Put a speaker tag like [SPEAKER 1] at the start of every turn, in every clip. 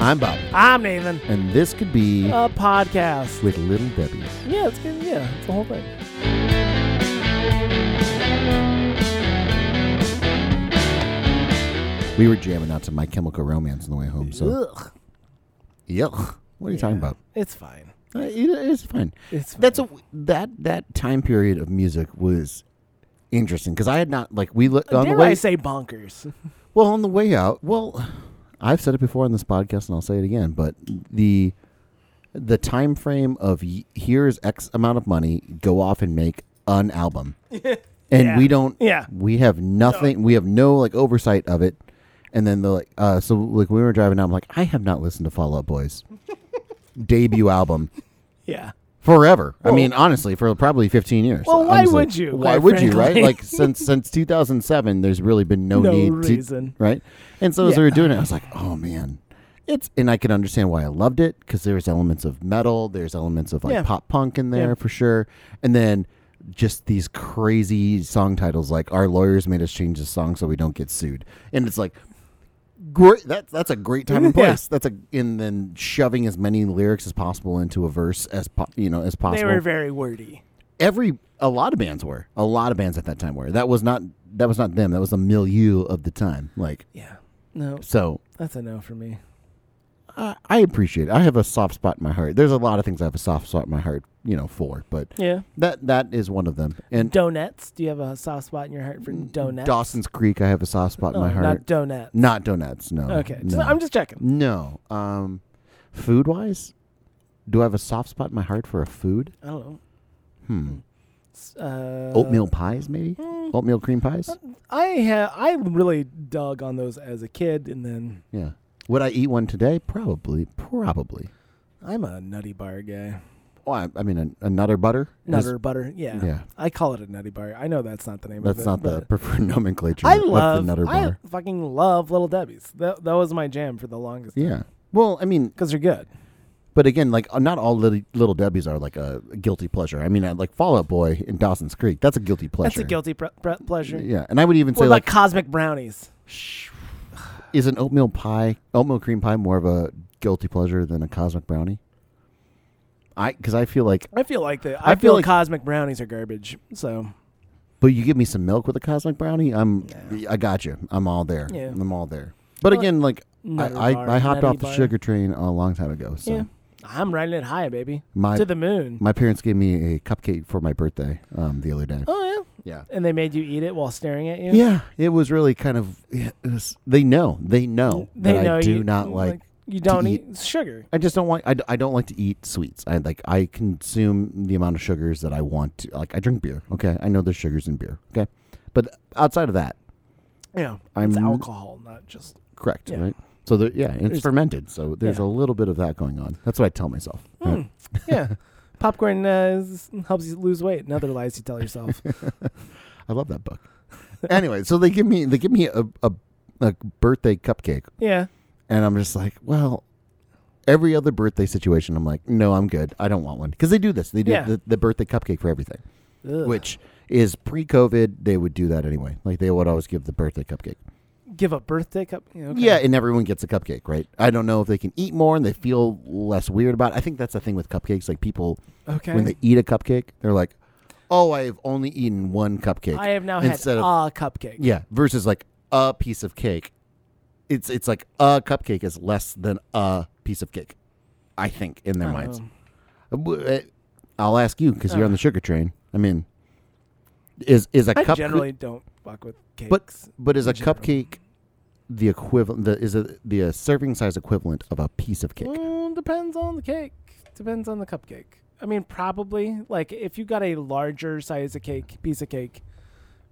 [SPEAKER 1] I'm Bobby,
[SPEAKER 2] I'm Nathan.
[SPEAKER 1] and this could be
[SPEAKER 2] A podcast.
[SPEAKER 1] with Little Debbie.
[SPEAKER 2] Yeah, it's good. Yeah, it's the whole thing.
[SPEAKER 1] We were jamming out to My Chemical Romance on the way home, so
[SPEAKER 2] Ugh,
[SPEAKER 1] yuck. What are you talking about?
[SPEAKER 2] it's fine.
[SPEAKER 1] Uh, it- it's fine.
[SPEAKER 2] It's
[SPEAKER 1] That's a that that time period of music was interesting because I had not like we look on
[SPEAKER 2] Dare
[SPEAKER 1] the way
[SPEAKER 2] I say bonkers?
[SPEAKER 1] Well, on the way out, well, I've said it before on this podcast, and I'll say it again. But the the time frame of y- here's X amount of money, go off and make an album, and
[SPEAKER 2] Yeah.
[SPEAKER 1] we don't,
[SPEAKER 2] Yeah.
[SPEAKER 1] we have nothing, we have no like oversight of it. And then the like, uh, so like we were driving out, I'm like, I have not listened to Fall Out Boys debut album
[SPEAKER 2] Yeah.
[SPEAKER 1] forever. I
[SPEAKER 2] Well-
[SPEAKER 1] mean, honestly, for probably 15 years.
[SPEAKER 2] Well, why
[SPEAKER 1] Honestly.
[SPEAKER 2] would you,
[SPEAKER 1] Why
[SPEAKER 2] quite
[SPEAKER 1] would you, right?
[SPEAKER 2] frankly?
[SPEAKER 1] Like since since 2007, there's really been no,
[SPEAKER 2] No
[SPEAKER 1] need to-
[SPEAKER 2] reason.
[SPEAKER 1] right? And so as we
[SPEAKER 2] Yeah.
[SPEAKER 1] were doing it, I was like, oh man, it's and I could understand why I loved it because there's elements of metal, there's elements of like
[SPEAKER 2] Yeah.
[SPEAKER 1] pop punk in there
[SPEAKER 2] Yeah.
[SPEAKER 1] for sure, and then. Just these crazy song titles, like our lawyers made us change the song so we don't get sued, and it's like, great. That's that's a great time and
[SPEAKER 2] Yeah.
[SPEAKER 1] place. That's a and then shoving as many lyrics as possible into a verse as po- you know as possible.
[SPEAKER 2] They were very wordy.
[SPEAKER 1] Every a lot of bands were a lot of bands at that time were. That was not that was not them. That was the milieu of the time. Like
[SPEAKER 2] Yeah. No,
[SPEAKER 1] so,
[SPEAKER 2] that's a no for me.
[SPEAKER 1] I, I appreciate. It. I have a soft spot in my heart. There's a lot of things I have a soft spot in my heart. You know, for but
[SPEAKER 2] Yeah.
[SPEAKER 1] that that is one of them. And
[SPEAKER 2] Donuts. Do you have a soft spot in your heart for donuts?
[SPEAKER 1] Mm, Dawson's Creek, I have a soft spot
[SPEAKER 2] no,
[SPEAKER 1] in my heart.
[SPEAKER 2] Not donut.
[SPEAKER 1] Not donuts. No.
[SPEAKER 2] Okay. just-
[SPEAKER 1] no. Mm.
[SPEAKER 2] I'm just checking.
[SPEAKER 1] No. Um, food wise, do I have a soft spot in my heart for a food?
[SPEAKER 2] I don't know.
[SPEAKER 1] Hmm.
[SPEAKER 2] S- Uh,
[SPEAKER 1] Oatmeal Oh. pies, maybe.
[SPEAKER 2] mm,
[SPEAKER 1] Oatmeal cream pies.
[SPEAKER 2] I have. I really dug on those as a kid, and then
[SPEAKER 1] Yeah. Would I eat one today? Probably. Probably.
[SPEAKER 2] I'm a nutty bar guy.
[SPEAKER 1] Oh, I, I mean, a, a nutter butter. Is-
[SPEAKER 2] Nutter butter. Yeah.
[SPEAKER 1] Yeah.
[SPEAKER 2] I call it a nutty bar. I know that's not the name
[SPEAKER 1] That's
[SPEAKER 2] of
[SPEAKER 1] not
[SPEAKER 2] it.
[SPEAKER 1] the
[SPEAKER 2] but
[SPEAKER 1] preferred nomenclature
[SPEAKER 2] I
[SPEAKER 1] of
[SPEAKER 2] love.
[SPEAKER 1] the nutter bar.
[SPEAKER 2] I fucking love Little Debbie's. That that was my jam for the longest.
[SPEAKER 1] Yeah. Well, I mean,
[SPEAKER 2] Because they're good.
[SPEAKER 1] but again, like uh, not all little, little Debbie's are like a guilty pleasure. I mean, uh, like Fallout Boy and Dawson's Creek, that's a guilty
[SPEAKER 2] That's
[SPEAKER 1] pleasure.
[SPEAKER 2] a guilty pre- pre- pleasure.
[SPEAKER 1] Yeah, and I would even
[SPEAKER 2] What
[SPEAKER 1] say
[SPEAKER 2] about
[SPEAKER 1] like
[SPEAKER 2] cosmic brownies?
[SPEAKER 1] is an oatmeal pie, oatmeal cream pie, more of a guilty pleasure than a cosmic brownie? I because I feel like,
[SPEAKER 2] I feel like the
[SPEAKER 1] I
[SPEAKER 2] I,
[SPEAKER 1] feel
[SPEAKER 2] feel,
[SPEAKER 1] like-
[SPEAKER 2] cosmic brownies are garbage. So
[SPEAKER 1] but you give me some milk with a cosmic brownie, I'm
[SPEAKER 2] Yeah.
[SPEAKER 1] I got you. I'm all there.
[SPEAKER 2] Yeah.
[SPEAKER 1] I'm all there. But
[SPEAKER 2] Well,
[SPEAKER 1] again, like I,
[SPEAKER 2] Nutter bar,
[SPEAKER 1] I, I hopped
[SPEAKER 2] nutty
[SPEAKER 1] off the
[SPEAKER 2] bar.
[SPEAKER 1] sugar train a long time ago. So Mm.
[SPEAKER 2] Yeah. I'm riding it high, baby.
[SPEAKER 1] my
[SPEAKER 2] to the moon.
[SPEAKER 1] my parents gave me a cupcake for my birthday um, the other day.
[SPEAKER 2] oh
[SPEAKER 1] Yeah.
[SPEAKER 2] yeah. And they made you eat it while staring at you.
[SPEAKER 1] Yeah, it was really kind of. It was, they know, they know
[SPEAKER 2] They
[SPEAKER 1] that
[SPEAKER 2] know
[SPEAKER 1] I do
[SPEAKER 2] you
[SPEAKER 1] not like
[SPEAKER 2] you don't
[SPEAKER 1] eat-
[SPEAKER 2] eat, sugar.
[SPEAKER 1] I just don't want. I, d- I don't like to eat sweets. I like. I consume the amount of sugars that I want to. Like I drink beer. Okay, I know there's sugars in beer. Okay, but outside of that,
[SPEAKER 2] Yeah.
[SPEAKER 1] I'm
[SPEAKER 2] it's alcohol, not just
[SPEAKER 1] correct.
[SPEAKER 2] Yeah.
[SPEAKER 1] Right. So there, yeah, and it's
[SPEAKER 2] There's-
[SPEAKER 1] fermented. So there's
[SPEAKER 2] yeah.
[SPEAKER 1] a little bit of that going on. That's what I tell myself. right?
[SPEAKER 2] Mm, yeah. Popcorn uh, is- helps you lose weight. Another lies you tell yourself.
[SPEAKER 1] I love that book. anyway, so they give me they give me a, a a birthday cupcake,
[SPEAKER 2] yeah.
[SPEAKER 1] and I'm just like, well. Every other birthday situation, I'm like, no, I'm good. I don't want one because they do this. They do
[SPEAKER 2] Yeah.
[SPEAKER 1] the, the birthday cupcake for everything.
[SPEAKER 2] Ugh.
[SPEAKER 1] which is pre-COVID. They would do that anyway. Like they would always give the birthday cupcake.
[SPEAKER 2] give a birthday cup? okay.
[SPEAKER 1] Yeah, and everyone gets a cupcake, right? I don't know if they can eat more and they feel less weird about. It. I think that's the thing with cupcakes. Like people,
[SPEAKER 2] Okay.
[SPEAKER 1] when they eat a cupcake, they're like, "Oh, I have only eaten one cupcake."
[SPEAKER 2] I have now
[SPEAKER 1] instead
[SPEAKER 2] had
[SPEAKER 1] of-
[SPEAKER 2] a cupcake.
[SPEAKER 1] yeah, versus like a piece of cake. It's it's like a cupcake is less than a piece of cake. I think in their
[SPEAKER 2] Oh.
[SPEAKER 1] minds. Uh, w- uh, I'll ask you because you're on the sugar train. I mean, is is a
[SPEAKER 2] I
[SPEAKER 1] cupcake?
[SPEAKER 2] generally don't fuck with cakes.
[SPEAKER 1] But but is
[SPEAKER 2] in
[SPEAKER 1] a
[SPEAKER 2] general.
[SPEAKER 1] cupcake the equivalent? The, is a, the uh, serving size equivalent of a piece of cake?
[SPEAKER 2] Mm, depends on the cake. Depends on the cupcake. I mean, probably like if you got a larger size of cake, piece of cake,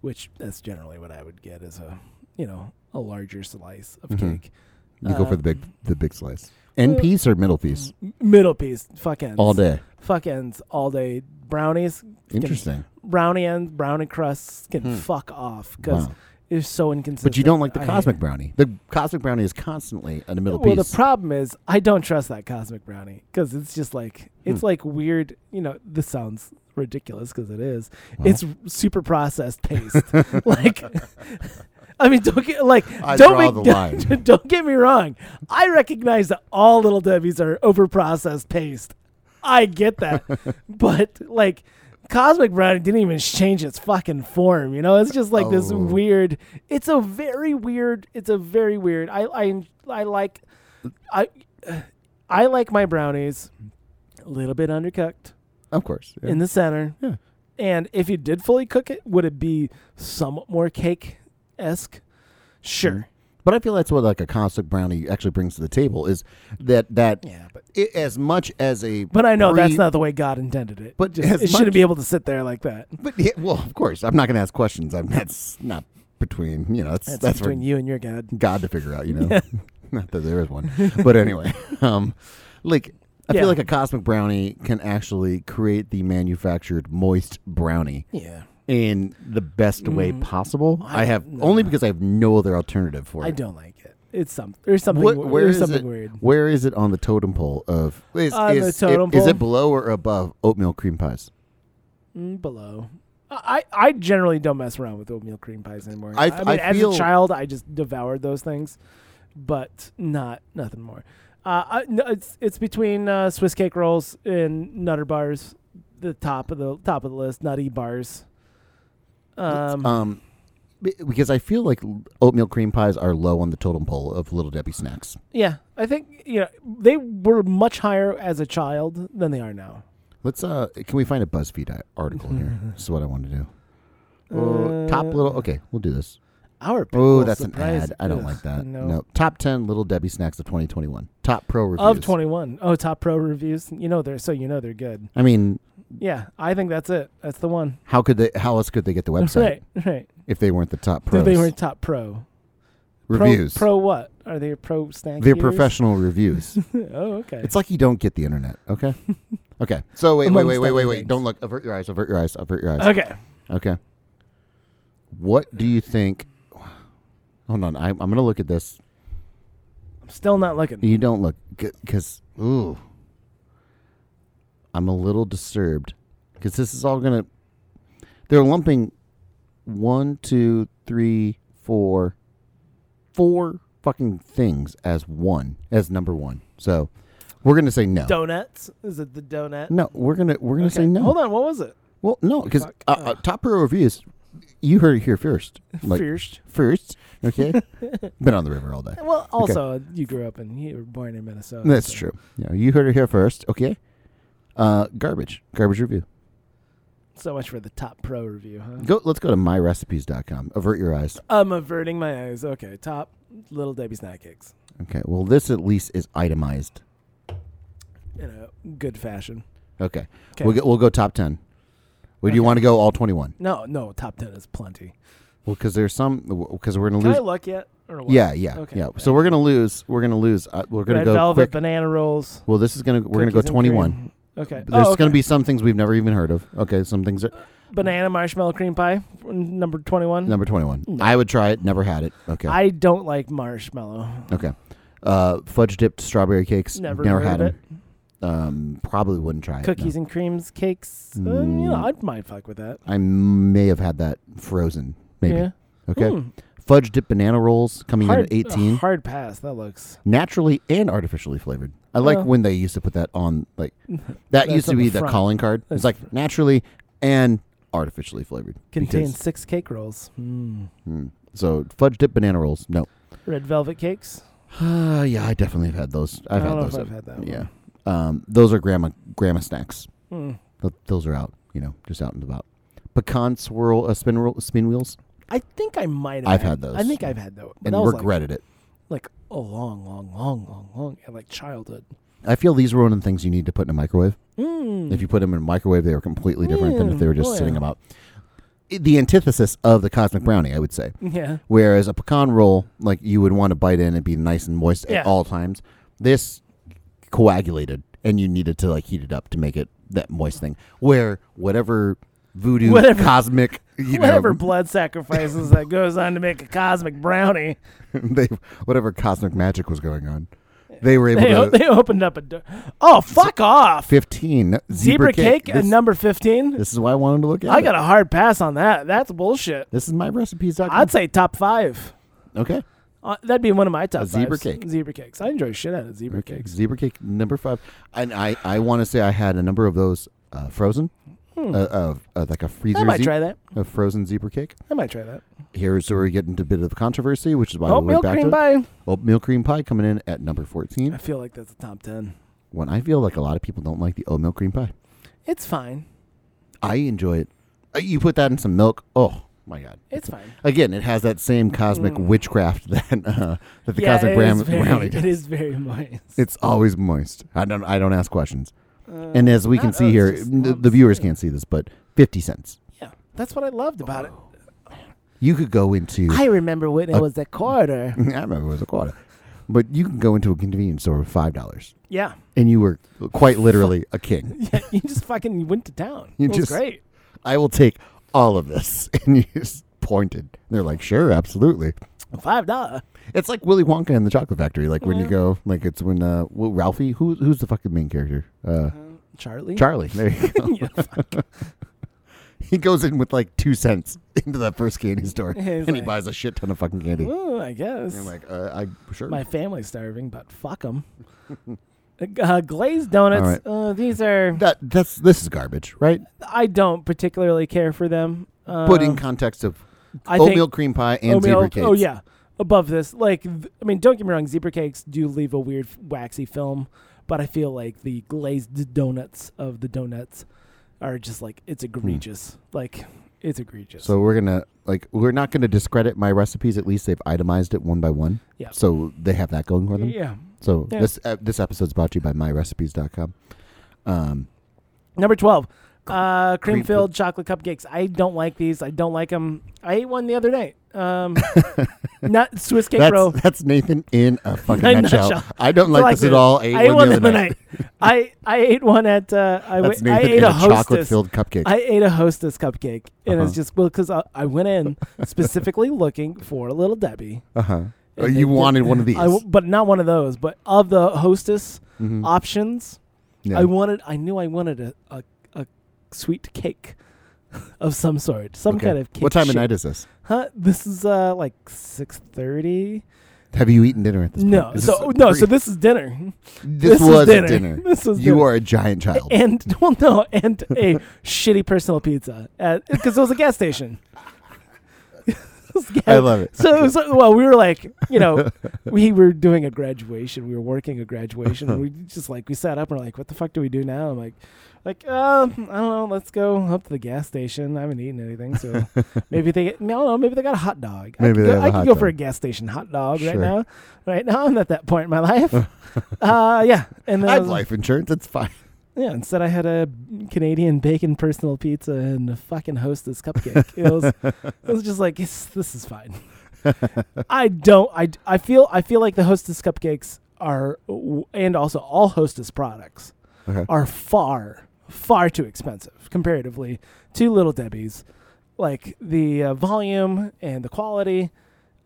[SPEAKER 2] which that's generally what I would get is a, you know, a larger slice of
[SPEAKER 1] Mhm.
[SPEAKER 2] cake.
[SPEAKER 1] You go for the big the big slice. End
[SPEAKER 2] Uh. well-
[SPEAKER 1] piece or middle piece?
[SPEAKER 2] M- Middle piece, fuck ends.
[SPEAKER 1] All day.
[SPEAKER 2] Fuck ends all day. Brownies,
[SPEAKER 1] Interesting.
[SPEAKER 2] brownie ends, brownie crusts can
[SPEAKER 1] Hmm.
[SPEAKER 2] fuck off because
[SPEAKER 1] Wow.
[SPEAKER 2] it's so inconsistent.
[SPEAKER 1] But you don't like the
[SPEAKER 2] I hate
[SPEAKER 1] cosmic
[SPEAKER 2] it.
[SPEAKER 1] brownie. The cosmic brownie is constantly a middle
[SPEAKER 2] well,
[SPEAKER 1] piece.
[SPEAKER 2] the problem is I don't trust that cosmic brownie because it's just like it's
[SPEAKER 1] Hmm.
[SPEAKER 2] like weird. You know, this sounds
[SPEAKER 1] Uh-huh.
[SPEAKER 2] ridiculous because it is.
[SPEAKER 1] Well.
[SPEAKER 2] It's super processed paste. like I mean, don't get like
[SPEAKER 1] I
[SPEAKER 2] don't
[SPEAKER 1] draw
[SPEAKER 2] make
[SPEAKER 1] the line.
[SPEAKER 2] don't get me wrong. I recognize that all little debbies are overprocessed paste. I get that, but like cosmic brownie didn't even change its fucking form. You know, it's just like this
[SPEAKER 1] Oh.
[SPEAKER 2] weird. It's a very weird. It's a very weird. I I I like I I like my brownies a little bit undercooked
[SPEAKER 1] Of course. yeah.
[SPEAKER 2] in the center.
[SPEAKER 1] Yeah.
[SPEAKER 2] And if you did fully cook it, would it be somewhat more cake esque? Sure.
[SPEAKER 1] But I feel that's what like a cosmic brownie actually brings to the table is that that
[SPEAKER 2] Yeah, but
[SPEAKER 1] it, as much as a
[SPEAKER 2] but I know that's
[SPEAKER 1] pre-
[SPEAKER 2] not the way God intended it.
[SPEAKER 1] But
[SPEAKER 2] Just-
[SPEAKER 1] as
[SPEAKER 2] it shouldn't
[SPEAKER 1] much-
[SPEAKER 2] be able to sit there like that.
[SPEAKER 1] But yeah, well, of course, I'm not going to ask questions. I'm that's not between you know that's
[SPEAKER 2] That's,
[SPEAKER 1] that's, for
[SPEAKER 2] between you and your God.
[SPEAKER 1] God to figure out. You know, not that there is one. But anyway, um, like I
[SPEAKER 2] Yeah.
[SPEAKER 1] feel like a cosmic brownie can actually create the manufactured moist brownie
[SPEAKER 2] Yeah,
[SPEAKER 1] in the best way
[SPEAKER 2] Mm.
[SPEAKER 1] possible.
[SPEAKER 2] I-
[SPEAKER 1] I, have
[SPEAKER 2] no.
[SPEAKER 1] only because I have no other alternative for it.
[SPEAKER 2] I don't like it. It's some there's something
[SPEAKER 1] What-
[SPEAKER 2] where
[SPEAKER 1] where
[SPEAKER 2] there's
[SPEAKER 1] is
[SPEAKER 2] something
[SPEAKER 1] it?
[SPEAKER 2] weird.
[SPEAKER 1] Where is it on the totem pole of is,
[SPEAKER 2] On the
[SPEAKER 1] is,
[SPEAKER 2] totem
[SPEAKER 1] it, is
[SPEAKER 2] pole?
[SPEAKER 1] it below or above oatmeal cream pies?
[SPEAKER 2] Mm, below. I, I I generally don't mess around with oatmeal cream pies anymore.
[SPEAKER 1] I-
[SPEAKER 2] mean,
[SPEAKER 1] I
[SPEAKER 2] as
[SPEAKER 1] feel-
[SPEAKER 2] a child, I just devoured those things, but not nothing more. Uh, I, no, it's it's between uh, Swiss cake rolls and Nutter bars, the top of the top of the list. Nutty bars. Um,
[SPEAKER 1] Um, be- because I feel like l- oatmeal cream pies are low on the totem pole of Little Debbie snacks.
[SPEAKER 2] yeah, I think you know they were much higher as a child than they are now.
[SPEAKER 1] Let's uh, can we find a BuzzFeed i- article here? this is what I want to do. Oh, top
[SPEAKER 2] Uh,
[SPEAKER 1] little. Okay, we'll do this.
[SPEAKER 2] Our
[SPEAKER 1] Oh,
[SPEAKER 2] pickle
[SPEAKER 1] that's an
[SPEAKER 2] surprise-
[SPEAKER 1] ad. I don't
[SPEAKER 2] Ugh,
[SPEAKER 1] like that.
[SPEAKER 2] No.
[SPEAKER 1] No. Top ten Little Debbie snacks of 2021. Top pro reviews
[SPEAKER 2] Of twenty one. Oh, top pro reviews. You know they're so you know they're good.
[SPEAKER 1] I mean,
[SPEAKER 2] Yeah, I think that's it. That's the one.
[SPEAKER 1] how could they? How else could they get the website
[SPEAKER 2] Right, right.
[SPEAKER 1] if they weren't the top
[SPEAKER 2] So
[SPEAKER 1] pros?
[SPEAKER 2] They were top pro.
[SPEAKER 1] reviews.
[SPEAKER 2] Pro, pro what? Are they pro snack?
[SPEAKER 1] They're
[SPEAKER 2] eaters?
[SPEAKER 1] professional reviews.
[SPEAKER 2] oh, okay.
[SPEAKER 1] It's like you don't get the internet, okay? okay. So wait, wait,
[SPEAKER 2] Amongst
[SPEAKER 1] wait, wait,
[SPEAKER 2] other
[SPEAKER 1] wait,
[SPEAKER 2] things.
[SPEAKER 1] wait. Don't look. Avert your eyes. Avert your eyes. Avert your eyes.
[SPEAKER 2] okay.
[SPEAKER 1] Okay. What do you think? Hold on. I, I'm going to look at this.
[SPEAKER 2] I'm still not looking.
[SPEAKER 1] You don't look because ooh, I'm a little disturbed because this is all gonna. They're lumping one, two, three, four, four fucking things as one as number one. So we're gonna say no.
[SPEAKER 2] Donuts? Is it the donut?
[SPEAKER 1] No, we're gonna we're gonna
[SPEAKER 2] Okay.
[SPEAKER 1] say no.
[SPEAKER 2] Hold on. What was it?
[SPEAKER 1] Well, no, because uh,
[SPEAKER 2] Fuck.
[SPEAKER 1] uh, top pro reviews. You heard it here first. Like
[SPEAKER 2] First.
[SPEAKER 1] first, okay. Been on the river all day.
[SPEAKER 2] Well, also you grew up in you were born in Minnesota.
[SPEAKER 1] That's
[SPEAKER 2] so-
[SPEAKER 1] true. Yeah, you heard it here first. Okay. Uh, garbage. Garbage review.
[SPEAKER 2] So much for the top pro review, huh?
[SPEAKER 1] Go. Let's go to myrecipes.com. Avert your eyes.
[SPEAKER 2] I'm averting my eyes. Okay, top little Debbie snack cakes
[SPEAKER 1] Okay. Well, this at least is itemized.
[SPEAKER 2] in a good fashion.
[SPEAKER 1] Okay.
[SPEAKER 2] 'Kay.
[SPEAKER 1] We'll go, we'll go top ten. Would you
[SPEAKER 2] Okay.
[SPEAKER 1] want to go all twenty one?
[SPEAKER 2] No, no, top ten is plenty.
[SPEAKER 1] Well, because there's some. Because we're gonna
[SPEAKER 2] Can I
[SPEAKER 1] lose.
[SPEAKER 2] look yet? Or what?
[SPEAKER 1] Yeah. Yeah.
[SPEAKER 2] Okay.
[SPEAKER 1] Yeah. So we're gonna lose. We're gonna lose. Uh, we're gonna
[SPEAKER 2] Red
[SPEAKER 1] go
[SPEAKER 2] velvet
[SPEAKER 1] quick.
[SPEAKER 2] banana rolls.
[SPEAKER 1] Well, this is gonna. We're gonna go
[SPEAKER 2] Cookies and
[SPEAKER 1] twenty one.
[SPEAKER 2] cream. Okay.
[SPEAKER 1] There's
[SPEAKER 2] oh, okay.
[SPEAKER 1] gonna be some things we've never even heard of. Okay. Some things are
[SPEAKER 2] banana marshmallow cream pie, n- number twenty one.
[SPEAKER 1] number twenty one.
[SPEAKER 2] Mm-hmm. No.
[SPEAKER 1] I would try it. Never had it. Okay.
[SPEAKER 2] I don't like marshmallow.
[SPEAKER 1] Okay. Uh, fudge dipped strawberry cakes.
[SPEAKER 2] Never
[SPEAKER 1] Never,
[SPEAKER 2] heard
[SPEAKER 1] had
[SPEAKER 2] of
[SPEAKER 1] them. Um, probably wouldn't try
[SPEAKER 2] Cookies
[SPEAKER 1] it.
[SPEAKER 2] and creams, cakes. Um, you know,
[SPEAKER 1] Mm.
[SPEAKER 2] I'd mind fuck with that.
[SPEAKER 1] no. I may have had that frozen. Maybe.
[SPEAKER 2] Yeah.
[SPEAKER 1] Okay.
[SPEAKER 2] Hmm.
[SPEAKER 1] Fudge dipped banana rolls coming
[SPEAKER 2] hard,
[SPEAKER 1] in at 18.
[SPEAKER 2] uh, hard pass. That looks.
[SPEAKER 1] Naturally and artificially flavored. I like
[SPEAKER 2] Well.
[SPEAKER 1] when they used to put that on, like, that
[SPEAKER 2] That's
[SPEAKER 1] used to
[SPEAKER 2] on
[SPEAKER 1] be
[SPEAKER 2] the
[SPEAKER 1] the,
[SPEAKER 2] front.
[SPEAKER 1] calling card.
[SPEAKER 2] That's
[SPEAKER 1] it's like naturally and artificially flavored.
[SPEAKER 2] Contains
[SPEAKER 1] Because-
[SPEAKER 2] six cake rolls. Hmm.
[SPEAKER 1] Hmm. So fudge dipped banana rolls. No.
[SPEAKER 2] Red velvet cakes.
[SPEAKER 1] Uh, yeah, I definitely have had those. I've
[SPEAKER 2] I
[SPEAKER 1] had
[SPEAKER 2] don't know
[SPEAKER 1] those.
[SPEAKER 2] if I've had that. one.
[SPEAKER 1] yeah. Um, those are grandma grandma snacks.
[SPEAKER 2] Hmm.
[SPEAKER 1] Th- those are out, you know, just out and about. Pecan swirl, uh, spin, roll, spin wheels,
[SPEAKER 2] I think I might. have
[SPEAKER 1] I've had those.
[SPEAKER 2] I think I've had those.
[SPEAKER 1] and
[SPEAKER 2] that was
[SPEAKER 1] regretted it.
[SPEAKER 2] like, like a long, long, long, long, long, yeah, like childhood.
[SPEAKER 1] I feel these were one of the things you need to put in a microwave.
[SPEAKER 2] Mm.
[SPEAKER 1] If you put them in a microwave, they were completely different than if they were just
[SPEAKER 2] Mm,
[SPEAKER 1] sitting
[SPEAKER 2] yeah.
[SPEAKER 1] them out. I- The antithesis of the cosmic brownie, I would say.
[SPEAKER 2] yeah.
[SPEAKER 1] Whereas a pecan roll, like you would want to bite in and be nice and moist
[SPEAKER 2] Yeah.
[SPEAKER 1] at all times, this coagulated, and you needed to like heat it up to make it that moist thing. Where whatever voodoo,
[SPEAKER 2] Whatever-
[SPEAKER 1] cosmic, you
[SPEAKER 2] Whatever
[SPEAKER 1] know,
[SPEAKER 2] blood sacrifices that goes on to make a cosmic brownie.
[SPEAKER 1] they, whatever cosmic magic was going on. They were able
[SPEAKER 2] They, o-
[SPEAKER 1] to
[SPEAKER 2] they opened up a door. Oh, fuck off.
[SPEAKER 1] fifteen zebra,
[SPEAKER 2] Zebra cake, at
[SPEAKER 1] This,
[SPEAKER 2] number 15.
[SPEAKER 1] this is why I wanted to look at
[SPEAKER 2] I
[SPEAKER 1] it.
[SPEAKER 2] got a hard pass on that. That's bullshit.
[SPEAKER 1] This is my recipes.
[SPEAKER 2] I'd say top five.
[SPEAKER 1] okay.
[SPEAKER 2] Uh, that'd be one of my top
[SPEAKER 1] A zebra
[SPEAKER 2] fives.
[SPEAKER 1] cake.
[SPEAKER 2] Zebra cakes. I enjoy shit out of zebra
[SPEAKER 1] Okay,
[SPEAKER 2] cakes.
[SPEAKER 1] Zebra cake number five, and I I want to say I had a number of those uh, frozen, uh, uh, uh, like a freezer.
[SPEAKER 2] I might
[SPEAKER 1] ze-
[SPEAKER 2] try Hmm. that.
[SPEAKER 1] A frozen zebra cake.
[SPEAKER 2] I might try that.
[SPEAKER 1] Here's where we get into a bit of controversy, which is why we
[SPEAKER 2] Oatmeal
[SPEAKER 1] went back
[SPEAKER 2] cream
[SPEAKER 1] to it.
[SPEAKER 2] pie.
[SPEAKER 1] oatmeal cream pie coming in at number
[SPEAKER 2] I
[SPEAKER 1] fourteen.
[SPEAKER 2] feel like that's a top 10.
[SPEAKER 1] When I feel like a lot of people don't like the oatmeal cream pie,
[SPEAKER 2] It's fine.
[SPEAKER 1] I enjoy it. Uh, You put that in some milk. Oh my god!
[SPEAKER 2] It's fine.
[SPEAKER 1] Again, it has that same cosmic witchcraft that uh, that the
[SPEAKER 2] Mm. yeah,
[SPEAKER 1] cosmic
[SPEAKER 2] it
[SPEAKER 1] Bram-
[SPEAKER 2] is very-
[SPEAKER 1] brownie
[SPEAKER 2] It is very moist.
[SPEAKER 1] It's always moist. I don't. I don't ask questions.
[SPEAKER 2] Uh,
[SPEAKER 1] and as we can
[SPEAKER 2] not
[SPEAKER 1] see
[SPEAKER 2] us,
[SPEAKER 1] here,
[SPEAKER 2] just
[SPEAKER 1] the,
[SPEAKER 2] lumps.
[SPEAKER 1] the viewers can't see this, but fifty cents.
[SPEAKER 2] Yeah, that's what I loved about
[SPEAKER 1] Oh.
[SPEAKER 2] it.
[SPEAKER 1] You could go into. I,
[SPEAKER 2] I remember when it was a quarter.
[SPEAKER 1] remember it was a quarter, but you can go into a convenience store with five dollars,
[SPEAKER 2] Yeah,
[SPEAKER 1] and you were quite literally a king.
[SPEAKER 2] yeah, you just fucking you went to town.
[SPEAKER 1] You
[SPEAKER 2] it was
[SPEAKER 1] just-
[SPEAKER 2] great.
[SPEAKER 1] I will take all of this, and you just pointed. They're like, sure, absolutely.
[SPEAKER 2] Five uh, dollar.
[SPEAKER 1] It's like Willy Wonka and the Chocolate Factory. Like when you go, like it's when uh, well, Ralphie, who, who's the fucking main character? Uh,
[SPEAKER 2] Charlie.
[SPEAKER 1] Charlie. There you go.
[SPEAKER 2] Yeah, fuck.
[SPEAKER 1] He goes in with like two cents into that first candy store,
[SPEAKER 2] He's
[SPEAKER 1] and he
[SPEAKER 2] like-
[SPEAKER 1] buys a shit ton of fucking candy.
[SPEAKER 2] Ooh, uh, I guess.
[SPEAKER 1] I'm like, uh, I sure.
[SPEAKER 2] My family's starving, but fuck them. uh, glazed donuts. Uh, these are.
[SPEAKER 1] that that's this is garbage, right?
[SPEAKER 2] I don't particularly care for them. Uh,
[SPEAKER 1] Put in context of
[SPEAKER 2] I think
[SPEAKER 1] oatmeal cream pie and
[SPEAKER 2] oatmeal-
[SPEAKER 1] zebra cakes.
[SPEAKER 2] Oh yeah, above this. Like, th- I mean, don't get me wrong. Zebra cakes do leave a weird waxy film, but I feel like the glazed donuts of the donuts are just like it's egregious. Like, it's egregious.
[SPEAKER 1] So we're gonna like we're not gonna discredit my recipes. At least they've itemized it one by one.
[SPEAKER 2] Yeah.
[SPEAKER 1] So they have that going for them.
[SPEAKER 2] yeah.
[SPEAKER 1] So
[SPEAKER 2] Yeah.
[SPEAKER 1] this uh, this episode's brought to you by myrecipes.com. Um,
[SPEAKER 2] Number twelve, uh, cream
[SPEAKER 1] filled-
[SPEAKER 2] filled chocolate cupcakes. I don't like these. I don't like them. I ate one the other night. Um, not Swiss cake
[SPEAKER 1] that's
[SPEAKER 2] roll.
[SPEAKER 1] that's Nathan in a fucking
[SPEAKER 2] In a
[SPEAKER 1] nutshell.
[SPEAKER 2] nutshell.
[SPEAKER 1] I don't like
[SPEAKER 2] Like
[SPEAKER 1] this at
[SPEAKER 2] this.
[SPEAKER 1] all. I ate
[SPEAKER 2] I ate
[SPEAKER 1] one the other
[SPEAKER 2] other
[SPEAKER 1] night.
[SPEAKER 2] night. I I ate one at uh, I,
[SPEAKER 1] That's
[SPEAKER 2] w- I
[SPEAKER 1] Nathan
[SPEAKER 2] ate
[SPEAKER 1] in
[SPEAKER 2] a,
[SPEAKER 1] a chocolate
[SPEAKER 2] hostess.
[SPEAKER 1] filled cupcake.
[SPEAKER 2] I ate a hostess cupcake, and
[SPEAKER 1] Uh-huh.
[SPEAKER 2] it's just well because I, I went in specifically looking for a little Debbie.
[SPEAKER 1] Uh huh.
[SPEAKER 2] And they
[SPEAKER 1] you
[SPEAKER 2] did-
[SPEAKER 1] wanted one of these.
[SPEAKER 2] I w- but not one of those. But of the hostess
[SPEAKER 1] Mhm.
[SPEAKER 2] options,
[SPEAKER 1] Yeah.
[SPEAKER 2] I wanted. I knew I wanted a, a, a sweet cake of some sort, some
[SPEAKER 1] Okay.
[SPEAKER 2] kind of cake.
[SPEAKER 1] What time
[SPEAKER 2] shape.
[SPEAKER 1] of night is this?
[SPEAKER 2] Huh? This is uh like six thirty.
[SPEAKER 1] Have you eaten dinner at this point?
[SPEAKER 2] No,
[SPEAKER 1] Is
[SPEAKER 2] so
[SPEAKER 1] this a
[SPEAKER 2] no,
[SPEAKER 1] pre-
[SPEAKER 2] so this is dinner.
[SPEAKER 1] this,
[SPEAKER 2] this is
[SPEAKER 1] was
[SPEAKER 2] dinner.
[SPEAKER 1] a dinner.
[SPEAKER 2] This was
[SPEAKER 1] you
[SPEAKER 2] dinner.
[SPEAKER 1] are a giant child.
[SPEAKER 2] and well, no, and a shitty personal pizza because it was a gas station. It was a gas-
[SPEAKER 1] I love it.
[SPEAKER 2] So, it was like- well, we were like, you know, we were doing a graduation. We were working a graduation. and we just like we sat up and we're like, what the fuck do we do now? I'm like, like um, I don't know. Let's go up to the gas station. I haven't eaten anything, so maybe they I don't know. Maybe they got a hot dog. I
[SPEAKER 1] Maybe
[SPEAKER 2] could
[SPEAKER 1] they
[SPEAKER 2] go,
[SPEAKER 1] have a
[SPEAKER 2] I could
[SPEAKER 1] hot
[SPEAKER 2] go for
[SPEAKER 1] dog.
[SPEAKER 2] a gas station hot dog right
[SPEAKER 1] Sure.
[SPEAKER 2] now. Right now, I'm at that point in my life. uh, yeah, and then
[SPEAKER 1] I
[SPEAKER 2] I
[SPEAKER 1] have
[SPEAKER 2] was-
[SPEAKER 1] life insurance. It's fine.
[SPEAKER 2] yeah, instead I had a Canadian bacon personal pizza and a fucking hostess cupcake. It was, it was just like "Yes, this is fine. I don't. I, I feel I feel like the hostess cupcakes are, and also all hostess products
[SPEAKER 1] Okay.
[SPEAKER 2] are far far too expensive comparatively to Little Debbie's. Like the uh, volume and the quality,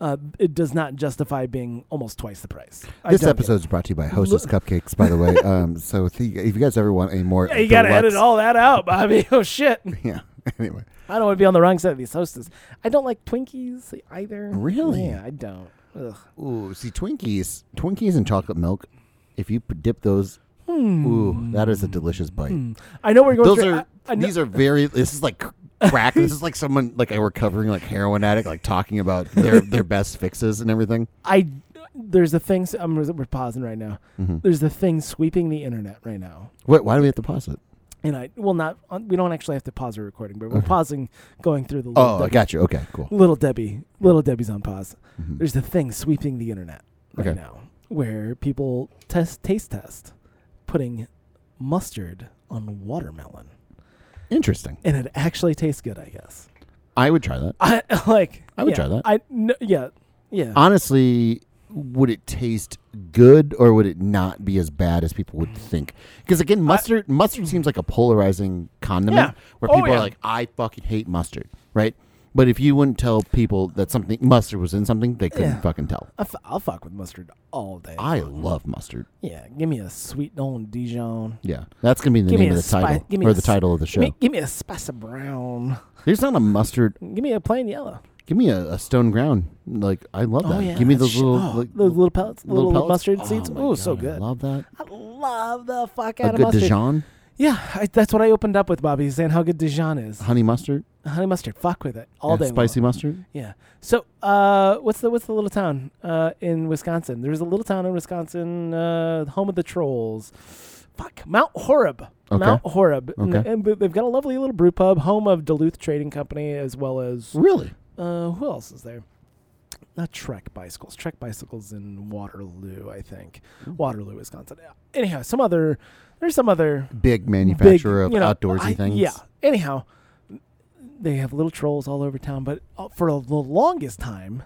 [SPEAKER 2] uh, it does not justify being almost twice the price. I
[SPEAKER 1] This
[SPEAKER 2] don't get it.
[SPEAKER 1] episode is brought to you by Hostess Cupcakes, by the way. Um, so if you, if you guys ever want a more,
[SPEAKER 2] Yeah, you gotta
[SPEAKER 1] deluxe-
[SPEAKER 2] edit all that out, Bobby. Oh shit.
[SPEAKER 1] Yeah. Anyway,
[SPEAKER 2] I don't want to be on the wrong side of these hostess. I don't like Twinkies either.
[SPEAKER 1] Really?
[SPEAKER 2] Yeah, I don't. Ugh.
[SPEAKER 1] ooh, see Twinkies, Twinkies and chocolate milk. If you p- dip those, ooh, that is a delicious bite.
[SPEAKER 2] I know we're going.
[SPEAKER 1] Those
[SPEAKER 2] through,
[SPEAKER 1] are
[SPEAKER 2] I, I know,
[SPEAKER 1] these are very. This is like cr- crack. this is like someone like a recovering like heroin addict like talking about their their best fixes and everything.
[SPEAKER 2] I there's a thing. I'm we're pausing right now. There's a thing sweeping the internet right now.
[SPEAKER 1] What? Mm-hmm. Why do we have to pause it?
[SPEAKER 2] And I well not on- we don't actually have to pause our recording, but we're pausing going through the little,
[SPEAKER 1] Oh, I
[SPEAKER 2] Debbie,
[SPEAKER 1] got you. Okay, cool. Mm-hmm.
[SPEAKER 2] little Debbie, little Debbie's on pause. There's a thing sweeping the internet right
[SPEAKER 1] Okay.
[SPEAKER 2] now where people test taste test, putting mustard on watermelon,
[SPEAKER 1] Interesting.
[SPEAKER 2] and it actually tastes good. I guess.
[SPEAKER 1] I would try that.
[SPEAKER 2] I like.
[SPEAKER 1] I would
[SPEAKER 2] yeah,
[SPEAKER 1] try that.
[SPEAKER 2] I no, yeah, yeah.
[SPEAKER 1] honestly, would it taste good or would it not be as bad as people
[SPEAKER 2] Mm.
[SPEAKER 1] would think? Because again, mustard mustard seems like a polarizing condiment
[SPEAKER 2] Yeah.
[SPEAKER 1] where
[SPEAKER 2] Oh,
[SPEAKER 1] people are
[SPEAKER 2] yeah.
[SPEAKER 1] like, I fucking hate mustard, right? But if you wouldn't tell people that something mustard was in something, they couldn't
[SPEAKER 2] Yeah.
[SPEAKER 1] fucking tell.
[SPEAKER 2] I f- I'll fuck with mustard all day.
[SPEAKER 1] I love mustard.
[SPEAKER 2] yeah, give me a sweet old Dijon.
[SPEAKER 1] Yeah, that's gonna be the
[SPEAKER 2] Give me
[SPEAKER 1] name of
[SPEAKER 2] a
[SPEAKER 1] the
[SPEAKER 2] spi-
[SPEAKER 1] title
[SPEAKER 2] give me
[SPEAKER 1] or
[SPEAKER 2] a
[SPEAKER 1] the
[SPEAKER 2] s-
[SPEAKER 1] title of the show.
[SPEAKER 2] Give me, give me a spice of brown.
[SPEAKER 1] There's not a mustard.
[SPEAKER 2] Give me a plain yellow.
[SPEAKER 1] Give me a, a stone ground. Like I love
[SPEAKER 2] Oh,
[SPEAKER 1] that. give me
[SPEAKER 2] that
[SPEAKER 1] those
[SPEAKER 2] shit-
[SPEAKER 1] little
[SPEAKER 2] oh,
[SPEAKER 1] like,
[SPEAKER 2] those little pellets,
[SPEAKER 1] little
[SPEAKER 2] little,
[SPEAKER 1] pellets.
[SPEAKER 2] mustard
[SPEAKER 1] Oh
[SPEAKER 2] seeds.
[SPEAKER 1] my
[SPEAKER 2] Oh, so
[SPEAKER 1] God, I
[SPEAKER 2] good.
[SPEAKER 1] love that.
[SPEAKER 2] I love the fuck
[SPEAKER 1] A
[SPEAKER 2] out of
[SPEAKER 1] good
[SPEAKER 2] mustard.
[SPEAKER 1] Dijon
[SPEAKER 2] Yeah, I, that's what I opened up with, Bobby, saying how good Dijon is.
[SPEAKER 1] honey mustard.
[SPEAKER 2] Honey mustard, fuck with it all
[SPEAKER 1] and
[SPEAKER 2] day.
[SPEAKER 1] spicy
[SPEAKER 2] long.
[SPEAKER 1] mustard.
[SPEAKER 2] Yeah. So, uh, what's the what's the little town uh, in Wisconsin? There's a little town in Wisconsin, uh, home of the trolls. Fuck, Mount Horeb.
[SPEAKER 1] Okay.
[SPEAKER 2] Mount Horeb. And-
[SPEAKER 1] Okay.
[SPEAKER 2] And, they've got a lovely little brew pub, home of Duluth Trading Company, as well as
[SPEAKER 1] Really?
[SPEAKER 2] uh, who else is there? Not Trek bicycles. Trek bicycles in Waterloo, I think.
[SPEAKER 1] Mm.
[SPEAKER 2] Waterloo, Wisconsin. Anyhow, some other. There's some other
[SPEAKER 1] Big
[SPEAKER 2] big,
[SPEAKER 1] manufacturer
[SPEAKER 2] you know,
[SPEAKER 1] of outdoorsy
[SPEAKER 2] I-
[SPEAKER 1] things.
[SPEAKER 2] Yeah. Anyhow, they have little trolls all over town, but uh, for the longest time,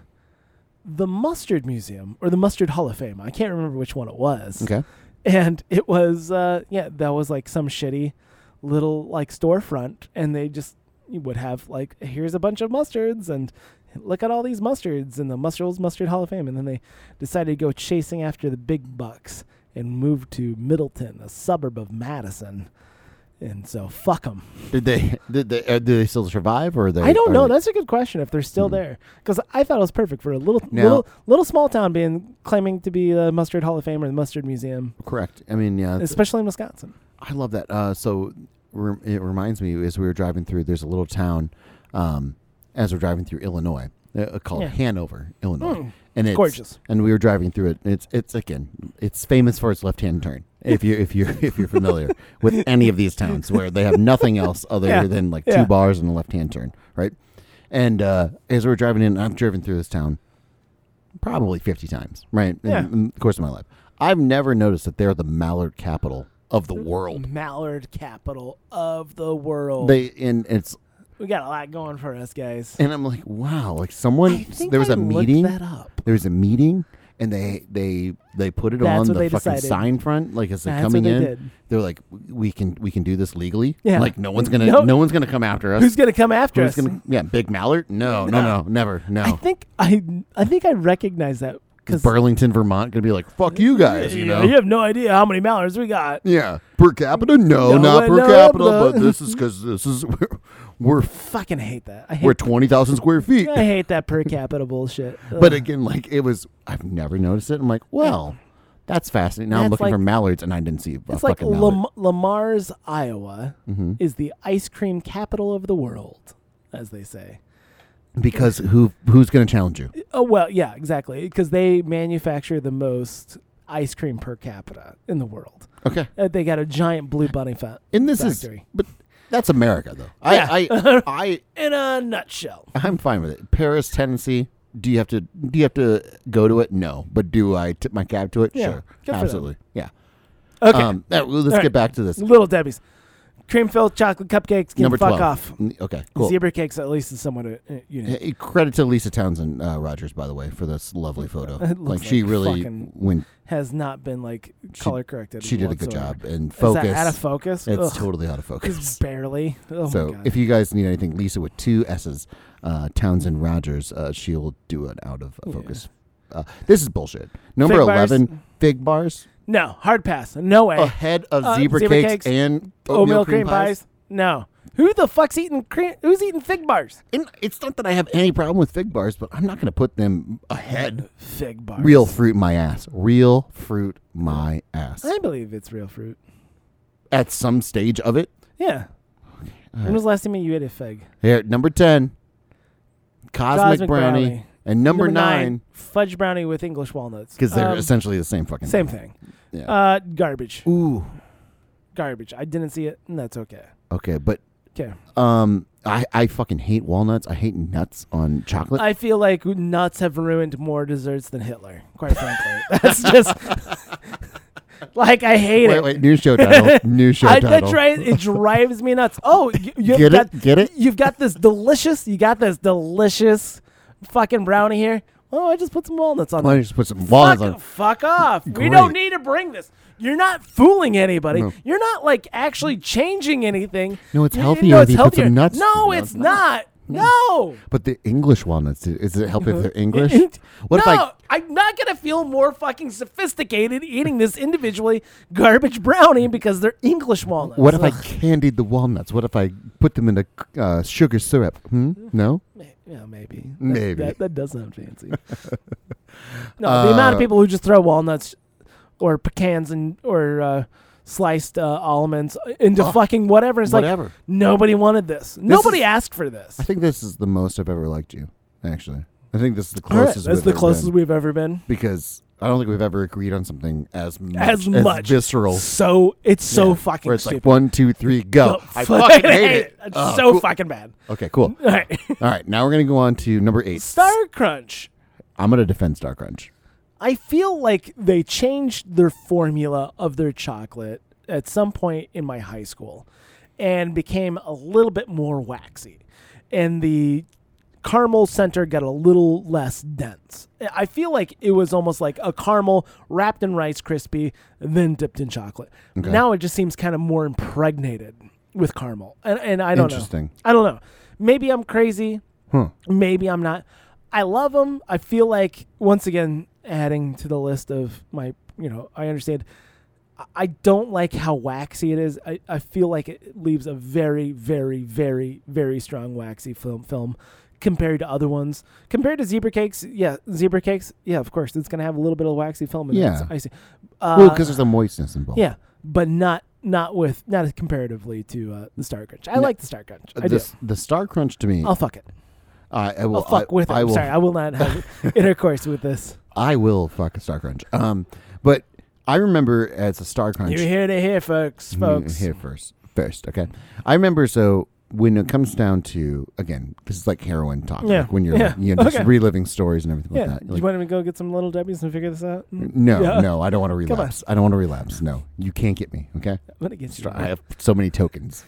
[SPEAKER 2] the Mustard Museum or the Mustard Hall of Fame. I can't remember which one it was
[SPEAKER 1] Okay.
[SPEAKER 2] and it was uh yeah that was like some shitty little like storefront and they just you would have like here's a bunch of mustards and look at all these mustards in the mustards mustard hall of fame and then they decided to go chasing after the big bucks and moved to middleton a suburb of madison and so fuck them
[SPEAKER 1] Did they? Did they? Uh, do they still survive? Or are they?
[SPEAKER 2] I don't
[SPEAKER 1] are
[SPEAKER 2] know.
[SPEAKER 1] they-
[SPEAKER 2] That's a good question. If they're still
[SPEAKER 1] Hmm.
[SPEAKER 2] there, because I thought it was perfect for a little,
[SPEAKER 1] Now-
[SPEAKER 2] little, little small town being claiming to be the Mustard Hall of Fame or the Mustard Museum,
[SPEAKER 1] correct. I mean, yeah. it's-
[SPEAKER 2] especially in Wisconsin.
[SPEAKER 1] I love that. Uh, so re- it reminds me as we were driving through. There's a little town, um, as we're driving through Illinois, uh, called
[SPEAKER 2] Yeah.
[SPEAKER 1] Hanover, Illinois,
[SPEAKER 2] Mm.
[SPEAKER 1] and it's
[SPEAKER 2] Gorgeous.
[SPEAKER 1] And we were driving through it. and It's it's again, it's famous for its left-hand turn. If you if you if you're familiar with any of these towns where they have nothing else other
[SPEAKER 2] Yeah.
[SPEAKER 1] than like
[SPEAKER 2] Yeah.
[SPEAKER 1] two bars and a left-hand turn, right? And uh, as we we're driving in, I've driven through this town probably 50 times, right? In-
[SPEAKER 2] Yeah.
[SPEAKER 1] In, the course of my life. I've never noticed that they're the mallard capital of the world.
[SPEAKER 2] Mallard capital of the world.
[SPEAKER 1] They and it's
[SPEAKER 2] we got a lot going for us, guys.
[SPEAKER 1] and I'm like, wow, like someone there was
[SPEAKER 2] a
[SPEAKER 1] a meeting.
[SPEAKER 2] That up.
[SPEAKER 1] There was a meeting and they they they put it
[SPEAKER 2] That's
[SPEAKER 1] on
[SPEAKER 2] what
[SPEAKER 1] the
[SPEAKER 2] they
[SPEAKER 1] fucking
[SPEAKER 2] decided.
[SPEAKER 1] sign front like as they're
[SPEAKER 2] That's
[SPEAKER 1] coming
[SPEAKER 2] what they
[SPEAKER 1] in.
[SPEAKER 2] did.
[SPEAKER 1] They're like we can we can do this legally.
[SPEAKER 2] Yeah.
[SPEAKER 1] Like no one's going to
[SPEAKER 2] No.
[SPEAKER 1] no. one's going to come after us.
[SPEAKER 2] Who's gonna come after
[SPEAKER 1] Who's
[SPEAKER 2] us?
[SPEAKER 1] gonna- yeah, Big Mallard? No, no, no, never.
[SPEAKER 2] I
[SPEAKER 1] No.
[SPEAKER 2] think I I think I recognize that because
[SPEAKER 1] Burlington, Vermont going to be like, "Fuck you guys," you know.
[SPEAKER 2] you have no idea how many mallards we got.
[SPEAKER 1] Yeah, per capita? No,
[SPEAKER 2] No,
[SPEAKER 1] not
[SPEAKER 2] uh,
[SPEAKER 1] per
[SPEAKER 2] no,
[SPEAKER 1] capita.
[SPEAKER 2] no.
[SPEAKER 1] But this is because this is we're we're,
[SPEAKER 2] Fucking hate that. I hate.
[SPEAKER 1] we're twenty thousand square feet.
[SPEAKER 2] I hate that per capita bullshit.
[SPEAKER 1] But
[SPEAKER 2] Ugh.
[SPEAKER 1] again, like it was, I've never noticed it. I'm like, well, that's fascinating. Now I'm
[SPEAKER 2] That's
[SPEAKER 1] looking for
[SPEAKER 2] like-
[SPEAKER 1] mallards, and I didn't see a
[SPEAKER 2] it's like
[SPEAKER 1] fucking Mm-hmm. mallard.
[SPEAKER 2] Lam- Lamar's, Iowa, is the ice cream capital of the world, as they say.
[SPEAKER 1] because who who's going to challenge you?
[SPEAKER 2] Oh well, yeah, exactly, because they manufacture the most ice cream per capita in the world.
[SPEAKER 1] Okay,
[SPEAKER 2] Uh, they got a giant blue bunny fa-
[SPEAKER 1] and this is
[SPEAKER 2] Factory.
[SPEAKER 1] but that's America though. I,
[SPEAKER 2] Yeah.
[SPEAKER 1] I
[SPEAKER 2] in a nutshell.
[SPEAKER 1] I I'm fine with it. Paris, Tennessee. Do you have to do you have to go to it? No, but do I tip my cab to it?
[SPEAKER 2] Yeah,
[SPEAKER 1] sure,
[SPEAKER 2] good for them.
[SPEAKER 1] absolutely. Yeah.
[SPEAKER 2] Okay,
[SPEAKER 1] Um, that- well, let's
[SPEAKER 2] All
[SPEAKER 1] get
[SPEAKER 2] right.
[SPEAKER 1] back to this.
[SPEAKER 2] Little Debbie's, cream filled chocolate cupcakes. Can
[SPEAKER 1] Number
[SPEAKER 2] fuck
[SPEAKER 1] 12.
[SPEAKER 2] off.
[SPEAKER 1] N- Okay, cool.
[SPEAKER 2] Zebra cakes, at least, is somewhat uh, unique.
[SPEAKER 1] Hey, Credit to Lisa Townsend uh, Rogers, by the way, for this lovely photo.
[SPEAKER 2] It looks
[SPEAKER 1] like she
[SPEAKER 2] like
[SPEAKER 1] really
[SPEAKER 2] fucking-
[SPEAKER 1] went.
[SPEAKER 2] Has not been like
[SPEAKER 1] She-
[SPEAKER 2] color corrected.
[SPEAKER 1] She did a good
[SPEAKER 2] whatsoever.
[SPEAKER 1] job and
[SPEAKER 2] Is
[SPEAKER 1] focus.
[SPEAKER 2] that out of focus?
[SPEAKER 1] It's
[SPEAKER 2] Ugh,
[SPEAKER 1] totally out of
[SPEAKER 2] Just
[SPEAKER 1] focus.
[SPEAKER 2] barely. Oh my
[SPEAKER 1] so
[SPEAKER 2] God.
[SPEAKER 1] if you guys need anything, Lisa with two S's, uh, Townsend Rogers, uh, she'll do it out of
[SPEAKER 2] Mm-hmm. Yeah.
[SPEAKER 1] focus. Uh, this is bullshit. Number
[SPEAKER 2] Fig bars?
[SPEAKER 1] eleven, fig bars,
[SPEAKER 2] no, hard pass. No way.
[SPEAKER 1] a head of
[SPEAKER 2] Uh,
[SPEAKER 1] zebra,
[SPEAKER 2] zebra
[SPEAKER 1] cakes,
[SPEAKER 2] cakes,
[SPEAKER 1] and
[SPEAKER 2] Oatmeal, cream, pies? No. Who the fuck's eating cream? Who's eating fig bars?
[SPEAKER 1] And it's not that I have any problem with fig bars, but I'm not going to put them ahead.
[SPEAKER 2] Fig bars.
[SPEAKER 1] Real fruit, my ass. Real fruit, my ass.
[SPEAKER 2] I believe it's real fruit.
[SPEAKER 1] At some stage of it,
[SPEAKER 2] Yeah. When was the last time you ate a fig?
[SPEAKER 1] Here, number 10, Cosmic,
[SPEAKER 2] Cosmic
[SPEAKER 1] brownie,
[SPEAKER 2] Brownie.
[SPEAKER 1] And number, 9,
[SPEAKER 2] fudge brownie with English walnuts.
[SPEAKER 1] because they're
[SPEAKER 2] Um,
[SPEAKER 1] essentially the same fucking
[SPEAKER 2] same thing.
[SPEAKER 1] Yeah.
[SPEAKER 2] Uh, garbage,
[SPEAKER 1] Ooh.
[SPEAKER 2] garbage. I didn't see it, and that's okay.
[SPEAKER 1] Okay, but
[SPEAKER 2] Okay.
[SPEAKER 1] um, I, I fucking hate walnuts. I hate nuts on chocolate.
[SPEAKER 2] I feel like nuts have ruined more desserts than Hitler. Quite frankly, that's just like I hate
[SPEAKER 1] wait,
[SPEAKER 2] it.
[SPEAKER 1] wait, new show title. new show
[SPEAKER 2] I, that
[SPEAKER 1] title.
[SPEAKER 2] drives it drives me nuts. Oh, you, you've
[SPEAKER 1] Get it?
[SPEAKER 2] got,
[SPEAKER 1] Get it?
[SPEAKER 2] You've got this delicious. You got this delicious fucking brownie here. Oh, I just put some walnuts on.
[SPEAKER 1] Why
[SPEAKER 2] there.
[SPEAKER 1] don't you just put some walnuts
[SPEAKER 2] fuck,
[SPEAKER 1] on?
[SPEAKER 2] fuck off. We
[SPEAKER 1] Great.
[SPEAKER 2] don't need to bring this. You're not fooling anybody.
[SPEAKER 1] No.
[SPEAKER 2] You're not like actually changing anything.
[SPEAKER 1] No, it's
[SPEAKER 2] You-
[SPEAKER 1] healthier
[SPEAKER 2] No,
[SPEAKER 1] if
[SPEAKER 2] it's
[SPEAKER 1] you put some
[SPEAKER 2] healthier.
[SPEAKER 1] nuts.
[SPEAKER 2] No,
[SPEAKER 1] No,
[SPEAKER 2] it's
[SPEAKER 1] it's not.
[SPEAKER 2] not. No.
[SPEAKER 1] But the English one, is it, is it help if they're English?
[SPEAKER 2] It-
[SPEAKER 1] What if I
[SPEAKER 2] Uh-huh. No, I'm not gonna feel more fucking sophisticated eating this individually garbage brownie because they're English walnuts.
[SPEAKER 1] what if I
[SPEAKER 2] Ugh.
[SPEAKER 1] candied the walnuts? What if I put them in a uh, sugar syrup? Hmm? No?
[SPEAKER 2] May- Yeah, maybe. That-
[SPEAKER 1] Maybe.
[SPEAKER 2] That, that does sound fancy. no, the
[SPEAKER 1] Uh,
[SPEAKER 2] amount of people who just throw walnuts or pecans and or uh, sliced uh, almonds into fucking whatever. It's
[SPEAKER 1] whatever.
[SPEAKER 2] like nobody wanted this. Nobody
[SPEAKER 1] is-
[SPEAKER 2] asked for this.
[SPEAKER 1] I think this is the most I've ever liked you, actually. I think this is the
[SPEAKER 2] All right,
[SPEAKER 1] closest.
[SPEAKER 2] that's
[SPEAKER 1] we've
[SPEAKER 2] the
[SPEAKER 1] ever
[SPEAKER 2] closest
[SPEAKER 1] been,
[SPEAKER 2] we've ever been.
[SPEAKER 1] because I don't think we've ever agreed on something as much,
[SPEAKER 2] As much.
[SPEAKER 1] visceral.
[SPEAKER 2] So it's so
[SPEAKER 1] Yeah.
[SPEAKER 2] fucking
[SPEAKER 1] Where it's
[SPEAKER 2] stupid.
[SPEAKER 1] like one, two, three, go. I
[SPEAKER 2] Fuck,
[SPEAKER 1] fucking hate it.
[SPEAKER 2] It's
[SPEAKER 1] Oh,
[SPEAKER 2] so
[SPEAKER 1] cool.
[SPEAKER 2] fucking bad.
[SPEAKER 1] okay, cool.
[SPEAKER 2] All right.
[SPEAKER 1] All right, now we're gonna go on to number eight.
[SPEAKER 2] Star Crunch.
[SPEAKER 1] I'm gonna defend Star Crunch.
[SPEAKER 2] I feel like they changed their formula of their chocolate at some point in my high school and became a little bit more waxy. And the caramel center got a little less dense. I feel like it was almost like a caramel wrapped in Rice crispy, then dipped in chocolate. Now it just seems kind of more impregnated with caramel. And, and I don't know.
[SPEAKER 1] Interesting.
[SPEAKER 2] I don't know. Maybe I'm crazy. Maybe I'm not. I love them. I feel like once again adding to the list of my, you know, I understand. I- I don't like how waxy it is. I, I feel like it leaves a very, very, very, very strong waxy film film compared to other ones. Compared to zebra cakes, yeah, zebra cakes, yeah, of course, it's gonna have a little bit of waxy film. In
[SPEAKER 1] Yeah.
[SPEAKER 2] it. It's icy.
[SPEAKER 1] well,
[SPEAKER 2] Uh,
[SPEAKER 1] because there's a moistness involved.
[SPEAKER 2] yeah, but not not with not comparatively to uh, the Star Crunch. I like the Star Crunch. I
[SPEAKER 1] This,
[SPEAKER 2] do.
[SPEAKER 1] the Star Crunch to me,
[SPEAKER 2] I'll fuck it.
[SPEAKER 1] I, I will
[SPEAKER 2] I'll Oh, fuck
[SPEAKER 1] I,
[SPEAKER 2] with it.
[SPEAKER 1] I
[SPEAKER 2] I'm
[SPEAKER 1] will,
[SPEAKER 2] sorry, I will not have intercourse with this.
[SPEAKER 1] I will fuck a Star Crunch. Um, but I remember as a Star Crunch.
[SPEAKER 2] You're here to hear, folks. Folks.
[SPEAKER 1] Mm, Here first, first, okay. I remember so when it comes down to again, this is like heroin talk.
[SPEAKER 2] Yeah.
[SPEAKER 1] Like when you're
[SPEAKER 2] Yeah.
[SPEAKER 1] you know, just
[SPEAKER 2] Okay.
[SPEAKER 1] reliving stories and everything
[SPEAKER 2] Yeah.
[SPEAKER 1] like that.
[SPEAKER 2] you
[SPEAKER 1] Like,
[SPEAKER 2] want me to go get some little Debbie's and figure this out? Mm.
[SPEAKER 1] no,
[SPEAKER 2] Yeah.
[SPEAKER 1] no, I don't want to
[SPEAKER 2] on.
[SPEAKER 1] relapse. I don't want to relapse. No, you can't get me. Okay,
[SPEAKER 2] I'm gonna get you.
[SPEAKER 1] I have so many tokens.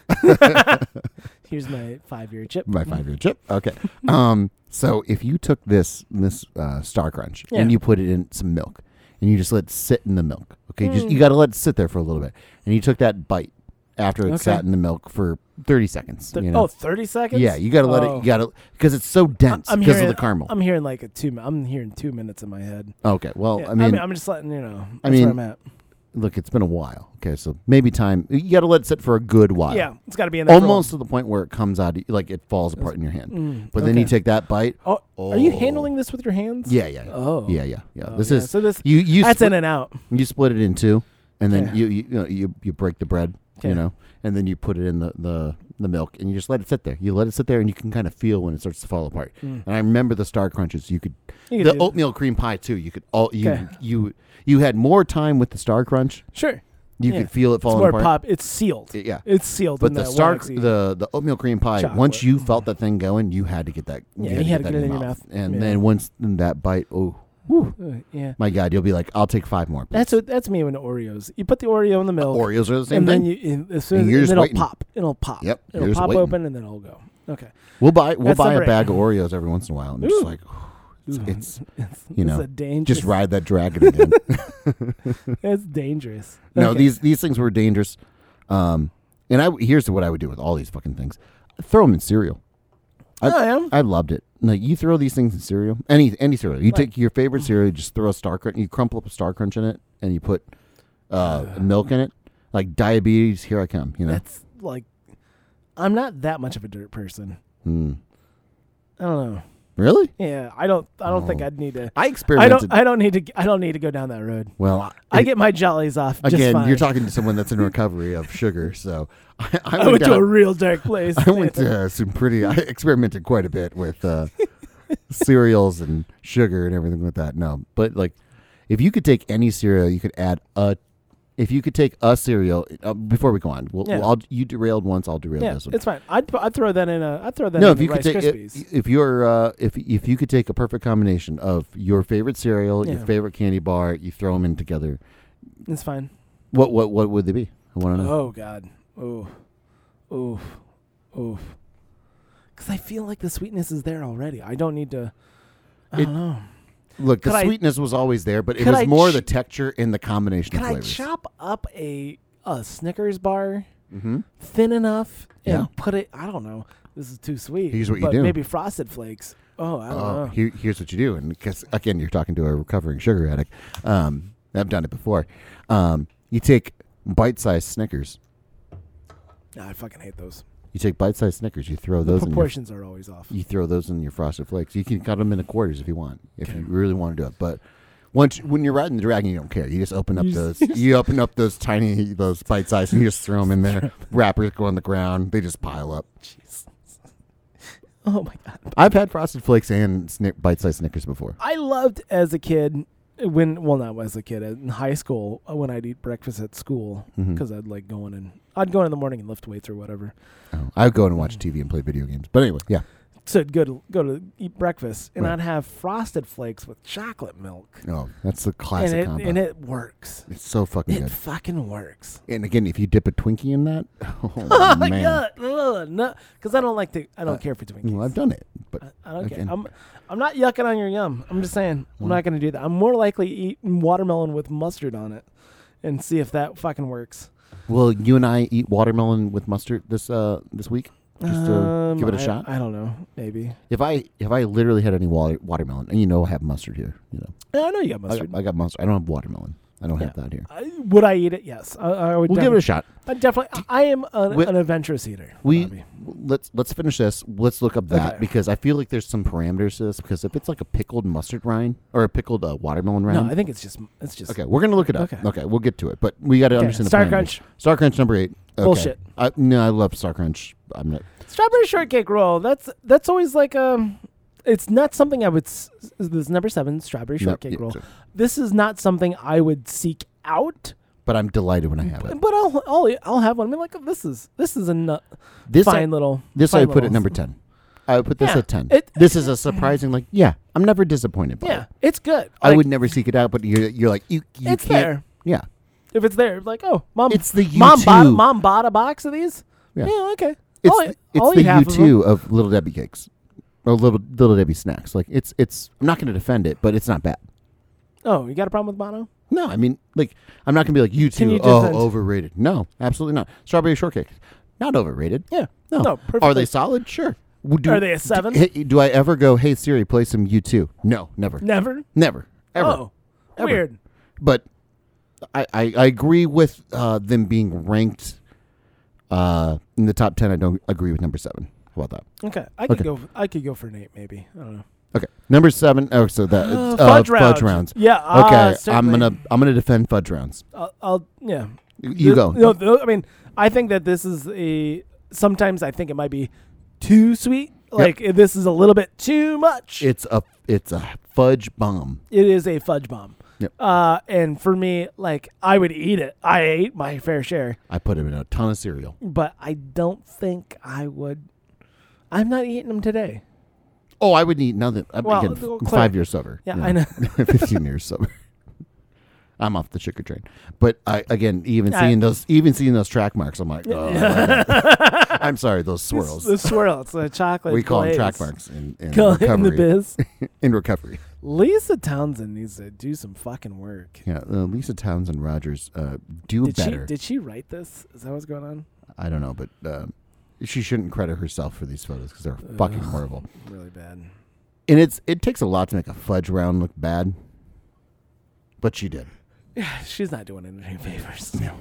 [SPEAKER 2] Here's my five-year chip.
[SPEAKER 1] my five year chip. Okay. Um. So if you took this this uh, Star Crunch
[SPEAKER 2] Yeah.
[SPEAKER 1] and you put it in some milk and you just let it sit in the milk, okay, just
[SPEAKER 2] Mm.
[SPEAKER 1] you got to let it sit there for a little bit, and you took that bite after it
[SPEAKER 2] Okay.
[SPEAKER 1] sat in the milk for thirty seconds.
[SPEAKER 2] Th-
[SPEAKER 1] you know?
[SPEAKER 2] Oh, 30 seconds.
[SPEAKER 1] yeah, you got to let it.
[SPEAKER 2] Oh.
[SPEAKER 1] You got to because it's so dense
[SPEAKER 2] I'm
[SPEAKER 1] because of
[SPEAKER 2] hearing-
[SPEAKER 1] the caramel.
[SPEAKER 2] I'm hearing like a two. mi- I'm hearing two minutes in my head.
[SPEAKER 1] okay. Well,
[SPEAKER 2] Yeah,
[SPEAKER 1] I mean,
[SPEAKER 2] I'm just letting you know. That's
[SPEAKER 1] I
[SPEAKER 2] where
[SPEAKER 1] mean,
[SPEAKER 2] I'm at.
[SPEAKER 1] look, it's been a while. Okay, so maybe time. You got to let it sit for a good while.
[SPEAKER 2] Yeah, it's got to be in there. for a
[SPEAKER 1] Almost to the point where it comes out, like it falls apart in your hand. but then you
[SPEAKER 2] Mm, okay.
[SPEAKER 1] take that bite.
[SPEAKER 2] while. Oh, are you
[SPEAKER 1] Oh.
[SPEAKER 2] handling this with your hands?
[SPEAKER 1] Yeah, yeah. yeah.
[SPEAKER 2] Oh.
[SPEAKER 1] Yeah, yeah, yeah.
[SPEAKER 2] Oh,
[SPEAKER 1] this
[SPEAKER 2] yeah,
[SPEAKER 1] is
[SPEAKER 2] so this-
[SPEAKER 1] You you
[SPEAKER 2] That's
[SPEAKER 1] split,
[SPEAKER 2] in and out.
[SPEAKER 1] you split it in two, and then
[SPEAKER 2] Okay.
[SPEAKER 1] you you you, know, you you break the bread,
[SPEAKER 2] Okay.
[SPEAKER 1] you know, and then you put it in the, the the milk, and you just let it sit there. You let it sit there, and you can kind of feel when it starts to fall apart. And I remember the star crunches. You could,
[SPEAKER 2] You could
[SPEAKER 1] the
[SPEAKER 2] Mm. do-
[SPEAKER 1] oatmeal cream pie too. You could all you
[SPEAKER 2] Okay.
[SPEAKER 1] you you had more time with the star crunch.
[SPEAKER 2] Sure.
[SPEAKER 1] You
[SPEAKER 2] Yeah.
[SPEAKER 1] could feel it
[SPEAKER 2] It's
[SPEAKER 1] falling
[SPEAKER 2] more
[SPEAKER 1] apart.
[SPEAKER 2] pop. It's sealed.
[SPEAKER 1] Yeah.
[SPEAKER 2] It's sealed.
[SPEAKER 1] But
[SPEAKER 2] in
[SPEAKER 1] the
[SPEAKER 2] that
[SPEAKER 1] star,
[SPEAKER 2] waxy-
[SPEAKER 1] the the oatmeal cream pie.
[SPEAKER 2] Chocolate. Mm-hmm.
[SPEAKER 1] Once you felt that thing going, you had to get that.
[SPEAKER 2] Yeah,
[SPEAKER 1] you
[SPEAKER 2] you had to
[SPEAKER 1] that
[SPEAKER 2] get it in your mouth.
[SPEAKER 1] And
[SPEAKER 2] Yeah.
[SPEAKER 1] then once that bite, oh, whew,
[SPEAKER 2] Uh, yeah.
[SPEAKER 1] my god, you'll be like, I'll take five more. please."
[SPEAKER 2] That's what that's me with Oreos. You put the Oreo in the milk,
[SPEAKER 1] Oreos are the same
[SPEAKER 2] and
[SPEAKER 1] thing.
[SPEAKER 2] then you and as soon
[SPEAKER 1] And
[SPEAKER 2] as
[SPEAKER 1] you're
[SPEAKER 2] and
[SPEAKER 1] just
[SPEAKER 2] it'll
[SPEAKER 1] waiting.
[SPEAKER 2] pop. It'll pop.
[SPEAKER 1] Yep, you're
[SPEAKER 2] It'll
[SPEAKER 1] just
[SPEAKER 2] pop
[SPEAKER 1] waiting.
[SPEAKER 2] open and then it'll go. Okay.
[SPEAKER 1] we'll buy we'll
[SPEAKER 2] That's
[SPEAKER 1] buy
[SPEAKER 2] number
[SPEAKER 1] a bag of Oreos every once in a while, and just
[SPEAKER 2] Ooh.
[SPEAKER 1] like it's, it's
[SPEAKER 2] It's
[SPEAKER 1] you know
[SPEAKER 2] a dangerous.
[SPEAKER 1] just ride that dragon again.
[SPEAKER 2] It's dangerous.
[SPEAKER 1] no,
[SPEAKER 2] Okay.
[SPEAKER 1] these these things were dangerous. Um, and I here's what I would do with all these fucking things: throw them in cereal. I-
[SPEAKER 2] Oh, yeah?
[SPEAKER 1] I loved it. Like you throw these things in cereal, any any cereal. You take your favorite cereal, you just throw a star crunch, you crumple up a star crunch in it, and you put uh, milk in it. Like diabetes, here I come. You know,
[SPEAKER 2] That's like, I'm not that much of a dirt person.
[SPEAKER 1] Hmm.
[SPEAKER 2] I don't know.
[SPEAKER 1] really?
[SPEAKER 2] Yeah, I don't. I don't think
[SPEAKER 1] Oh.
[SPEAKER 2] I'd need to.
[SPEAKER 1] I
[SPEAKER 2] I don't.
[SPEAKER 1] experimented.
[SPEAKER 2] I don't need to. I don't need to go down that road.
[SPEAKER 1] well, I,
[SPEAKER 2] I get my jollies off. just
[SPEAKER 1] again,
[SPEAKER 2] fine.
[SPEAKER 1] you're talking to someone that's in recovery of sugar. So I, I,
[SPEAKER 2] I went to
[SPEAKER 1] down-
[SPEAKER 2] a real dark place.
[SPEAKER 1] I went to uh, some pretty. I experimented quite a bit with uh, cereals and sugar and everything like that. No, but like, if you could take any cereal, you could add a. If you could take a cereal uh, before we go on, we'll,
[SPEAKER 2] Yeah.
[SPEAKER 1] we'll- I'll, you derailed once. I'll derail
[SPEAKER 2] yeah,
[SPEAKER 1] this one.
[SPEAKER 2] it's fine. I'd, pu- I'd throw that in a. I'd throw that
[SPEAKER 1] no,
[SPEAKER 2] in
[SPEAKER 1] if you
[SPEAKER 2] Rice
[SPEAKER 1] could take
[SPEAKER 2] Krispies.
[SPEAKER 1] if, if you're uh, if if you could take a perfect combination of your favorite cereal,
[SPEAKER 2] Yeah.
[SPEAKER 1] your favorite candy bar, you throw them in together.
[SPEAKER 2] it's fine.
[SPEAKER 1] What what what would they be? I want to know.
[SPEAKER 2] Oh God. Oh. Oof. Oof. Because I feel like the sweetness is there already. I don't need to. I
[SPEAKER 1] It-
[SPEAKER 2] don't know.
[SPEAKER 1] Look, the
[SPEAKER 2] Could I-
[SPEAKER 1] sweetness was always there, but it
[SPEAKER 2] could
[SPEAKER 1] was
[SPEAKER 2] I
[SPEAKER 1] more
[SPEAKER 2] ch-
[SPEAKER 1] the texture and the combination
[SPEAKER 2] Can
[SPEAKER 1] of
[SPEAKER 2] I
[SPEAKER 1] flavors.
[SPEAKER 2] chop up a a Snickers bar
[SPEAKER 1] Mm-hmm.
[SPEAKER 2] thin enough
[SPEAKER 1] Yeah.
[SPEAKER 2] and put it? I don't know. this is too sweet.
[SPEAKER 1] Here's what you
[SPEAKER 2] but
[SPEAKER 1] do.
[SPEAKER 2] Maybe frosted flakes. Oh, I don't
[SPEAKER 1] Oh,
[SPEAKER 2] know.
[SPEAKER 1] here, here's what you do. And because again, you're talking to a recovering sugar addict. Um, I've done it before. Um, you take bite-sized Snickers.
[SPEAKER 2] Nah, I fucking hate those.
[SPEAKER 1] You take bite-sized Snickers. You throw
[SPEAKER 2] The
[SPEAKER 1] those. in your,
[SPEAKER 2] proportions are always off.
[SPEAKER 1] you throw those in your frosted flakes. You can cut them into quarters if you want. If
[SPEAKER 2] Okay.
[SPEAKER 1] you really want to do it, but. Once when you're riding the dragon, you don't care. You just open up
[SPEAKER 2] You
[SPEAKER 1] those.
[SPEAKER 2] just-
[SPEAKER 1] You open up those tiny, those bite sized, and you just throw them in there. Wrappers go on the ground. They just pile up.
[SPEAKER 2] Jesus. Oh my god.
[SPEAKER 1] I've had frosted flakes and snick, bite sized Snickers before.
[SPEAKER 2] I loved as a kid when well not as a kid in high school uh, when I'd eat breakfast at school
[SPEAKER 1] Mhm.
[SPEAKER 2] because I'd like go in and I'd go in, in the morning and lift weights or whatever.
[SPEAKER 1] Oh, I would go in and watch TV and play video games. But anyway, yeah.
[SPEAKER 2] So I'd go to go to eat breakfast and
[SPEAKER 1] Right.
[SPEAKER 2] I'd have frosted flakes with chocolate milk.
[SPEAKER 1] Oh, that's the
[SPEAKER 2] And
[SPEAKER 1] classic
[SPEAKER 2] it,
[SPEAKER 1] combo.
[SPEAKER 2] and it works.
[SPEAKER 1] it's so fucking
[SPEAKER 2] It
[SPEAKER 1] good.
[SPEAKER 2] fucking works.
[SPEAKER 1] And again, if you dip a Twinkie in that, oh man,
[SPEAKER 2] God, ugh, no, because I don't like to. I don't
[SPEAKER 1] Uh,
[SPEAKER 2] care for Twinkies.
[SPEAKER 1] well, I've done it. But
[SPEAKER 2] I, I don't care.
[SPEAKER 1] Again.
[SPEAKER 2] I'm, I'm not yucking on your yum. I'm just saying I'm
[SPEAKER 1] Well.
[SPEAKER 2] not going to do that. I'm more likely to eat watermelon with mustard on it, and see if that fucking works.
[SPEAKER 1] will you and I eat watermelon with mustard this uh this week? Just to
[SPEAKER 2] Um,
[SPEAKER 1] give it a
[SPEAKER 2] I-
[SPEAKER 1] shot.
[SPEAKER 2] I don't know. Maybe.
[SPEAKER 1] If I if I literally had any water, watermelon, and you know I have mustard here, you know
[SPEAKER 2] No, I know you
[SPEAKER 1] I
[SPEAKER 2] got
[SPEAKER 1] got,
[SPEAKER 2] mustard.
[SPEAKER 1] I got mustard. I don't have watermelon. I don't have that here.
[SPEAKER 2] I, would I eat it? Yes. I, I would.
[SPEAKER 1] We'll give it a shot.
[SPEAKER 2] I definitely. I I am an,
[SPEAKER 1] Wi-
[SPEAKER 2] an adventurous eater.
[SPEAKER 1] We
[SPEAKER 2] Bobby.
[SPEAKER 1] let's let's finish this. Let's look up that
[SPEAKER 2] Okay.
[SPEAKER 1] because I feel like there's some parameters to this. Because if it's like a pickled mustard rind or a pickled uh, watermelon rind,
[SPEAKER 2] No, I think it's just. It's just.
[SPEAKER 1] Okay, we're gonna look it up. Okay,
[SPEAKER 2] Okay.
[SPEAKER 1] we'll get to it, but we got to
[SPEAKER 2] Okay,
[SPEAKER 1] understand the
[SPEAKER 2] Star
[SPEAKER 1] parameters.
[SPEAKER 2] Crunch.
[SPEAKER 1] Star Crunch number eight. Okay.
[SPEAKER 2] Bullshit.
[SPEAKER 1] I, no, I love Star Crunch. I'm not.
[SPEAKER 2] Strawberry shortcake roll. That's that's always like um. It's not something I would. s- s- This is number seven strawberry
[SPEAKER 1] no,
[SPEAKER 2] shortcake
[SPEAKER 1] yeah,
[SPEAKER 2] roll.
[SPEAKER 1] so-
[SPEAKER 2] This is not something I would seek out,
[SPEAKER 1] But I'm delighted when I have it.
[SPEAKER 2] but I'll I'll, I'll have one. I mean, like this is this is a nu-
[SPEAKER 1] This
[SPEAKER 2] fine
[SPEAKER 1] I,
[SPEAKER 2] little.
[SPEAKER 1] this I
[SPEAKER 2] fine
[SPEAKER 1] would put at
[SPEAKER 2] little-
[SPEAKER 1] number ten. I would put this
[SPEAKER 2] Yeah,
[SPEAKER 1] at ten.
[SPEAKER 2] it-
[SPEAKER 1] this is a surprising. Like, yeah, I'm never disappointed by
[SPEAKER 2] Yeah,
[SPEAKER 1] it.
[SPEAKER 2] it's good.
[SPEAKER 1] I
[SPEAKER 2] Like,
[SPEAKER 1] would never seek it out, but you're you're like you you
[SPEAKER 2] It's
[SPEAKER 1] can't.
[SPEAKER 2] there.
[SPEAKER 1] Yeah,
[SPEAKER 2] if it's there. Like, oh, mom,
[SPEAKER 1] it's the U
[SPEAKER 2] mom
[SPEAKER 1] two.
[SPEAKER 2] bought mom bought a box of these.
[SPEAKER 1] Yeah.
[SPEAKER 2] Yeah, okay.
[SPEAKER 1] It's
[SPEAKER 2] I'll
[SPEAKER 1] the,
[SPEAKER 2] eat- I'll
[SPEAKER 1] it's
[SPEAKER 2] eat half
[SPEAKER 1] the U
[SPEAKER 2] of them.
[SPEAKER 1] two of Little Debbie cakes, or little Little Debbie snacks. Like it's it's. I'm not going to defend it, but it's not bad.
[SPEAKER 2] Oh, you got a problem with Bono?
[SPEAKER 1] No, I mean, like, I'm not gonna be like you two.
[SPEAKER 2] Can you
[SPEAKER 1] oh,
[SPEAKER 2] defend-
[SPEAKER 1] overrated. No, absolutely not. Strawberry shortcake, not overrated.
[SPEAKER 2] Yeah.
[SPEAKER 1] No,
[SPEAKER 2] No,
[SPEAKER 1] are they
[SPEAKER 2] perfectly.
[SPEAKER 1] solid? Sure. W- Do,
[SPEAKER 2] Are they a seven?
[SPEAKER 1] Do, hey, do I ever go? Hey Siri, play some U two? No, never,
[SPEAKER 2] Never.
[SPEAKER 1] never, ever.
[SPEAKER 2] Oh,
[SPEAKER 1] Ever.
[SPEAKER 2] weird.
[SPEAKER 1] But I, I, I agree with uh, them being ranked uh, in the top ten. I don't agree with number seven. How about that?
[SPEAKER 2] Okay, I could
[SPEAKER 1] Okay.
[SPEAKER 2] go. I could go for Nate. Maybe I don't know.
[SPEAKER 1] Okay, number seven. Oh, so that it's, uh,
[SPEAKER 2] fudge, round.
[SPEAKER 1] rounds.
[SPEAKER 2] Yeah.
[SPEAKER 1] Okay,
[SPEAKER 2] uh,
[SPEAKER 1] I'm
[SPEAKER 2] certainly.
[SPEAKER 1] gonna I'm gonna defend fudge rounds.
[SPEAKER 2] I'll, I'll yeah.
[SPEAKER 1] You- You
[SPEAKER 2] Th-
[SPEAKER 1] go.
[SPEAKER 2] No, th- I mean, I think that this is a. Sometimes I think it might be too sweet. Like eh, this is a little bit too much.
[SPEAKER 1] It's a it's a fudge bomb.
[SPEAKER 2] it is a fudge bomb.
[SPEAKER 1] Yep.
[SPEAKER 2] Uh, and for me, like I would eat it. I ate my fair share,
[SPEAKER 1] I put him in a ton of cereal.
[SPEAKER 2] but I don't think I would. I'm not eating them today.
[SPEAKER 1] Oh, I would eat nothing. I'm
[SPEAKER 2] Well,
[SPEAKER 1] again,
[SPEAKER 2] well,
[SPEAKER 1] f-
[SPEAKER 2] clear.
[SPEAKER 1] five years sober.
[SPEAKER 2] Yeah,
[SPEAKER 1] you
[SPEAKER 2] I know.
[SPEAKER 1] 15 years sober. I'm off the sugar train. But I, again, even
[SPEAKER 2] I-
[SPEAKER 1] seeing those, even seeing those track marks, I'm like, oh, I'm sorry, those swirls.
[SPEAKER 2] The swirls, the chocolate.
[SPEAKER 1] we call them track
[SPEAKER 2] glaze.
[SPEAKER 1] marks in, in
[SPEAKER 2] Call it in the
[SPEAKER 1] recovery.
[SPEAKER 2] biz.
[SPEAKER 1] in recovery,
[SPEAKER 2] Lisa Townsend needs to do some fucking work.
[SPEAKER 1] yeah. Uh, Lisa Townsend Rogers, uh, do
[SPEAKER 2] Did
[SPEAKER 1] better.
[SPEAKER 2] she? Did she write this? Is that what's going on?
[SPEAKER 1] I don't know, but uh, she shouldn't credit herself for these photos because they're fucking
[SPEAKER 2] Ugh.
[SPEAKER 1] horrible.
[SPEAKER 2] Really bad.
[SPEAKER 1] And it's it takes a lot to make a fudge round look bad, but she did.
[SPEAKER 2] She's not doing any favors.
[SPEAKER 1] No.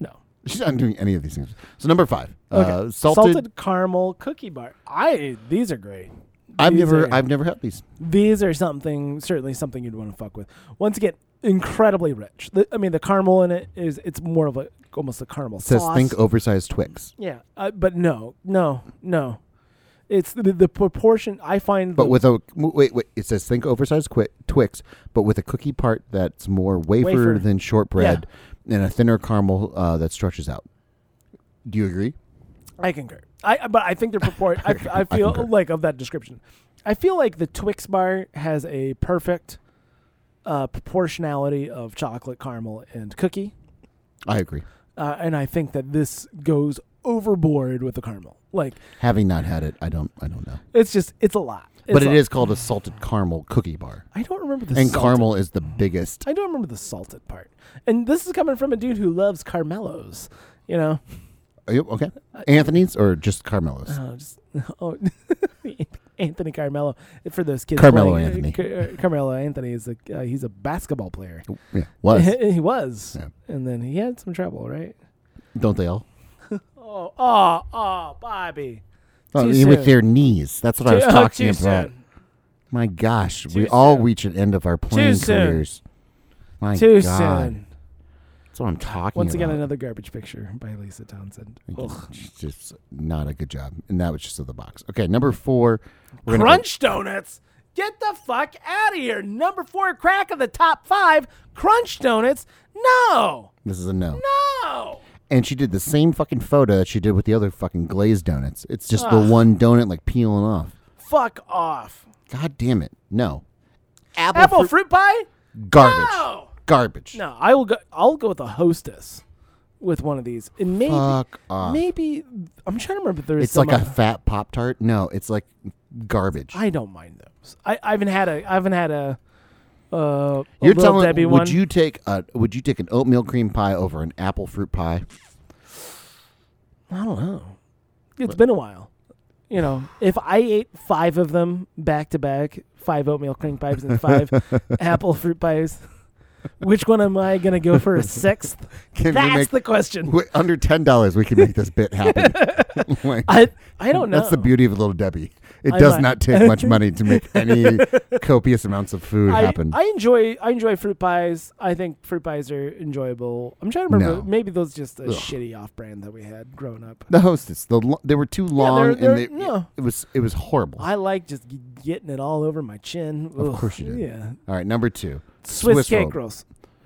[SPEAKER 2] No.
[SPEAKER 1] She's not doing any of these things. So number five, uh,
[SPEAKER 2] Okay.
[SPEAKER 1] salted.
[SPEAKER 2] caramel cookie bar. I these are great.
[SPEAKER 1] I've
[SPEAKER 2] These
[SPEAKER 1] never,
[SPEAKER 2] are-
[SPEAKER 1] I've never had these.
[SPEAKER 2] These are something certainly something you'd want to fuck with. Once again, incredibly rich. The, I mean, the caramel in it is it's more of a almost a caramel
[SPEAKER 1] It says
[SPEAKER 2] sauce.
[SPEAKER 1] think oversized Twix,
[SPEAKER 2] yeah, uh, but no, no, no. It's the, the proportion I find.
[SPEAKER 1] but
[SPEAKER 2] the
[SPEAKER 1] with a wait, wait. It says think oversized qui- Twix, but with a cookie part that's more wafer,
[SPEAKER 2] Wafer.
[SPEAKER 1] than shortbread, and a thinner caramel uh, that stretches out. Do you agree?
[SPEAKER 2] I concur. I uh, but I think they're proport. I, I feel
[SPEAKER 1] concur.
[SPEAKER 2] like of that description. I feel like the Twix bar has a perfect uh, proportionality of chocolate, caramel, and cookie,
[SPEAKER 1] I agree.
[SPEAKER 2] uh, and I think that this goes overboard with the caramel. Like
[SPEAKER 1] Having not had it, I don't, I don't know.
[SPEAKER 2] it's just it's a lot. It's
[SPEAKER 1] but
[SPEAKER 2] a
[SPEAKER 1] it
[SPEAKER 2] lot.
[SPEAKER 1] is called a salted caramel cookie bar,
[SPEAKER 2] I don't remember the
[SPEAKER 1] and
[SPEAKER 2] salted-
[SPEAKER 1] caramel is the biggest.
[SPEAKER 2] I don't remember the salted part, and this is coming from a dude who loves Carmelos. You know,
[SPEAKER 1] Are you- okay. Anthony's or just Carmelo's?
[SPEAKER 2] Oh, just oh, Anthony Carmelo for those kids.
[SPEAKER 1] Carmelo
[SPEAKER 2] playing, uh,
[SPEAKER 1] Anthony.
[SPEAKER 2] Car- uh, Carmelo Anthony is a uh, he's a basketball player.
[SPEAKER 1] yeah, was.
[SPEAKER 2] he was,
[SPEAKER 1] Yeah.
[SPEAKER 2] and then he had some trouble, right?
[SPEAKER 1] Don't they all?
[SPEAKER 2] Oh, oh, oh, Bobby.
[SPEAKER 1] Oh,
[SPEAKER 2] Too
[SPEAKER 1] you mean with
[SPEAKER 2] soon.
[SPEAKER 1] their knees. That's what I was
[SPEAKER 2] Too- oh,
[SPEAKER 1] talking
[SPEAKER 2] too
[SPEAKER 1] about.
[SPEAKER 2] soon.
[SPEAKER 1] My gosh,
[SPEAKER 2] Too
[SPEAKER 1] we all
[SPEAKER 2] soon.
[SPEAKER 1] reach an end of our playing
[SPEAKER 2] soon.
[SPEAKER 1] careers. My
[SPEAKER 2] Too
[SPEAKER 1] God,
[SPEAKER 2] soon.
[SPEAKER 1] that's what I'm talking
[SPEAKER 2] Once
[SPEAKER 1] about.
[SPEAKER 2] again, another garbage picture by Lisa Townsend. Ugh.
[SPEAKER 1] It's just not a good job, and that was just of the box. Okay, number four. we're gonna go-
[SPEAKER 2] Crunch donuts. Get the fuck out of here. Number four crack of the top five. Crunch donuts. No.
[SPEAKER 1] This is a no.
[SPEAKER 2] No.
[SPEAKER 1] And she did the same fucking photo that she did with the other fucking glazed donuts. It's just
[SPEAKER 2] Ugh.
[SPEAKER 1] the one donut like peeling off.
[SPEAKER 2] Fuck off.
[SPEAKER 1] God damn it! No. Apple,
[SPEAKER 2] Apple
[SPEAKER 1] Oh, fruit-
[SPEAKER 2] fruit pie.
[SPEAKER 1] garbage.
[SPEAKER 2] No.
[SPEAKER 1] Garbage.
[SPEAKER 2] No, I will go. I'll go with a hostess with one of these, and maybe
[SPEAKER 1] Fuck off.
[SPEAKER 2] maybe I'm trying to remember. if There's
[SPEAKER 1] It's like a
[SPEAKER 2] I
[SPEAKER 1] fat pop tart. No, it's like garbage.
[SPEAKER 2] I don't mind those. I, I haven't had a. I haven't had a. Uh, a
[SPEAKER 1] You're
[SPEAKER 2] Little
[SPEAKER 1] telling
[SPEAKER 2] Debbie
[SPEAKER 1] would
[SPEAKER 2] one.
[SPEAKER 1] you take a would you take an oatmeal cream pie over an apple fruit pie?
[SPEAKER 2] I don't know. It's been a while. You know, if I ate five of them back to back, five oatmeal cream pies and five apple fruit pies, which one am I gonna go for a sixth?
[SPEAKER 1] Can
[SPEAKER 2] That's
[SPEAKER 1] we make
[SPEAKER 2] the question.
[SPEAKER 1] wi- under ten dollars? We can make this bit happen. Like,
[SPEAKER 2] I I don't know.
[SPEAKER 1] That's the beauty of Little Debbie. It
[SPEAKER 2] I
[SPEAKER 1] does
[SPEAKER 2] might-
[SPEAKER 1] not take much money to make any copious amounts of food
[SPEAKER 2] I,
[SPEAKER 1] happen.
[SPEAKER 2] I enjoy I enjoy fruit pies. I think fruit pies are enjoyable. I'm trying to remember.
[SPEAKER 1] No.
[SPEAKER 2] Maybe those just a
[SPEAKER 1] Ugh.
[SPEAKER 2] shitty off brand that we had growing up.
[SPEAKER 1] the hostess, the lo- they were too long,
[SPEAKER 2] they're-
[SPEAKER 1] and they,
[SPEAKER 2] they're- no.
[SPEAKER 1] it was it was horrible.
[SPEAKER 2] I like just g- getting it all over my chin.
[SPEAKER 1] Of
[SPEAKER 2] Ugh,
[SPEAKER 1] course you did.
[SPEAKER 2] Yeah,
[SPEAKER 1] All right, number two,
[SPEAKER 2] Swiss, cake
[SPEAKER 1] roll.
[SPEAKER 2] rolls.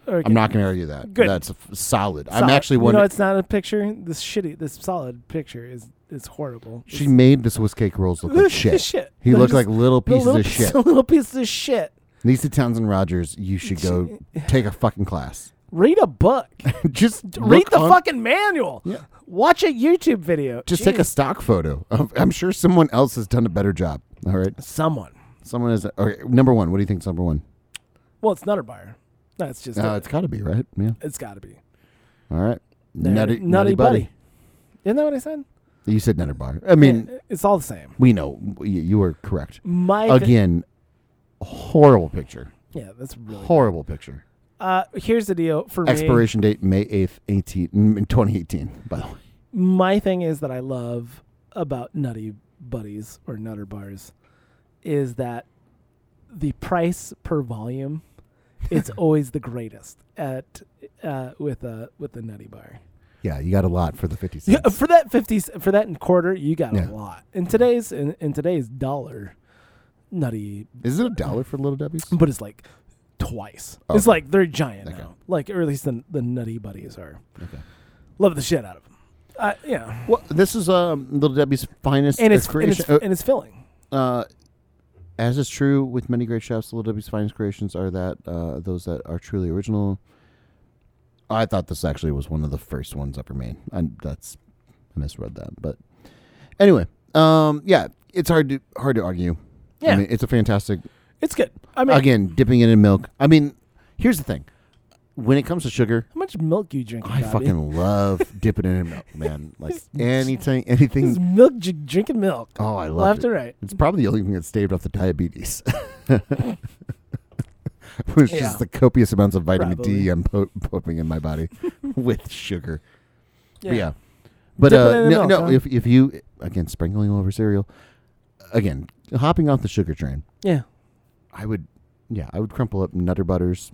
[SPEAKER 2] Okay.
[SPEAKER 1] I'm not going to argue that.
[SPEAKER 2] Good.
[SPEAKER 1] That's a f- solid. I'm
[SPEAKER 2] Solid.
[SPEAKER 1] actually
[SPEAKER 2] You
[SPEAKER 1] one.
[SPEAKER 2] know, it's not a picture. This shitty, this solid picture is is horrible.
[SPEAKER 1] she
[SPEAKER 2] It's-
[SPEAKER 1] made the Swiss cake rolls look like shit.
[SPEAKER 2] Shit.
[SPEAKER 1] He
[SPEAKER 2] They're
[SPEAKER 1] looked
[SPEAKER 2] just
[SPEAKER 1] like little pieces
[SPEAKER 2] little
[SPEAKER 1] of
[SPEAKER 2] piece-
[SPEAKER 1] shit.
[SPEAKER 2] little pieces of shit.
[SPEAKER 1] Lisa Townsend Rogers, you should go take a fucking class.
[SPEAKER 2] Read a book.
[SPEAKER 1] Just
[SPEAKER 2] Read
[SPEAKER 1] look
[SPEAKER 2] the
[SPEAKER 1] on-
[SPEAKER 2] fucking manual.
[SPEAKER 1] Yeah.
[SPEAKER 2] Watch a YouTube video.
[SPEAKER 1] Just take a
[SPEAKER 2] Jeez.
[SPEAKER 1] stock photo. of- I'm sure someone else has done a better job. All right,
[SPEAKER 2] someone.
[SPEAKER 1] someone is. Okay, number one. What do you think's number one?
[SPEAKER 2] Well, it's Nutter Bar. That's just
[SPEAKER 1] Uh,
[SPEAKER 2] it.
[SPEAKER 1] it's got to be right. Yeah.
[SPEAKER 2] it's got to be
[SPEAKER 1] All right.
[SPEAKER 2] There.
[SPEAKER 1] Nutty, nutty, buddy.
[SPEAKER 2] Isn't that what I said?
[SPEAKER 1] You said Nutter Bar. I mean,
[SPEAKER 2] Yeah, it's all the same.
[SPEAKER 1] we know you, you were correct.
[SPEAKER 2] My fa-
[SPEAKER 1] Again, horrible picture.
[SPEAKER 2] yeah, that's really.
[SPEAKER 1] Horrible picture.
[SPEAKER 2] Uh, here's the deal for me.
[SPEAKER 1] Expiration date May eighth, eighteen, mm, 2018, By the way,
[SPEAKER 2] my thing is that I love about Nutty Buddies or Nutter Bars is that the price per volume it's always the greatest at uh, with a with a Nutty Bar.
[SPEAKER 1] yeah, you got a lot for the fifty cents.
[SPEAKER 2] Yeah, for that fifty c- for that in quarter, you got
[SPEAKER 1] Yeah.
[SPEAKER 2] a lot. In today's in, in today's dollar, Nutty,
[SPEAKER 1] Is it a dollar for little Debbie's?
[SPEAKER 2] but it's like twice.
[SPEAKER 1] Oh.
[SPEAKER 2] It's like they're giant
[SPEAKER 1] Okay.
[SPEAKER 2] now, like or at least the the Nutty Buddies are.
[SPEAKER 1] Okay.
[SPEAKER 2] Love the shit out of them. Uh, yeah,
[SPEAKER 1] Well, this is um, little Debbie's finest uh,
[SPEAKER 2] and it's and
[SPEAKER 1] creation.
[SPEAKER 2] it's, and it's filling.
[SPEAKER 1] uh, uh, as is true with many great chefs, little Debbie's finest creations are that uh, those that are truly original. I thought this actually was one of the first ones ever made, and that's I misread that. But anyway, um, yeah, it's hard to hard to argue. I
[SPEAKER 2] Yeah.
[SPEAKER 1] mean, it's a fantastic
[SPEAKER 2] It's good. I mean,
[SPEAKER 1] again dipping it in milk. I mean, here's the thing: when it comes to sugar,
[SPEAKER 2] how much milk you drinking?
[SPEAKER 1] I
[SPEAKER 2] Bobby?
[SPEAKER 1] fucking love dipping it in milk, man. Like anything, anything
[SPEAKER 2] This is milk j- drinking milk.
[SPEAKER 1] Oh, I love
[SPEAKER 2] left
[SPEAKER 1] it.
[SPEAKER 2] to right.
[SPEAKER 1] It's probably the only thing that staved off the diabetes. it was
[SPEAKER 2] Yeah.
[SPEAKER 1] just the copious amounts of vitamin D
[SPEAKER 2] Probably.
[SPEAKER 1] I'm po- pumping in my body with sugar. But yeah. But
[SPEAKER 2] Dip it
[SPEAKER 1] uh,
[SPEAKER 2] in the
[SPEAKER 1] no,
[SPEAKER 2] milk,
[SPEAKER 1] no
[SPEAKER 2] huh?
[SPEAKER 1] if, if you, again, sprinkling over cereal, again, hopping off the sugar train,
[SPEAKER 2] yeah.
[SPEAKER 1] I would, yeah, I would crumple up Nutter Butters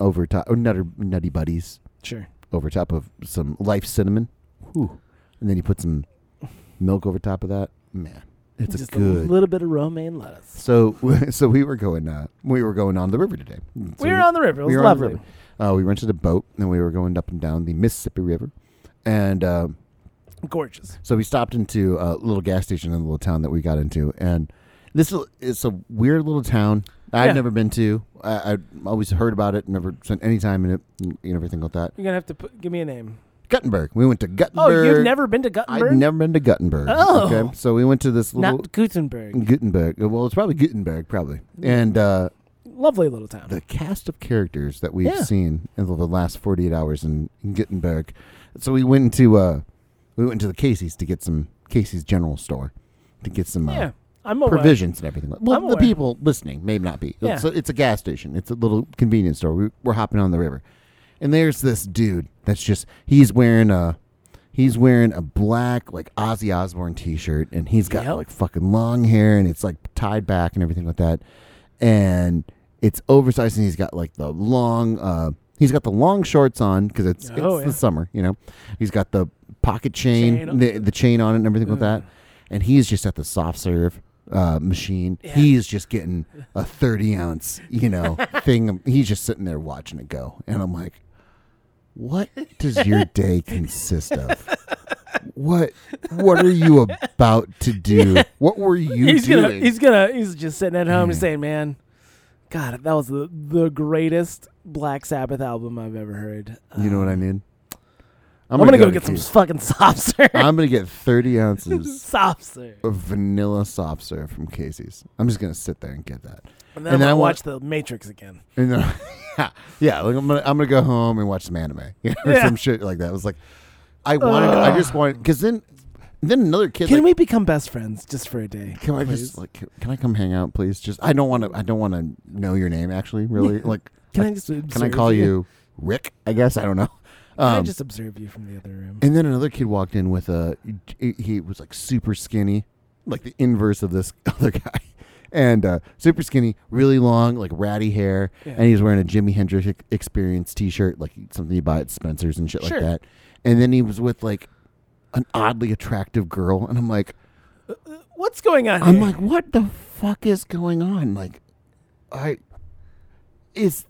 [SPEAKER 1] over top, or Nutter Nutty Buddies
[SPEAKER 2] Sure.
[SPEAKER 1] over top of some Life Cinnamon. Whew. And then you put some milk over top of that. Man, it's
[SPEAKER 2] Just
[SPEAKER 1] a good
[SPEAKER 2] little bit of romaine lettuce.
[SPEAKER 1] So so we were going uh, we were going on the river today. So
[SPEAKER 2] we were on the river. It was
[SPEAKER 1] we were on the
[SPEAKER 2] lovely.
[SPEAKER 1] river. Uh, we rented a boat and we were going up and down the Mississippi River, and uh,
[SPEAKER 2] Gorgeous.
[SPEAKER 1] so we stopped into a little gas station in the little town that we got into, and this is it's a weird little town I've
[SPEAKER 2] Yeah.
[SPEAKER 1] never been to. I, I always heard about it, never spent any time in it, and everything like that.
[SPEAKER 2] You're gonna have to put, give me a name.
[SPEAKER 1] Guttenberg. We went to Guttenberg.
[SPEAKER 2] Oh, you've never been to Guttenberg?
[SPEAKER 1] I've never been to Guttenberg.
[SPEAKER 2] Oh.
[SPEAKER 1] Okay, so we went to this little Mm.
[SPEAKER 2] Not Gutenberg.
[SPEAKER 1] Gutenberg. Well, it's probably Gutenberg, probably, and. uh
[SPEAKER 2] Lovely little town.
[SPEAKER 1] the cast of characters that we've
[SPEAKER 2] Yeah.
[SPEAKER 1] seen in the last 48 hours in, in Gutenberg. So we went into uh, We went to the Casey's to get some Casey's General Store to get some uh,
[SPEAKER 2] yeah, I'm aware.
[SPEAKER 1] provisions and everything. Well,
[SPEAKER 2] I'm
[SPEAKER 1] the
[SPEAKER 2] aware.
[SPEAKER 1] people listening may not be. It's,
[SPEAKER 2] Yeah.
[SPEAKER 1] a, it's a gas station. It's a little convenience store. We, we're hopping on the river, and there's this dude that's just he's wearing a he's wearing a black like Ozzy Osbourne T-shirt, and he's got
[SPEAKER 2] Yep.
[SPEAKER 1] like fucking long hair, and it's like tied back and everything like that, and it's oversized, and he's got like the long uh he's got the long shorts on because it's
[SPEAKER 2] Oh,
[SPEAKER 1] it's
[SPEAKER 2] yeah.
[SPEAKER 1] the summer, you know. He's got the pocket chain,
[SPEAKER 2] Chain.
[SPEAKER 1] the, the chain on it, and everything like that
[SPEAKER 2] Ugh.
[SPEAKER 1] and he's just at the soft serve uh, machine.
[SPEAKER 2] Yeah.
[SPEAKER 1] He's just getting a thirty ounce, you know, thing. He's just sitting there watching it go, and I'm like, "What does your day consist of? What What are you about to do? What were you Mm.
[SPEAKER 2] he's
[SPEAKER 1] doing?"
[SPEAKER 2] gonna he's gonna he's just sitting at home and
[SPEAKER 1] Yeah.
[SPEAKER 2] saying, "Man, God, that was the the greatest Black Sabbath album I've ever heard."
[SPEAKER 1] you know
[SPEAKER 2] Uh,
[SPEAKER 1] what I mean?
[SPEAKER 2] I'm, gonna, go
[SPEAKER 1] to
[SPEAKER 2] get some
[SPEAKER 1] Casey's.
[SPEAKER 2] fucking soft serve.
[SPEAKER 1] I'm gonna get thirty ounces
[SPEAKER 2] soft serve.
[SPEAKER 1] of vanilla soft serve from Casey's. I'm just gonna sit there and get that.
[SPEAKER 2] And then,
[SPEAKER 1] And then
[SPEAKER 2] I
[SPEAKER 1] I wa-
[SPEAKER 2] watch The Matrix again.
[SPEAKER 1] And then, yeah, yeah, like I'm gonna I'm gonna go home and watch some anime you know, or
[SPEAKER 2] Yeah.
[SPEAKER 1] some shit like that. It was like I wanted, I just wanted because then then another kid.
[SPEAKER 2] Can
[SPEAKER 1] like,
[SPEAKER 2] we become best friends just for a day?
[SPEAKER 1] Can I
[SPEAKER 2] please?
[SPEAKER 1] just like can, can I come hang out, please? Just I don't want to I don't want to know your name actually. Really, like
[SPEAKER 2] Can I
[SPEAKER 1] like,
[SPEAKER 2] just
[SPEAKER 1] can I
[SPEAKER 2] observe
[SPEAKER 1] call you Rick? I guess I don't know.
[SPEAKER 2] Can I
[SPEAKER 1] Um,
[SPEAKER 2] just observe you from the other room?
[SPEAKER 1] and then another kid walked in with a he- he was like super skinny, like the inverse of this other guy. And uh, super skinny, really long, like ratty hair,
[SPEAKER 2] Yeah.
[SPEAKER 1] and he's wearing a Jimi Hendrix ex- Experience T-shirt, like something you buy at Spencer's and shit
[SPEAKER 2] Sure.
[SPEAKER 1] like that. And then he was with like an oddly attractive girl, and I'm like,
[SPEAKER 2] What's going on?
[SPEAKER 1] I'm
[SPEAKER 2] here?
[SPEAKER 1] like, what the fuck is going on? Like, I is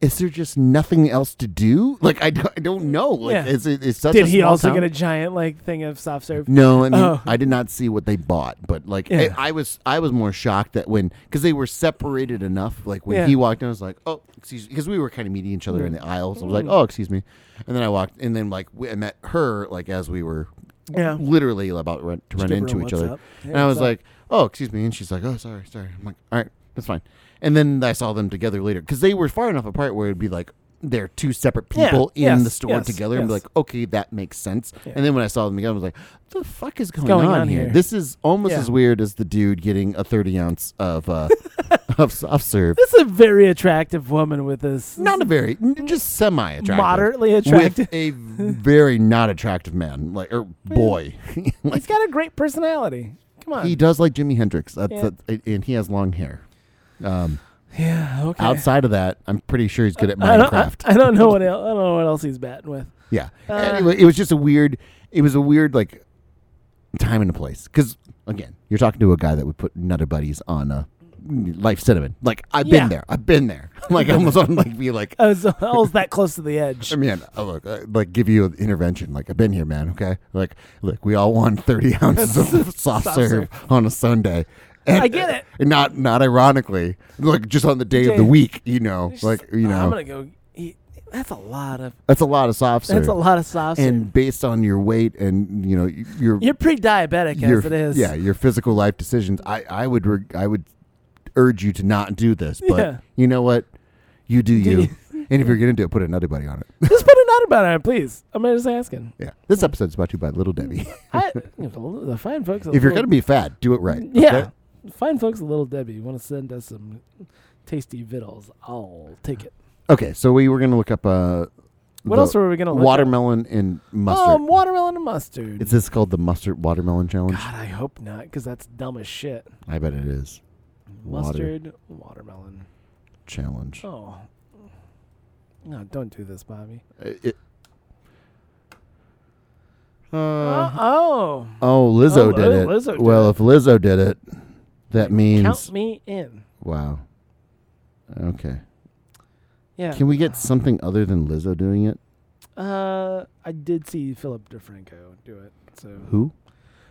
[SPEAKER 1] is there just nothing else to do? Like, I don't, I don't know. Like,
[SPEAKER 2] Yeah.
[SPEAKER 1] is it is such
[SPEAKER 2] did
[SPEAKER 1] a
[SPEAKER 2] he
[SPEAKER 1] small
[SPEAKER 2] also
[SPEAKER 1] town?
[SPEAKER 2] get a giant like thing of soft serve?
[SPEAKER 1] No, I mean,
[SPEAKER 2] Oh.
[SPEAKER 1] I did not see what they bought, but like,
[SPEAKER 2] Yeah.
[SPEAKER 1] I, I was, I was more shocked that when because they were separated enough. Like when
[SPEAKER 2] Yeah. Mm.
[SPEAKER 1] he walked in, I was like, oh, excuse, because we were kind of meeting each other in the aisles. I was like, oh, excuse me, and then I walked, and then like we, I met her like as we were.
[SPEAKER 2] Yeah.
[SPEAKER 1] literally about run, to
[SPEAKER 2] Just
[SPEAKER 1] run
[SPEAKER 2] give her a
[SPEAKER 1] into each
[SPEAKER 2] what's
[SPEAKER 1] other,
[SPEAKER 2] up. Yeah,
[SPEAKER 1] and I
[SPEAKER 2] what's
[SPEAKER 1] was
[SPEAKER 2] up.
[SPEAKER 1] like, "Oh, excuse me," and she's like, "Oh, sorry, sorry." I'm like, "All right, that's fine." And then I saw them together later because they were far enough apart where it'd be like they're two separate
[SPEAKER 2] Yeah,
[SPEAKER 1] people in
[SPEAKER 2] yes,
[SPEAKER 1] the store
[SPEAKER 2] yes,
[SPEAKER 1] together, and be
[SPEAKER 2] yes.
[SPEAKER 1] like, "Okay, that makes sense."
[SPEAKER 2] Yeah.
[SPEAKER 1] And then when I saw them together, I was like, "The fuck is going,
[SPEAKER 2] going
[SPEAKER 1] on,
[SPEAKER 2] on
[SPEAKER 1] here?
[SPEAKER 2] here?"
[SPEAKER 1] This is almost
[SPEAKER 2] Yeah.
[SPEAKER 1] as weird as the dude getting a thirty ounce of uh, of soft serve."
[SPEAKER 2] This is a very attractive woman with this
[SPEAKER 1] Not a very, n- just semi attractive,
[SPEAKER 2] moderately attractive.
[SPEAKER 1] with a very not attractive man, like or boy. Like,
[SPEAKER 2] He's got a great personality. Come on.
[SPEAKER 1] he does like Jimi Hendrix. That's,
[SPEAKER 2] Yeah.
[SPEAKER 1] that's and he has long hair. Um,
[SPEAKER 2] yeah. Okay.
[SPEAKER 1] Outside of that, I'm pretty sure he's good at
[SPEAKER 2] I don't,
[SPEAKER 1] Minecraft.
[SPEAKER 2] I, I don't know what el I don't know what else he's batting with.
[SPEAKER 1] yeah.
[SPEAKER 2] Uh,
[SPEAKER 1] anyway, it was just a weird. It was a weird like time and a place. Because again, you're talking to a guy that would put Nutter Buddies on uh, Life Cinnamon. Like I've
[SPEAKER 2] Yeah.
[SPEAKER 1] been there. I've been there. Like I almost want to like be like,
[SPEAKER 2] I was, I was that close to the edge.
[SPEAKER 1] I mean, oh, look, uh, like give you an intervention. Like I've been here, man. Okay. Like look, we all want 30 ounces of soft,
[SPEAKER 2] Soft
[SPEAKER 1] serve on a Sunday. And,
[SPEAKER 2] I get it.
[SPEAKER 1] and not not ironically, like just on the day of
[SPEAKER 2] Day-
[SPEAKER 1] the week, you know,
[SPEAKER 2] It's
[SPEAKER 1] like
[SPEAKER 2] just,
[SPEAKER 1] you know,
[SPEAKER 2] I'm gonna go. Eat. That's a lot of.
[SPEAKER 1] that's a lot of soft serve.
[SPEAKER 2] That's a lot of sauce.
[SPEAKER 1] and based on your weight and you know y- your
[SPEAKER 2] you're pre-diabetic
[SPEAKER 1] your
[SPEAKER 2] as it is.
[SPEAKER 1] yeah your physical life decisions i i would reg- i would urge you to not do this but
[SPEAKER 2] Yeah.
[SPEAKER 1] you know what you do
[SPEAKER 2] Do
[SPEAKER 1] you
[SPEAKER 2] you-
[SPEAKER 1] and if you're gonna do it put another buddy on it
[SPEAKER 2] Just put a note about it, please. I'm just asking.
[SPEAKER 1] yeah this episode's brought to you by little debbie
[SPEAKER 2] I, you know, the fine folks. at
[SPEAKER 1] if you're
[SPEAKER 2] Little-
[SPEAKER 1] gonna be fat do it right
[SPEAKER 2] yeah,
[SPEAKER 1] okay?
[SPEAKER 2] fine folks, at little Debbie want to send us some tasty vittles. I'll take it.
[SPEAKER 1] okay so we were gonna look up uh
[SPEAKER 2] What
[SPEAKER 1] the
[SPEAKER 2] else were we gonna look Up?
[SPEAKER 1] watermelon and mustard
[SPEAKER 2] Um, watermelon and mustard.
[SPEAKER 1] is this called the mustard watermelon challenge
[SPEAKER 2] God, I hope not, because that's dumb as shit.
[SPEAKER 1] i bet it is Water.
[SPEAKER 2] Mustard, watermelon.
[SPEAKER 1] challenge
[SPEAKER 2] Oh. No, don't do this, Bobby.
[SPEAKER 1] Uh, it-
[SPEAKER 2] Uh, oh.
[SPEAKER 1] Oh, Lizzo
[SPEAKER 2] Oh,
[SPEAKER 1] did
[SPEAKER 2] Li-
[SPEAKER 1] it.
[SPEAKER 2] Lizzo did
[SPEAKER 1] well,
[SPEAKER 2] it.
[SPEAKER 1] if Lizzo did it, that means
[SPEAKER 2] Count me in.
[SPEAKER 1] wow. Okay.
[SPEAKER 2] Yeah.
[SPEAKER 1] Can we get something other than Lizzo doing it?
[SPEAKER 2] uh, I did see Philip DeFranco do it. So
[SPEAKER 1] Who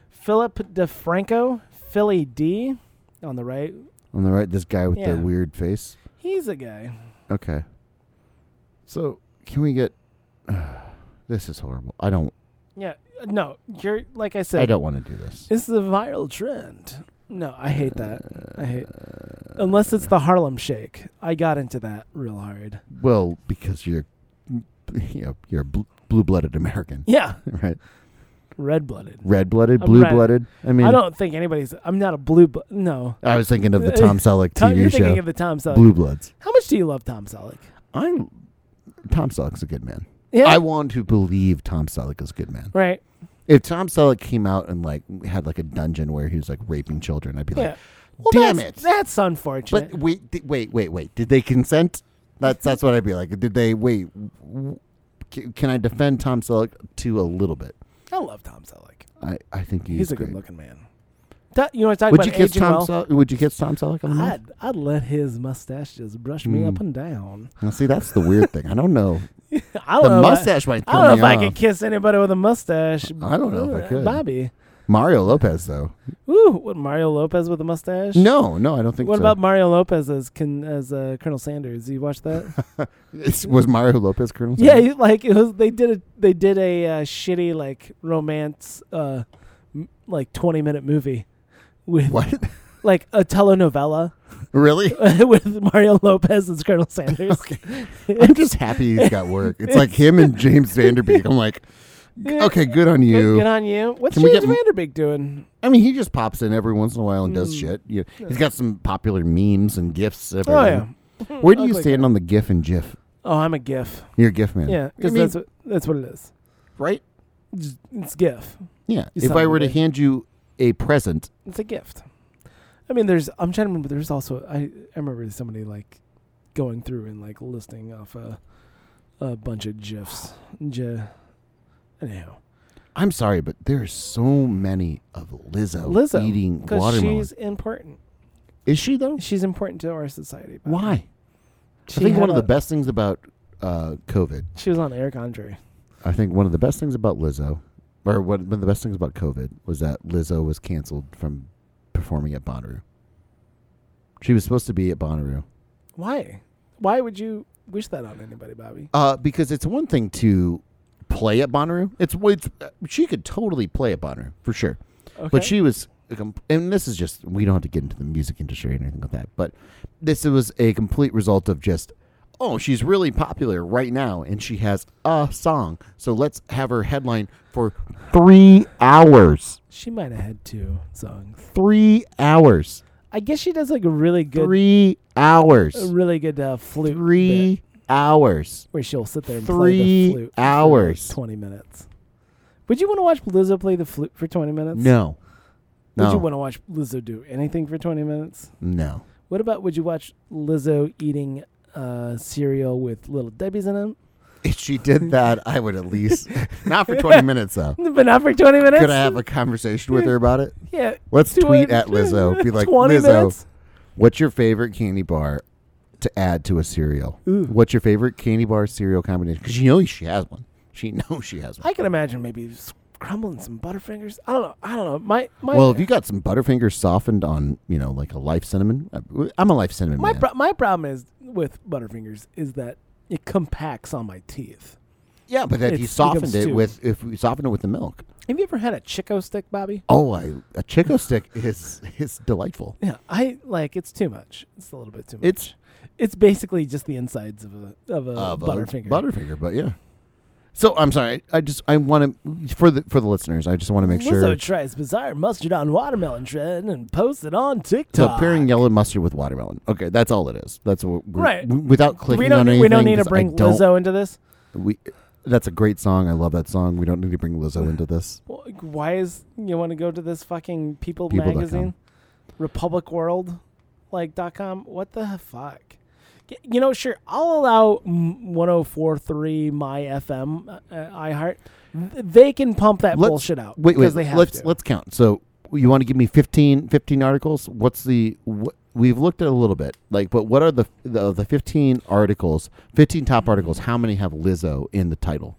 [SPEAKER 2] Philip DeFranco, Philly D, on the right.
[SPEAKER 1] on the right? This guy with
[SPEAKER 2] Yeah.
[SPEAKER 1] the weird face.
[SPEAKER 2] He's a guy.
[SPEAKER 1] Okay. So can we get? this is horrible. I don't.
[SPEAKER 2] Yeah. No, you're like I said.
[SPEAKER 1] I don't want to do this.
[SPEAKER 2] It's the viral trend. No, I hate that. I hate. Unless it's the Harlem Shake. I got into that real hard.
[SPEAKER 1] Well, because you're, you know, you're a bl- blue blooded American,
[SPEAKER 2] Yeah,
[SPEAKER 1] right?
[SPEAKER 2] red blooded.
[SPEAKER 1] Red blooded,
[SPEAKER 2] I'm
[SPEAKER 1] blue
[SPEAKER 2] red.
[SPEAKER 1] blooded. I mean,
[SPEAKER 2] I don't think anybody's. I'm not a blue. Blo- no,
[SPEAKER 1] I was thinking of the Tom Selleck
[SPEAKER 2] Tom,
[SPEAKER 1] TV
[SPEAKER 2] you're
[SPEAKER 1] show,
[SPEAKER 2] thinking of the Tom Selleck.
[SPEAKER 1] Blue Bloods.
[SPEAKER 2] How much do you love Tom Selleck?
[SPEAKER 1] I Tom Selleck's a good man.
[SPEAKER 2] Yeah,
[SPEAKER 1] I want to believe Tom Selleck is a good man.
[SPEAKER 2] right.
[SPEAKER 1] If Tom Selleck came out and like had like a dungeon where he was like raping children, I'd be like,
[SPEAKER 2] Yeah. Well,
[SPEAKER 1] damn
[SPEAKER 2] that's,
[SPEAKER 1] it.
[SPEAKER 2] That's unfortunate.
[SPEAKER 1] But wait, di- wait, wait, wait. Did they consent? That's that's what I'd be like. Did they wait? w- c- Can I defend Tom Selleck to a little bit?
[SPEAKER 2] I love Tom Selleck.
[SPEAKER 1] I, I think he's,
[SPEAKER 2] He's, a
[SPEAKER 1] great.
[SPEAKER 2] good looking man. Ta- you know, talk
[SPEAKER 1] Would
[SPEAKER 2] about
[SPEAKER 1] you kiss
[SPEAKER 2] aging
[SPEAKER 1] Tom?
[SPEAKER 2] well.
[SPEAKER 1] Sel- would you kiss Tom Selleck on the mouth?
[SPEAKER 2] I'd, I'd let his mustache just brush me up
[SPEAKER 1] Mm.
[SPEAKER 2] and down.
[SPEAKER 1] Now, see, that's the weird thing. I don't know.
[SPEAKER 2] I don't
[SPEAKER 1] The
[SPEAKER 2] know. if I-
[SPEAKER 1] mustache might
[SPEAKER 2] Oh, uh, I,
[SPEAKER 1] throw
[SPEAKER 2] don't
[SPEAKER 1] me
[SPEAKER 2] know if I
[SPEAKER 1] off.
[SPEAKER 2] could kiss anybody with a mustache.
[SPEAKER 1] I don't know if I
[SPEAKER 2] Uh,
[SPEAKER 1] could.
[SPEAKER 2] Bobby.
[SPEAKER 1] Mario Lopez, though.
[SPEAKER 2] Ooh, what Mario Lopez with a mustache?
[SPEAKER 1] No, no, I don't think
[SPEAKER 2] What
[SPEAKER 1] so.
[SPEAKER 2] about Mario Lopez as can, as uh, Colonel Sanders? You watch that?
[SPEAKER 1] It's- was Mario Lopez Colonel?
[SPEAKER 2] yeah,
[SPEAKER 1] Sanders?
[SPEAKER 2] you- like it was. They did a they did a uh, shitty like romance uh, m- like twenty minute movie with
[SPEAKER 1] What?
[SPEAKER 2] like a telenovela
[SPEAKER 1] really?
[SPEAKER 2] with Mario Lopez as Colonel Sanders.
[SPEAKER 1] I'm just happy he's got work. It's like him and James Vanderbeek. I'm like, okay, good on you.
[SPEAKER 2] Good on you. What's
[SPEAKER 1] Can we
[SPEAKER 2] James
[SPEAKER 1] get m-
[SPEAKER 2] Vanderbeek doing?
[SPEAKER 1] I mean, he just pops in every once in a while and does
[SPEAKER 2] Mm.
[SPEAKER 1] shit. You he's got some popular memes and gifs.
[SPEAKER 2] Oh yeah.
[SPEAKER 1] Where do you
[SPEAKER 2] Ugly
[SPEAKER 1] stand on the GIF and GIF?
[SPEAKER 2] Oh, I'm a GIF.
[SPEAKER 1] You're a GIF man.
[SPEAKER 2] Yeah,
[SPEAKER 1] I
[SPEAKER 2] because
[SPEAKER 1] mean,
[SPEAKER 2] that's what, that's what it is.
[SPEAKER 1] right.
[SPEAKER 2] It's- It's GIF.
[SPEAKER 1] Yeah.
[SPEAKER 2] You
[SPEAKER 1] if
[SPEAKER 2] sound
[SPEAKER 1] I were to
[SPEAKER 2] good.
[SPEAKER 1] hand you a present,
[SPEAKER 2] It's a gift. I mean, there's. I'm trying to remember. There's also. I I remember somebody like going through and like listing off a a bunch of gifs. J- anyhow,
[SPEAKER 1] I'm sorry, but there are so many of Lizzo,
[SPEAKER 2] Lizzo,
[SPEAKER 1] eating
[SPEAKER 2] because
[SPEAKER 1] watermelon.
[SPEAKER 2] she's important.
[SPEAKER 1] Is she though?
[SPEAKER 2] She's important to our society. Bob.
[SPEAKER 1] Why?
[SPEAKER 2] She
[SPEAKER 1] I think
[SPEAKER 2] had
[SPEAKER 1] one of
[SPEAKER 2] a-
[SPEAKER 1] the best things about uh, COVID.
[SPEAKER 2] She was on Eric Andre.
[SPEAKER 1] I think one of the best things about Lizzo, or one of the best things about COVID, was that Lizzo was canceled from performing at Bonnaroo. She was supposed to be at Bonnaroo.
[SPEAKER 2] Why? Why would you wish that on anybody, Bobby?
[SPEAKER 1] Uh, because it's one thing to play at Bonnaroo. It's, it's she could totally play at Bonnaroo for sure.
[SPEAKER 2] Okay.
[SPEAKER 1] But she was, a com- and this is just we don't have to get into the music industry or anything like that. But this was a complete result of just, oh, she's really popular right now, and she has a song, so let's have her headline for three hours.
[SPEAKER 2] she might have had two songs.
[SPEAKER 1] Three hours.
[SPEAKER 2] I guess she does like a really good,
[SPEAKER 1] Three
[SPEAKER 2] a
[SPEAKER 1] hours.
[SPEAKER 2] really good uh, flute. bit.
[SPEAKER 1] Three hours.
[SPEAKER 2] where she'll sit there and play
[SPEAKER 1] Three
[SPEAKER 2] the flute
[SPEAKER 1] hours.
[SPEAKER 2] for like 20 minutes. Would you want to watch Lizzo play the flute for 20 minutes?
[SPEAKER 1] No.
[SPEAKER 2] Would you
[SPEAKER 1] No.
[SPEAKER 2] want to watch Lizzo do anything for 20 minutes?
[SPEAKER 1] No.
[SPEAKER 2] What about would you watch Lizzo eating uh, cereal with little Debbie's in them?
[SPEAKER 1] If she did that, I would at least not for twenty minutes though.
[SPEAKER 2] But not for 20 minutes?
[SPEAKER 1] Could I have a conversation with her about it?
[SPEAKER 2] yeah.
[SPEAKER 1] Let's
[SPEAKER 2] do
[SPEAKER 1] tweet
[SPEAKER 2] it.
[SPEAKER 1] at Lizzo. Be like,
[SPEAKER 2] 20
[SPEAKER 1] Lizzo,
[SPEAKER 2] minutes?
[SPEAKER 1] what's your favorite candy bar to add to a cereal?
[SPEAKER 2] Ooh.
[SPEAKER 1] What's your favorite candy bar cereal combination? Because you know she has one. She knows she has one.
[SPEAKER 2] I can imagine maybe s- crumbling some Butterfingers. I don't know. I don't know. My, my,
[SPEAKER 1] well, if you got some Butterfingers softened on, you know, like a life cinnamon, uh, I'm a life cinnamon
[SPEAKER 2] my,
[SPEAKER 1] man.
[SPEAKER 2] pro- my problem is with Butterfingers is that it compacts on my teeth.
[SPEAKER 1] yeah, but then
[SPEAKER 2] it's-
[SPEAKER 1] if you
[SPEAKER 2] it
[SPEAKER 1] softened
[SPEAKER 2] becomes
[SPEAKER 1] it
[SPEAKER 2] stew.
[SPEAKER 1] with if you softened it with the milk.
[SPEAKER 2] Have you ever had a Chico stick, Bobby?
[SPEAKER 1] Oh, I, a Chico stick is is delightful.
[SPEAKER 2] Yeah, I like it's too much. It's a little bit too much.
[SPEAKER 1] It's-
[SPEAKER 2] It's it's basically just the insides of a of a
[SPEAKER 1] of a
[SPEAKER 2] Uh, butterfinger.
[SPEAKER 1] Uh, Butterfinger, but yeah. So I'm sorry. I just I want to for the for the listeners. I just want to make sure.
[SPEAKER 2] Lizzo tries bizarre mustard on watermelon trend and posts it on
[SPEAKER 1] So
[SPEAKER 2] TikTok.
[SPEAKER 1] pairing yellow mustard with watermelon. Okay, that's all it is. That's what we're,
[SPEAKER 2] Right.
[SPEAKER 1] w- without clicking
[SPEAKER 2] we don't
[SPEAKER 1] on
[SPEAKER 2] need,
[SPEAKER 1] anything.
[SPEAKER 2] we don't need to
[SPEAKER 1] 'cause I
[SPEAKER 2] bring
[SPEAKER 1] don't-
[SPEAKER 2] Lizzo into this.
[SPEAKER 1] We, that's a great song. I love that song. We don't need to bring Lizzo into this.
[SPEAKER 2] Well, like, Why is you want to go to this fucking People,
[SPEAKER 1] People dot com.
[SPEAKER 2] magazine, Republic World, like dot com? What the fuck? Y- You know, sure, I'll allow m- 104.3 My FM, uh, uh, iHeart. Th- They can pump that
[SPEAKER 1] Let's-
[SPEAKER 2] bullshit out
[SPEAKER 1] Wait, wait.
[SPEAKER 2] because they have
[SPEAKER 1] let's
[SPEAKER 2] to.
[SPEAKER 1] let's count. So you want to give me 15, 15 articles? What's the what, we've looked at a little bit, like, but what are the the, the fifteen articles? Fifteen top articles. How many have Lizzo in the title?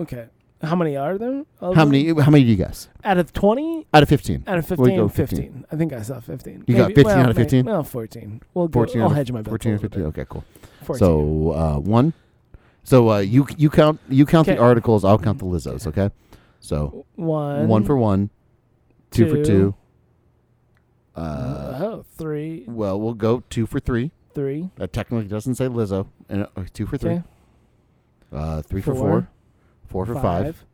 [SPEAKER 2] Okay. How many are there? Of
[SPEAKER 1] How
[SPEAKER 2] them?
[SPEAKER 1] many? How many do you guess?
[SPEAKER 2] Out of 20?
[SPEAKER 1] Out of fifteen.
[SPEAKER 2] Out of
[SPEAKER 1] We'll
[SPEAKER 2] 15?
[SPEAKER 1] go
[SPEAKER 2] 15.
[SPEAKER 1] 15.
[SPEAKER 2] I think I saw 15.
[SPEAKER 1] You got 15 out of
[SPEAKER 2] may-
[SPEAKER 1] 15?
[SPEAKER 2] Well, 14. We'll go,
[SPEAKER 1] 14
[SPEAKER 2] I'll
[SPEAKER 1] out of-
[SPEAKER 2] hedge my bets. a
[SPEAKER 1] Fourteen or
[SPEAKER 2] little
[SPEAKER 1] fifteen. Okay, cool.
[SPEAKER 2] bit. 14.
[SPEAKER 1] So uh, one. So uh, you you count you count
[SPEAKER 2] Okay. Mm-hmm.
[SPEAKER 1] the articles. I'll count the Lizzos. Okay. So
[SPEAKER 2] one.
[SPEAKER 1] one for one, two for
[SPEAKER 2] two.
[SPEAKER 1] two. Uh,
[SPEAKER 2] oh, three.
[SPEAKER 1] well, we'll go two for three.
[SPEAKER 2] Three.
[SPEAKER 1] That technically doesn't say Lizzo. And uh, two for three.
[SPEAKER 2] Okay.
[SPEAKER 1] Uh, three for
[SPEAKER 2] Four.
[SPEAKER 1] four. Four for five.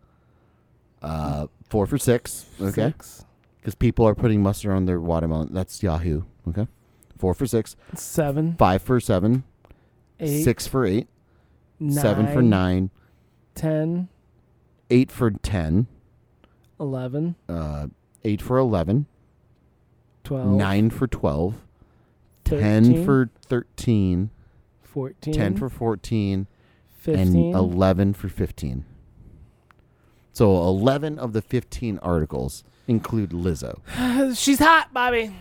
[SPEAKER 1] Uh, four for six. Okay.
[SPEAKER 2] Six.
[SPEAKER 1] Because people are putting mustard on their watermelon. That's Yahoo. Okay. Four for six.
[SPEAKER 2] Seven.
[SPEAKER 1] Five for seven.
[SPEAKER 2] eight,
[SPEAKER 1] six for eight. Seven for nine.
[SPEAKER 2] Ten.
[SPEAKER 1] Eight for ten.
[SPEAKER 2] Eleven.
[SPEAKER 1] Uh, eight for eleven.
[SPEAKER 2] Twelve.
[SPEAKER 1] Nine for twelve. Ten
[SPEAKER 2] 13,
[SPEAKER 1] for thirteen.
[SPEAKER 2] Fourteen.
[SPEAKER 1] Ten for fourteen.
[SPEAKER 2] Fifteen.
[SPEAKER 1] And eleven for fifteen. So eleven of the fifteen articles include Lizzo.
[SPEAKER 2] She's hot, Bobby.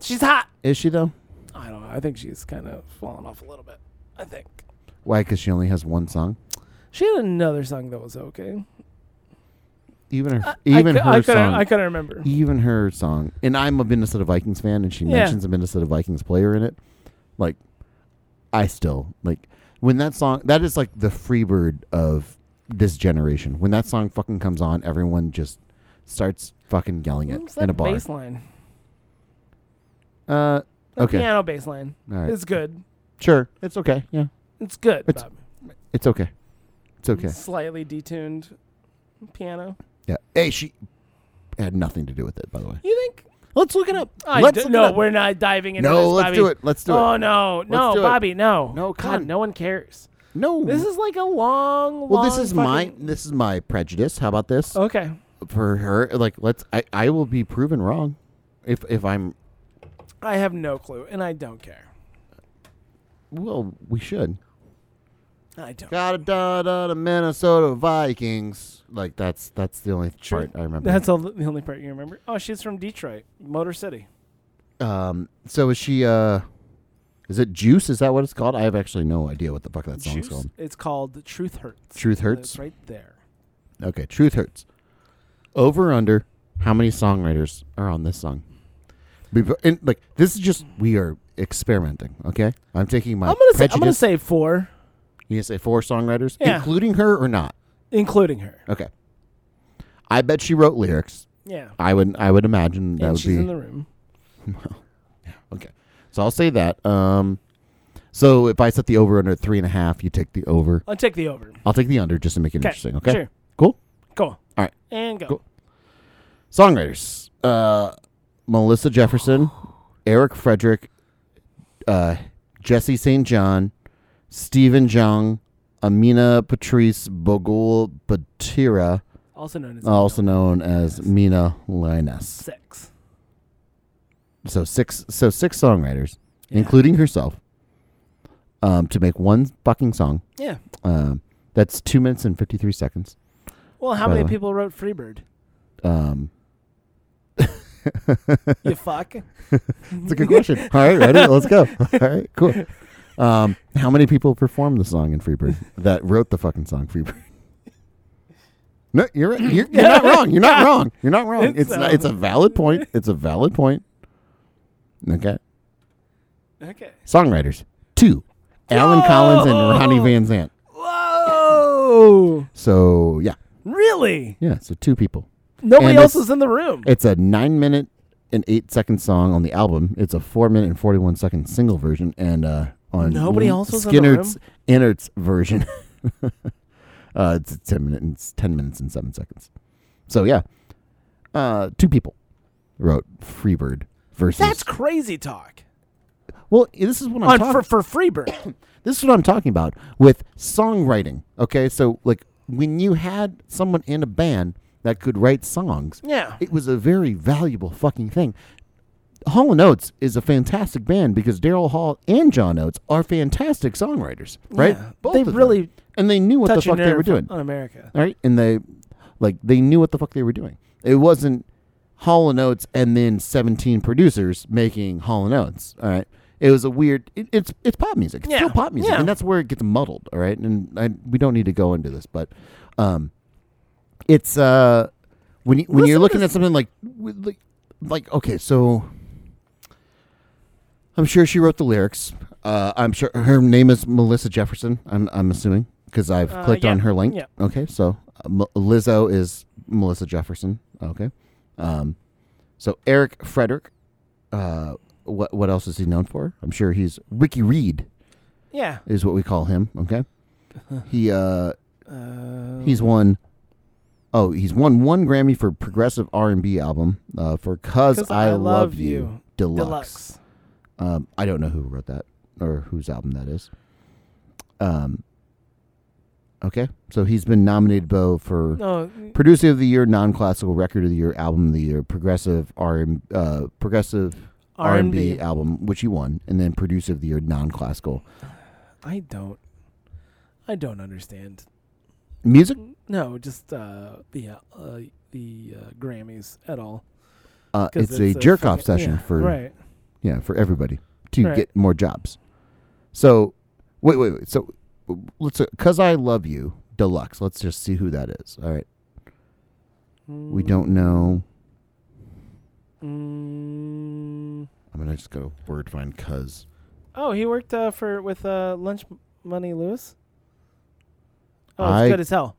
[SPEAKER 2] She's hot.
[SPEAKER 1] Is she though?
[SPEAKER 2] I don't know. I think she's kind of fallen off a little bit. I think.
[SPEAKER 1] Why? Because she only has one song.
[SPEAKER 2] She had another song that was okay.
[SPEAKER 1] Even her,
[SPEAKER 2] I- I
[SPEAKER 1] even
[SPEAKER 2] cou-
[SPEAKER 1] her
[SPEAKER 2] I couldn't-
[SPEAKER 1] song.
[SPEAKER 2] I couldn't remember.
[SPEAKER 1] even her song, and I'm a Minnesota Vikings fan, and she
[SPEAKER 2] Yeah.
[SPEAKER 1] mentions a Minnesota Vikings player in it. Like, I still like when that song. That is like the freebird of this generation. When that song fucking comes on, everyone just starts fucking yelling it
[SPEAKER 2] What's that
[SPEAKER 1] in a bar.
[SPEAKER 2] bass line?
[SPEAKER 1] Uh,
[SPEAKER 2] That
[SPEAKER 1] Okay.
[SPEAKER 2] piano bass line.
[SPEAKER 1] all right,
[SPEAKER 2] It's good.
[SPEAKER 1] sure, it's okay. Yeah,
[SPEAKER 2] It's good.
[SPEAKER 1] It's
[SPEAKER 2] Bob.
[SPEAKER 1] it's okay, it's okay.
[SPEAKER 2] Slightly detuned piano.
[SPEAKER 1] Yeah. Hey, she had nothing to do with it, by the way.
[SPEAKER 2] You think?
[SPEAKER 1] Let's look it up.
[SPEAKER 2] I
[SPEAKER 1] Let's
[SPEAKER 2] d-
[SPEAKER 1] look it
[SPEAKER 2] no,
[SPEAKER 1] up.
[SPEAKER 2] we're not diving into
[SPEAKER 1] No,
[SPEAKER 2] this,
[SPEAKER 1] let's
[SPEAKER 2] Bobby.
[SPEAKER 1] do it. Let's do it.
[SPEAKER 2] oh no, no,
[SPEAKER 1] do it.
[SPEAKER 2] Bobby, no,
[SPEAKER 1] No, come
[SPEAKER 2] God,
[SPEAKER 1] on.
[SPEAKER 2] no one cares.
[SPEAKER 1] No.
[SPEAKER 2] This is like a long,
[SPEAKER 1] well, this
[SPEAKER 2] long
[SPEAKER 1] is my
[SPEAKER 2] fucking-
[SPEAKER 1] this is my prejudice. How about this?
[SPEAKER 2] Okay,
[SPEAKER 1] for her like let's i i will be proven wrong if if i'm
[SPEAKER 2] I have no clue, and I don't care.
[SPEAKER 1] well we should
[SPEAKER 2] I don't.
[SPEAKER 1] gotta da da the minnesota vikings like that's that's the only
[SPEAKER 2] Sure.
[SPEAKER 1] part i remember
[SPEAKER 2] That's all the only part you remember. Oh, she's from Detroit, Motor City.
[SPEAKER 1] um so is she uh is it juice is that what it's called i have actually no idea what the fuck that song's
[SPEAKER 2] Juice.
[SPEAKER 1] called
[SPEAKER 2] It's called Truth Hurts.
[SPEAKER 1] truth
[SPEAKER 2] It's
[SPEAKER 1] hurts
[SPEAKER 2] right there.
[SPEAKER 1] okay truth hurts over or under how many songwriters are on this song Be- and like this is just we are experimenting okay i'm taking my
[SPEAKER 2] I'm gonna say I'm gonna
[SPEAKER 1] prejudice
[SPEAKER 2] say four,
[SPEAKER 1] You gonna say four songwriters,
[SPEAKER 2] Yeah.
[SPEAKER 1] including her or not?
[SPEAKER 2] including her.
[SPEAKER 1] Okay. I bet she wrote lyrics.
[SPEAKER 2] Yeah,
[SPEAKER 1] I would. I would imagine that
[SPEAKER 2] and
[SPEAKER 1] would
[SPEAKER 2] she's
[SPEAKER 1] be.
[SPEAKER 2] in the room.
[SPEAKER 1] okay. So I'll say that. Um, so if I set the over under at three and a half, you take the over.
[SPEAKER 2] I'll take the over.
[SPEAKER 1] I'll take the under just to make it
[SPEAKER 2] 'Kay,
[SPEAKER 1] interesting. Okay.
[SPEAKER 2] Sure.
[SPEAKER 1] Cool.
[SPEAKER 2] Cool. All
[SPEAKER 1] right.
[SPEAKER 2] And go.
[SPEAKER 1] Cool. Songwriters: uh, Melissa Jefferson, Eric Frederick, uh, Jesse St. John, Stephen Jung, Amina Patrice Bogul Batira.
[SPEAKER 2] Also known as
[SPEAKER 1] also known as
[SPEAKER 2] Yes.
[SPEAKER 1] Mina Linus.
[SPEAKER 2] six.
[SPEAKER 1] So six, so six songwriters,
[SPEAKER 2] Yeah.
[SPEAKER 1] including herself, um, to make one fucking song.
[SPEAKER 2] Yeah.
[SPEAKER 1] Um, that's two minutes and fifty three seconds.
[SPEAKER 2] Well, how
[SPEAKER 1] By the
[SPEAKER 2] many
[SPEAKER 1] way.
[SPEAKER 2] people wrote Freebird?
[SPEAKER 1] Um,
[SPEAKER 2] You fuck.
[SPEAKER 1] it's a good question. All right, ready? Let's go. All right, cool. Um, how many people performed the song in Freebird that wrote the fucking song Freebird? No, you're right. You're, you're not wrong. You're not wrong. You're not wrong. It's
[SPEAKER 2] It's,
[SPEAKER 1] not, it's a
[SPEAKER 2] um,
[SPEAKER 1] valid point. It's a valid point. Okay.
[SPEAKER 2] Okay.
[SPEAKER 1] Songwriters. Two. Alan Collins and
[SPEAKER 2] Whoa!
[SPEAKER 1] Ronnie Van Zant.
[SPEAKER 2] Whoa!
[SPEAKER 1] So yeah.
[SPEAKER 2] Really?
[SPEAKER 1] Yeah. So two people.
[SPEAKER 2] Nobody
[SPEAKER 1] And
[SPEAKER 2] else
[SPEAKER 1] it's-
[SPEAKER 2] was in the room.
[SPEAKER 1] It's a nine minute and eight second song on the album. It's a four minute and forty one second single version and uh on
[SPEAKER 2] Nobody else was in the
[SPEAKER 1] Skinner's Innert's version. uh it's ten minutes ten minutes and seven seconds. So yeah. Uh two people wrote Freebird versus
[SPEAKER 2] That's crazy talk.
[SPEAKER 1] Well, this is what I'm
[SPEAKER 2] On
[SPEAKER 1] talking
[SPEAKER 2] for for Freebird.
[SPEAKER 1] This is what I'm talking about with songwriting. Okay, so like when you had someone in a band that could write songs,
[SPEAKER 2] yeah.
[SPEAKER 1] it was a very valuable fucking thing. Hall and Oates is a fantastic band because Daryl Hall and John Oates are fantastic songwriters, right?
[SPEAKER 2] Yeah.
[SPEAKER 1] Both
[SPEAKER 2] They
[SPEAKER 1] of them.
[SPEAKER 2] really
[SPEAKER 1] and they knew what the
[SPEAKER 2] touch a
[SPEAKER 1] fuck they were
[SPEAKER 2] nerve
[SPEAKER 1] doing,
[SPEAKER 2] on America.
[SPEAKER 1] all right? And they like they knew what the fuck they were doing. It wasn't Hall and Oates and then 17 producers making Hall and Oates, all right? It was a weird. It, it's it's pop music. It's
[SPEAKER 2] Yeah.
[SPEAKER 1] still pop music,
[SPEAKER 2] Yeah.
[SPEAKER 1] and that's where it gets muddled. All right, and I, we don't need to go into this, but um, it's uh, when you, when
[SPEAKER 2] Listen
[SPEAKER 1] you're
[SPEAKER 2] to
[SPEAKER 1] looking
[SPEAKER 2] this-
[SPEAKER 1] at something like with, like like okay, so I'm sure she wrote the lyrics. Uh, I'm sure her name is Melissa Jefferson. I'm I'm assuming because I've
[SPEAKER 2] Uh,
[SPEAKER 1] clicked
[SPEAKER 2] yeah.
[SPEAKER 1] on her link.
[SPEAKER 2] Yeah.
[SPEAKER 1] Okay, so uh, M- Lizzo is Melissa Jefferson. Okay, um, so Eric Frederick. Uh, what what else is he known for? I'm sure he's Ricky Reed
[SPEAKER 2] Yeah.
[SPEAKER 1] is what we call him. Okay, he uh,
[SPEAKER 2] Uh,
[SPEAKER 1] He's won. Oh, he's won one Grammy for progressive R and B album uh, for "Cause, I, Love, You, Deluxe."
[SPEAKER 2] deluxe.
[SPEAKER 1] Um, I don't know who wrote that or whose album that is. Um. Okay, so he's been nominated Bo for
[SPEAKER 2] No,
[SPEAKER 1] producer of the year, non-classical record of the year, album of the year, progressive R and uh, progressive R and B
[SPEAKER 2] R&B.
[SPEAKER 1] album, which he won, and then producer of the year, non-classical
[SPEAKER 2] I don't. I don't understand.
[SPEAKER 1] music.
[SPEAKER 2] No, just uh, the uh, uh, the uh, Grammys at all.
[SPEAKER 1] Uh,
[SPEAKER 2] 'Cause
[SPEAKER 1] it's, a jerk off
[SPEAKER 2] fucking-
[SPEAKER 1] session
[SPEAKER 2] yeah,
[SPEAKER 1] for
[SPEAKER 2] right.
[SPEAKER 1] yeah for everybody to
[SPEAKER 2] Right.
[SPEAKER 1] get more jobs. So wait, wait, wait. So let's because I love you deluxe. Let's just see who that is. All right, we don't know.
[SPEAKER 2] Mm.
[SPEAKER 1] I'm gonna just go word find cuz.
[SPEAKER 2] Oh, he worked uh, for with uh, Lunch Money Lewis. Oh, it's
[SPEAKER 1] I-
[SPEAKER 2] good as hell.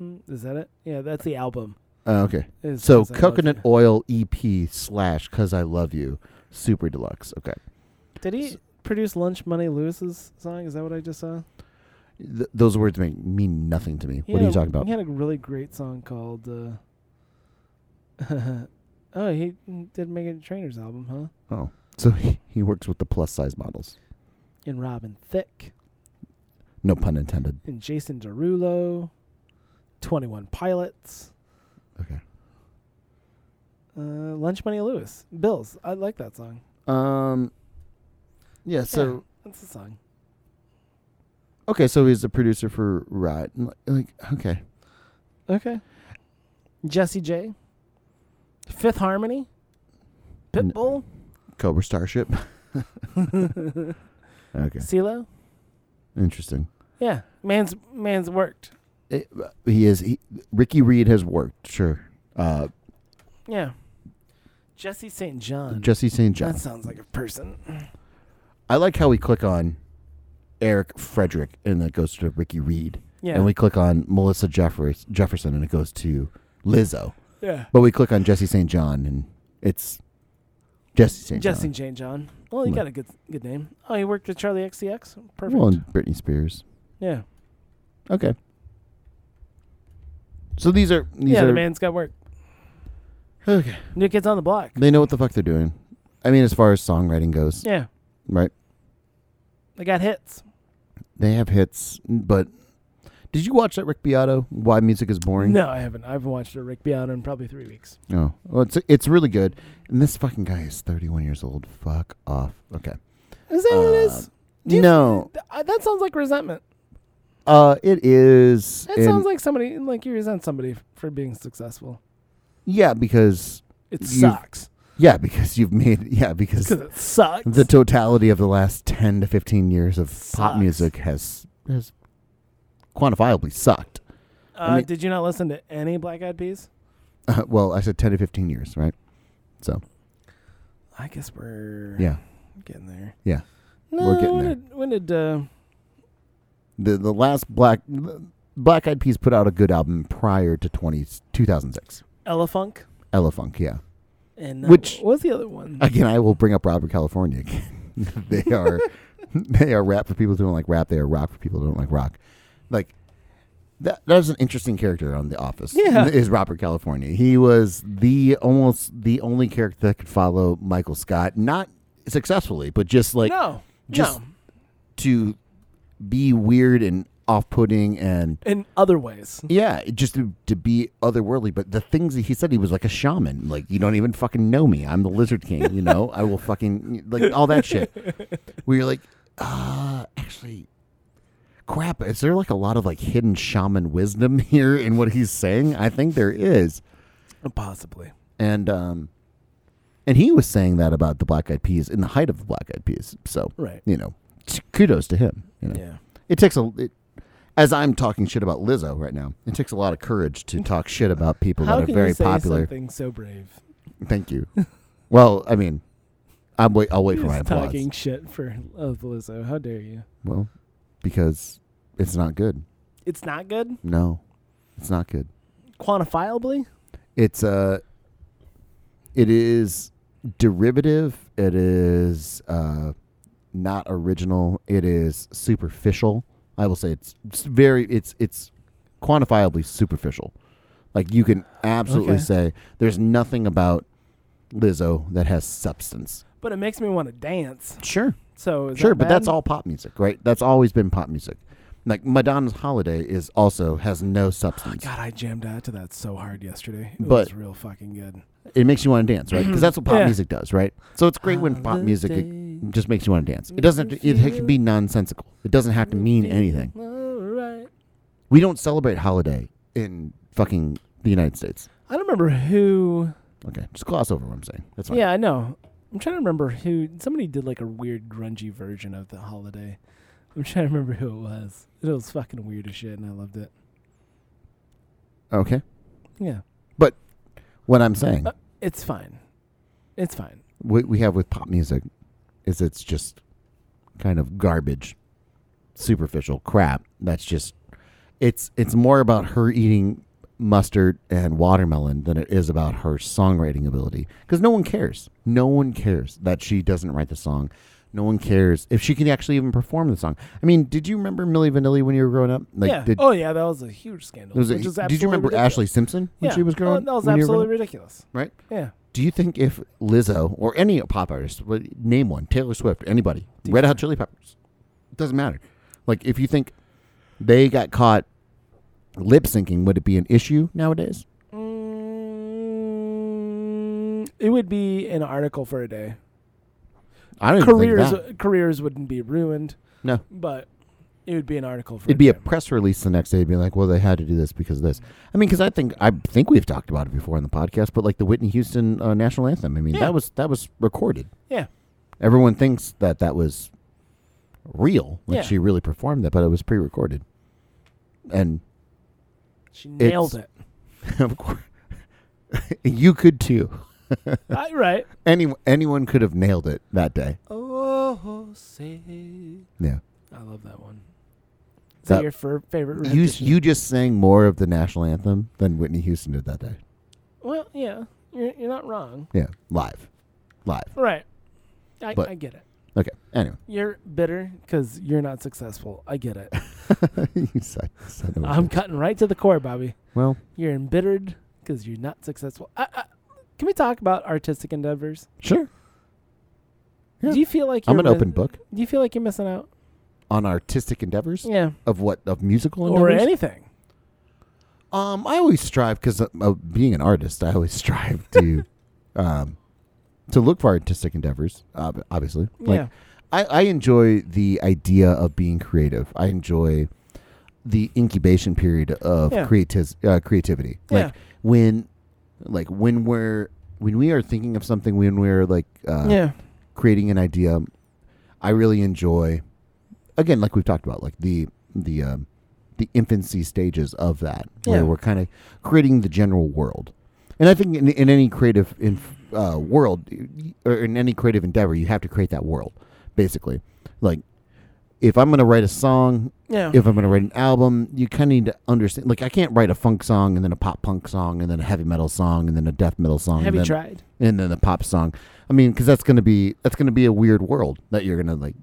[SPEAKER 2] Mm, Is that it? Yeah, that's the album.
[SPEAKER 1] Uh, okay,
[SPEAKER 2] is
[SPEAKER 1] so
[SPEAKER 2] 'Cause I Love
[SPEAKER 1] coconut
[SPEAKER 2] You.
[SPEAKER 1] oil EP slash cuz I love you super deluxe. Okay,
[SPEAKER 2] Did he produce Lunch Money Lewis's song? Is that what I just saw?
[SPEAKER 1] Th- those words mean mean nothing to me.
[SPEAKER 2] He
[SPEAKER 1] What are
[SPEAKER 2] had
[SPEAKER 1] you
[SPEAKER 2] a-
[SPEAKER 1] talking about?
[SPEAKER 2] He had a really great song called. Uh, oh, he did make a Trainer's album, huh?
[SPEAKER 1] Oh, so he, he works with the plus size models.
[SPEAKER 2] And Robin Thicke
[SPEAKER 1] No pun intended.
[SPEAKER 2] and Jason Derulo, Twenty One Pilots,
[SPEAKER 1] Okay.
[SPEAKER 2] uh, Lunch Money Lewis, Bills. I like that song.
[SPEAKER 1] Um. Yeah. So.
[SPEAKER 2] Yeah, that's the song.
[SPEAKER 1] Okay, so he's the producer for Ride. And, Like, like, okay,
[SPEAKER 2] Okay. Jesse J. Fifth Harmony.
[SPEAKER 1] N-
[SPEAKER 2] Pitbull.
[SPEAKER 1] Cobra Starship. okay,
[SPEAKER 2] CeeLo.
[SPEAKER 1] interesting.
[SPEAKER 2] Yeah, man's man's worked.
[SPEAKER 1] It- he is. He, Ricky Reed has worked. Sure. Uh,
[SPEAKER 2] Yeah. Jesse St. John.
[SPEAKER 1] Jesse St. John.
[SPEAKER 2] That sounds like a person.
[SPEAKER 1] I like how we click on Eric Frederick, and that goes to Ricky Reed,
[SPEAKER 2] Yeah.
[SPEAKER 1] and we click on Melissa Jeffers, Jefferson, and it goes to Lizzo.
[SPEAKER 2] yeah.
[SPEAKER 1] But we click on Jesse St. John, and it's Jesse St. John.
[SPEAKER 2] Jesse St. John. Well, he
[SPEAKER 1] Look.
[SPEAKER 2] got a good good name. Oh, he worked with Charlie XCX. Perfect.
[SPEAKER 1] Well, and Britney Spears.
[SPEAKER 2] yeah.
[SPEAKER 1] Okay. So these are these
[SPEAKER 2] Yeah,
[SPEAKER 1] are
[SPEAKER 2] the man's got work.
[SPEAKER 1] okay.
[SPEAKER 2] New Kids on the Block.
[SPEAKER 1] They know what the fuck they're doing. I mean, as far as songwriting goes,
[SPEAKER 2] Yeah.
[SPEAKER 1] right?
[SPEAKER 2] They got hits.
[SPEAKER 1] They have hits, but did you watch that Rick Beato? Why music is boring?
[SPEAKER 2] No, I haven't. I haven't watched a Rick Beato in probably three weeks.
[SPEAKER 1] Oh, well, it's it's really good. And this fucking guy is 31 years old. Fuck off. Okay.
[SPEAKER 2] Is that what it is?
[SPEAKER 1] Uh,
[SPEAKER 2] Do you-
[SPEAKER 1] no,
[SPEAKER 2] Th- uh, That sounds like resentment.
[SPEAKER 1] uh, it is.
[SPEAKER 2] That
[SPEAKER 1] and-
[SPEAKER 2] sounds like somebody like you resent somebody f- for being successful.
[SPEAKER 1] yeah, because
[SPEAKER 2] It
[SPEAKER 1] You've-
[SPEAKER 2] sucks.
[SPEAKER 1] yeah, because you've made yeah because
[SPEAKER 2] Because it sucks.
[SPEAKER 1] the totality of the last 10 to 15 years of pop
[SPEAKER 2] Sucks.
[SPEAKER 1] music has has quantifiably sucked.
[SPEAKER 2] uh,
[SPEAKER 1] I mean-
[SPEAKER 2] did you not listen to any Black Eyed Peas?
[SPEAKER 1] well, I said 10 to 15 years, right? So
[SPEAKER 2] I guess we're
[SPEAKER 1] yeah.
[SPEAKER 2] getting there.
[SPEAKER 1] Yeah.
[SPEAKER 2] No,
[SPEAKER 1] We're getting
[SPEAKER 2] when
[SPEAKER 1] there.
[SPEAKER 2] did when did uh,
[SPEAKER 1] the the last black black eyed peas put out a good album prior to 20, 2006
[SPEAKER 2] Ella Funk
[SPEAKER 1] ella funk yeah
[SPEAKER 2] and uh,
[SPEAKER 1] Which-
[SPEAKER 2] what was the other one?
[SPEAKER 1] again i will bring up robert california again they are they are rap for people who don't like rap they are rock for people who don't like rock like that that's an interesting character on the office
[SPEAKER 2] Yeah.
[SPEAKER 1] is robert california he was the almost the only character that could follow michael scott not successfully but just like
[SPEAKER 2] no,
[SPEAKER 1] just-
[SPEAKER 2] no,
[SPEAKER 1] to be weird and off-putting and
[SPEAKER 2] in other ways.
[SPEAKER 1] Yeah, it- just to, to be otherworldly. But the things that he said, he was like a shaman. Like you don't even fucking know me. I'm the Lizard King. You know, I will fucking like all that shit. Where you're like, uh, actually, crap. Is there like a lot of like hidden shaman wisdom here in what he's saying? I think there is.
[SPEAKER 2] Possibly.
[SPEAKER 1] And um, and he was saying that about the Black Eyed Peas in the height of the Black Eyed Peas. So
[SPEAKER 2] Right.
[SPEAKER 1] you know, t- kudos to him. You know,
[SPEAKER 2] Yeah.
[SPEAKER 1] it takes a. It, as I'm talking shit about Lizzo right now, it takes a lot of courage to talk shit about people
[SPEAKER 2] How
[SPEAKER 1] that
[SPEAKER 2] can
[SPEAKER 1] are very
[SPEAKER 2] you say
[SPEAKER 1] popular.
[SPEAKER 2] something so brave?
[SPEAKER 1] Thank you. well, I mean, I'm wait. I'll wait for my
[SPEAKER 2] Just
[SPEAKER 1] applause.
[SPEAKER 2] talking shit for of Lizzo. How dare you?
[SPEAKER 1] Well, because it's not good.
[SPEAKER 2] It's not good
[SPEAKER 1] No, it's not good.
[SPEAKER 2] quantifiably.
[SPEAKER 1] It's uh, it is derivative. It is uh, not original. It is superficial. I will say it's, it's very it's it's quantifiably superficial. Like you can absolutely
[SPEAKER 2] Okay.
[SPEAKER 1] say there's nothing about Lizzo that has substance.
[SPEAKER 2] But it makes me want to dance.
[SPEAKER 1] Sure.
[SPEAKER 2] So is
[SPEAKER 1] Sure,
[SPEAKER 2] that
[SPEAKER 1] but that's
[SPEAKER 2] bad?
[SPEAKER 1] all pop music, right? That's always been pop music. Like Madonna's Holiday is also has no substance.
[SPEAKER 2] Oh God, I jammed out to that so hard yesterday. It
[SPEAKER 1] But-
[SPEAKER 2] was real fucking good.
[SPEAKER 1] it makes you want to dance, right? Because that's what pop
[SPEAKER 2] Mm-hmm. Yeah.
[SPEAKER 1] music does, right? So it's great when pop music it just makes you want to dance. It doesn't. Have to, it, it can be nonsensical. It doesn't have to mean anything. We don't celebrate holiday in fucking the United States.
[SPEAKER 2] I don't remember who.
[SPEAKER 1] Okay, just gloss over what I'm saying. That's fine.
[SPEAKER 2] Yeah, I know. I'm trying to remember who. Somebody did like a weird grungy version of the holiday. I'm trying to remember who it was. It was fucking weird as shit, and I loved it.
[SPEAKER 1] Okay,
[SPEAKER 2] Yeah,
[SPEAKER 1] what I'm saying,
[SPEAKER 2] Uh, it's fine. It's fine.
[SPEAKER 1] what we have with pop music, is it's just kind of garbage, superficial crap. That's just. It's it's more about her eating mustard and watermelon than it is about her songwriting ability because no one cares. No one cares that she doesn't write the song. No one cares if she can actually even perform the song. I mean, did you remember Millie Vanilli when you were growing up? Like,
[SPEAKER 2] yeah.
[SPEAKER 1] did,
[SPEAKER 2] oh yeah, that was a huge scandal.
[SPEAKER 1] There was a-
[SPEAKER 2] which is
[SPEAKER 1] did you
[SPEAKER 2] absolutely
[SPEAKER 1] remember
[SPEAKER 2] ridiculous.
[SPEAKER 1] Ashley Simpson when
[SPEAKER 2] yeah.
[SPEAKER 1] she was growing?
[SPEAKER 2] Oh, that was
[SPEAKER 1] when you were growing
[SPEAKER 2] absolutely
[SPEAKER 1] up?
[SPEAKER 2] ridiculous.
[SPEAKER 1] right.
[SPEAKER 2] Yeah.
[SPEAKER 1] Do you think if Lizzo or any pop artist, what- name one, Taylor Swift, anybody,
[SPEAKER 2] Dude.
[SPEAKER 1] Red Hot Chili Peppers, doesn't matter. Like if you think they got caught lip syncing, would it be an issue nowadays?
[SPEAKER 2] Mm, it would be an article for a day.
[SPEAKER 1] I don't even
[SPEAKER 2] careers
[SPEAKER 1] think that.
[SPEAKER 2] careers wouldn't be ruined.
[SPEAKER 1] No.
[SPEAKER 2] but it would be an article for.
[SPEAKER 1] It'd be a
[SPEAKER 2] day.
[SPEAKER 1] press release the next day, be like, "Well, they had to do this because of this." I mean, because I think I think we've talked about it before in the podcast, but like the Whitney Houston uh, national anthem. I mean,
[SPEAKER 2] Yeah.
[SPEAKER 1] that was that was recorded.
[SPEAKER 2] yeah.
[SPEAKER 1] Everyone thinks that that was real, like
[SPEAKER 2] Yeah.
[SPEAKER 1] she really performed that, but it was pre-recorded. And
[SPEAKER 2] She nailed
[SPEAKER 1] It's- of course, you could too.
[SPEAKER 2] it. I, right.
[SPEAKER 1] Any anyone could have nailed it that day.
[SPEAKER 2] Oh, say.
[SPEAKER 1] Yeah,
[SPEAKER 2] I love that one. Is that,
[SPEAKER 1] That-
[SPEAKER 2] your fir- favorite?
[SPEAKER 1] you
[SPEAKER 2] rendition?
[SPEAKER 1] you just sang more of the national anthem than Whitney Houston did that day.
[SPEAKER 2] Well, yeah, you're, you're not wrong.
[SPEAKER 1] Yeah, live, live.
[SPEAKER 2] Right. I,
[SPEAKER 1] But-
[SPEAKER 2] I get it.
[SPEAKER 1] Okay. Anyway,
[SPEAKER 2] You're bitter because you're not successful. I get it.
[SPEAKER 1] you suck. son of a
[SPEAKER 2] I'm
[SPEAKER 1] bitch.
[SPEAKER 2] cutting right to the core, Bobby.
[SPEAKER 1] well.
[SPEAKER 2] You're embittered because you're not successful. I, I, can we talk about artistic endeavors?
[SPEAKER 1] Sure. Yeah.
[SPEAKER 2] Do you feel like you're
[SPEAKER 1] I'm an
[SPEAKER 2] mi-
[SPEAKER 1] open book
[SPEAKER 2] Do you feel like you're missing out?
[SPEAKER 1] on artistic endeavors
[SPEAKER 2] Yeah.
[SPEAKER 1] of what of musical
[SPEAKER 2] Or
[SPEAKER 1] endeavors.
[SPEAKER 2] anything.
[SPEAKER 1] Um, I always strive because uh, uh, being an artist, I always strive to, um, to look for artistic endeavors. ob obviously, like
[SPEAKER 2] yeah.
[SPEAKER 1] I, I enjoy the idea of being creative. I enjoy the incubation period of
[SPEAKER 2] Yeah.
[SPEAKER 1] creatis- uh, creativity. Like
[SPEAKER 2] Yeah.
[SPEAKER 1] when, like when we're when we are thinking of something, when we're like uh,
[SPEAKER 2] yeah.
[SPEAKER 1] creating an idea, I really enjoy. Again, like we've talked about, like the the um, the infancy stages of that, where
[SPEAKER 2] Yeah.
[SPEAKER 1] we're kind of creating the general world. And I think in, in any creative in, uh, world y- or in any creative endeavor, you have to create that world, basically. Like, if I'm going to write a song,
[SPEAKER 2] Yeah.
[SPEAKER 1] if I'm going to write an album, you kind of need to understand. Like, I can't write a funk song and then a pop punk song and then a heavy metal song and then a death metal song. and
[SPEAKER 2] Have you
[SPEAKER 1] then,
[SPEAKER 2] tried?
[SPEAKER 1] and then the pop song. I mean, because that's gonna be that's gonna be a weird world that you're gonna like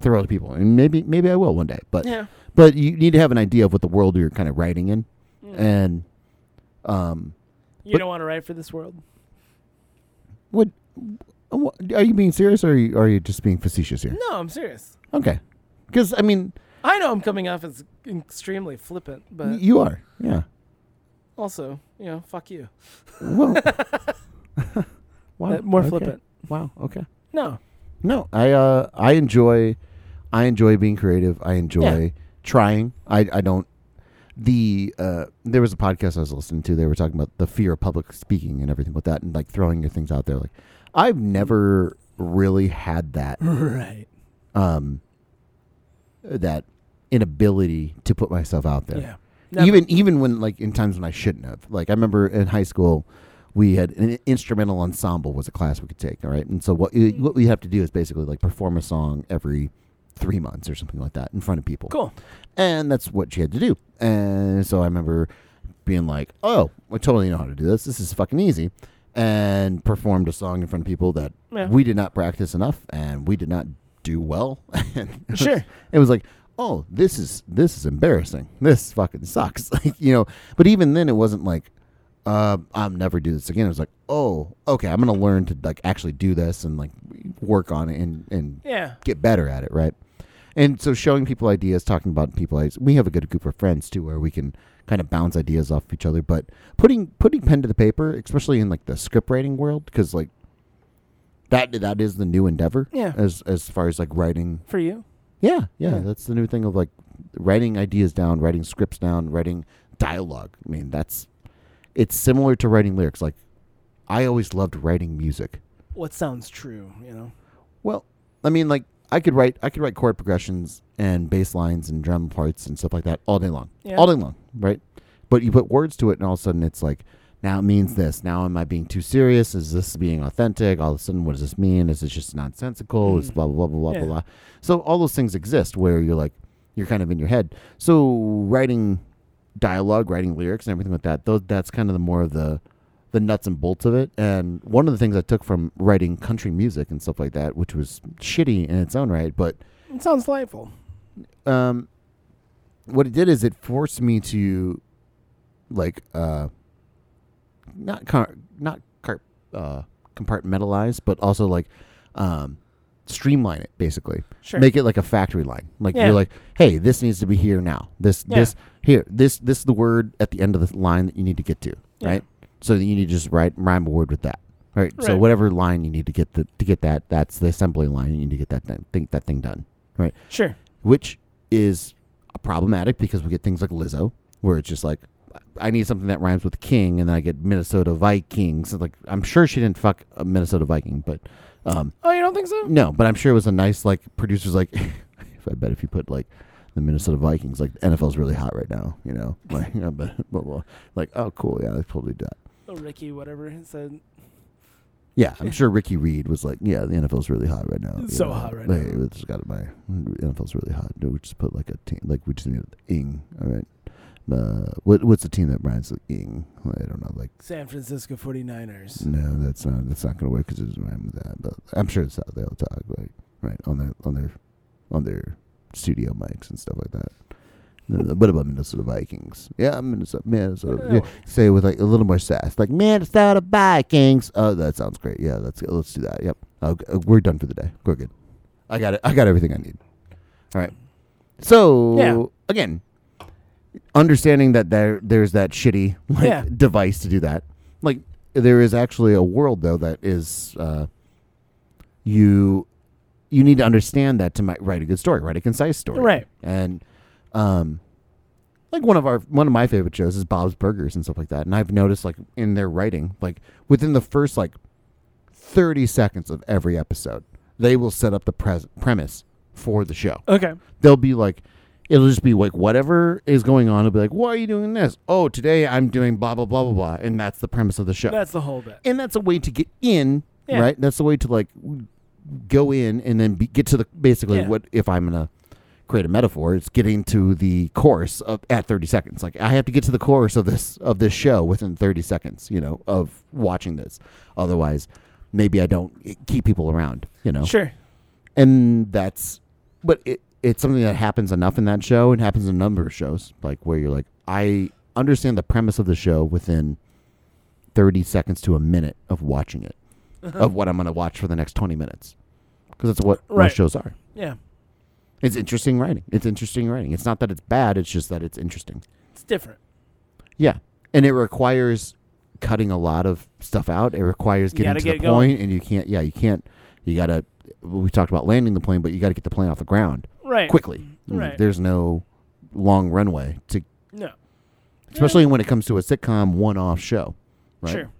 [SPEAKER 1] throw to people, and maybe maybe I will one day. But
[SPEAKER 2] Yeah.
[SPEAKER 1] but you need to have an idea of what the world you're kind of writing in,
[SPEAKER 2] Mm-hmm.
[SPEAKER 1] and um,
[SPEAKER 2] Mm. You
[SPEAKER 1] but-
[SPEAKER 2] don't want to write for this world.
[SPEAKER 1] what are you being serious or are you, are you just being facetious here?
[SPEAKER 2] No, I'm serious.
[SPEAKER 1] Okay, because I mean
[SPEAKER 2] I know I'm coming off as extremely flippant, but
[SPEAKER 1] you are, yeah.
[SPEAKER 2] also, you know, fuck you.
[SPEAKER 1] Well, wow,
[SPEAKER 2] Uh, more
[SPEAKER 1] okay.
[SPEAKER 2] flippant.
[SPEAKER 1] Wow, okay.
[SPEAKER 2] No.
[SPEAKER 1] No, I uh, I enjoy, I enjoy being creative. I enjoy trying. I I don't. The uh, there was a podcast I was listening to. They were talking about the fear of public speaking and everything with that, and like throwing your things out there. Like, I've never really had that
[SPEAKER 2] Right.
[SPEAKER 1] um, that inability to put myself out there.
[SPEAKER 2] Yeah. Never.
[SPEAKER 1] Even even when like in times when I shouldn't have. Like I remember in high school, we had an instrumental ensemble was a class we could take. All right, and so what
[SPEAKER 2] Mm-hmm.
[SPEAKER 1] what we have to do is basically like perform a song every three months or something like that in front of people.
[SPEAKER 2] Cool.
[SPEAKER 1] And that's what she had to do. And so I remember being like, "Oh, I totally know how to do this. This is fucking easy." And performed a song in front of people that
[SPEAKER 2] Yeah.
[SPEAKER 1] we did not practice enough and we did not do well. and it was-
[SPEAKER 2] Sure.
[SPEAKER 1] It was like, oh, this is this is embarrassing. This fucking sucks. Like, you know, but even then it wasn't like uh, I'll never do this again. It was like, oh, okay, I'm gonna learn to like actually do this and like work on it and and
[SPEAKER 2] Yeah.
[SPEAKER 1] get better at it, right? And so showing people ideas, talking about people ideas. We have a good group of friends too, where we can kind of bounce ideas off each other. But putting putting pen to the paper, especially in like the script writing world, because like that that is the new endeavor.
[SPEAKER 2] Yeah.
[SPEAKER 1] As as far as like writing,
[SPEAKER 2] For you.
[SPEAKER 1] yeah, yeah,
[SPEAKER 2] Yeah.
[SPEAKER 1] that's the new thing of like writing ideas down, writing scripts down, writing dialogue. I mean, that's it's similar to writing lyrics. Like I always loved writing music.
[SPEAKER 2] What sounds true, you know?
[SPEAKER 1] Well, I mean, like I could write, I could write chord progressions and bass lines and drum parts and stuff like that all day long,
[SPEAKER 2] Yeah.
[SPEAKER 1] all day long, right? But you put words to it, and all of a sudden it's like, now it means this. Now am I being too serious? Is this being authentic? All of a sudden, what does this mean? Is this just nonsensical? Is
[SPEAKER 2] Mm.
[SPEAKER 1] blah blah blah blah
[SPEAKER 2] Yeah.
[SPEAKER 1] blah blah. So all those things exist where you're like, you're kind of in your head. So writing dialogue, writing lyrics, and everything like that. Those that's kind of the more of the the nuts and bolts of it. And one of the things I took from writing country music and stuff like that, which was shitty in its own right, but
[SPEAKER 2] It sounds delightful.
[SPEAKER 1] um, what it did is it forced me to like uh, not car- not car- uh, compartmentalize, but also like um, streamline it basically
[SPEAKER 2] Sure.
[SPEAKER 1] make it like a factory line. Like
[SPEAKER 2] Yeah.
[SPEAKER 1] you're like, hey, this needs to be here now. This
[SPEAKER 2] Yeah.
[SPEAKER 1] this here this this is the word at the end of the line that you need to get to,
[SPEAKER 2] Yeah.
[SPEAKER 1] right? So that you need to just write rhyme a word with that, right? So
[SPEAKER 2] Right.
[SPEAKER 1] whatever line you need to get the, to get that, that's the assembly line. You need to get that thing, think that thing done, right?
[SPEAKER 2] sure.
[SPEAKER 1] Which is problematic because we get things like Lizzo, where it's just like. I need something that rhymes with king, and then I get Minnesota Vikings. Like I'm sure she didn't fuck a Minnesota Viking, but um,
[SPEAKER 2] Oh, you don't think so?
[SPEAKER 1] no, but I'm sure it was a nice like producers like. I bet if you put like the Minnesota Vikings, like the NFL's really hot right now, you know, like I bet- blah, blah. like oh cool, yeah, let's totally do that.
[SPEAKER 2] Oh, Ricky, whatever he said.
[SPEAKER 1] Yeah, I'm sure Ricky Reed was like, yeah, the NFL's really hot right now.
[SPEAKER 2] It's so hot right
[SPEAKER 1] like,
[SPEAKER 2] now.
[SPEAKER 1] It's got my NFL's really hot. Dude, we just put like a team, like we just need an ing. All right, uh, what what's the team that rhymes with ing? I don't know, like.
[SPEAKER 2] San Francisco 49ers.
[SPEAKER 1] No, that's not that's not gonna work because it doesn't rhyme with that. But I'm sure it's how they'll talk like right on their on their on their studio mics and stuff like that. No, What about Minnesota Vikings? Yeah, I'm Minnesota. Minnesota.
[SPEAKER 2] Yeah.
[SPEAKER 1] Yeah, say it with like a little more sass, like Minnesota Vikings. Oh, that sounds great. Yeah, let's let's do that. Yep. Okay, uh, we're done for the day. We're good. I got it. I got everything I need. All right. So
[SPEAKER 2] Yeah.
[SPEAKER 1] again, understanding that there there's that shitty like,
[SPEAKER 2] Yeah.
[SPEAKER 1] device to do that. Like there is actually a world though that is uh, you you need to understand that to mi- write a good story, write a concise story,
[SPEAKER 2] Right.
[SPEAKER 1] And um, like one of our one of my favorite shows is Bob's Burgers and stuff like that. And I've noticed like in their writing, like within the first like thirty seconds of every episode, they will set up the pres- premise for the show
[SPEAKER 2] Okay.
[SPEAKER 1] they'll be like it'll just be like whatever is going on it'll be like why are you doing this oh today i'm doing blah blah blah blah blah and that's the premise of the show
[SPEAKER 2] That's the whole bit.
[SPEAKER 1] and that's a way to get in
[SPEAKER 2] Yeah.
[SPEAKER 1] right that's a way to like w- go in and then be, get to the basically
[SPEAKER 2] Yeah.
[SPEAKER 1] what if i'm gonna create a metaphor it's getting to the course of at 30 seconds like i have to get to the course of this of this show within 30 seconds you know of watching this otherwise maybe i don't keep people around you know
[SPEAKER 2] Sure.
[SPEAKER 1] and that's but it, it's something that happens enough in that show and happens in a number of shows like where you're like i understand the premise of the show within 30 seconds to a minute of watching it of what i'm going to watch for the next 20 minutes because that's what
[SPEAKER 2] Mm. Right.
[SPEAKER 1] most shows are
[SPEAKER 2] Yeah.
[SPEAKER 1] it's interesting writing it's interesting writing it's not that it's bad it's just that it's interesting
[SPEAKER 2] It's different.
[SPEAKER 1] yeah and it requires cutting a lot of stuff out it requires
[SPEAKER 2] You
[SPEAKER 1] getting
[SPEAKER 2] gotta
[SPEAKER 1] to the
[SPEAKER 2] get going.
[SPEAKER 1] point, and you can't yeah you can't you gotta we talked about landing the plane but you gotta get the plane off the ground
[SPEAKER 2] Right.
[SPEAKER 1] quickly. Mm,
[SPEAKER 2] Right.
[SPEAKER 1] There's no long runway to,
[SPEAKER 2] No.
[SPEAKER 1] especially when it comes to a sitcom one-off show. Right?
[SPEAKER 2] Sure.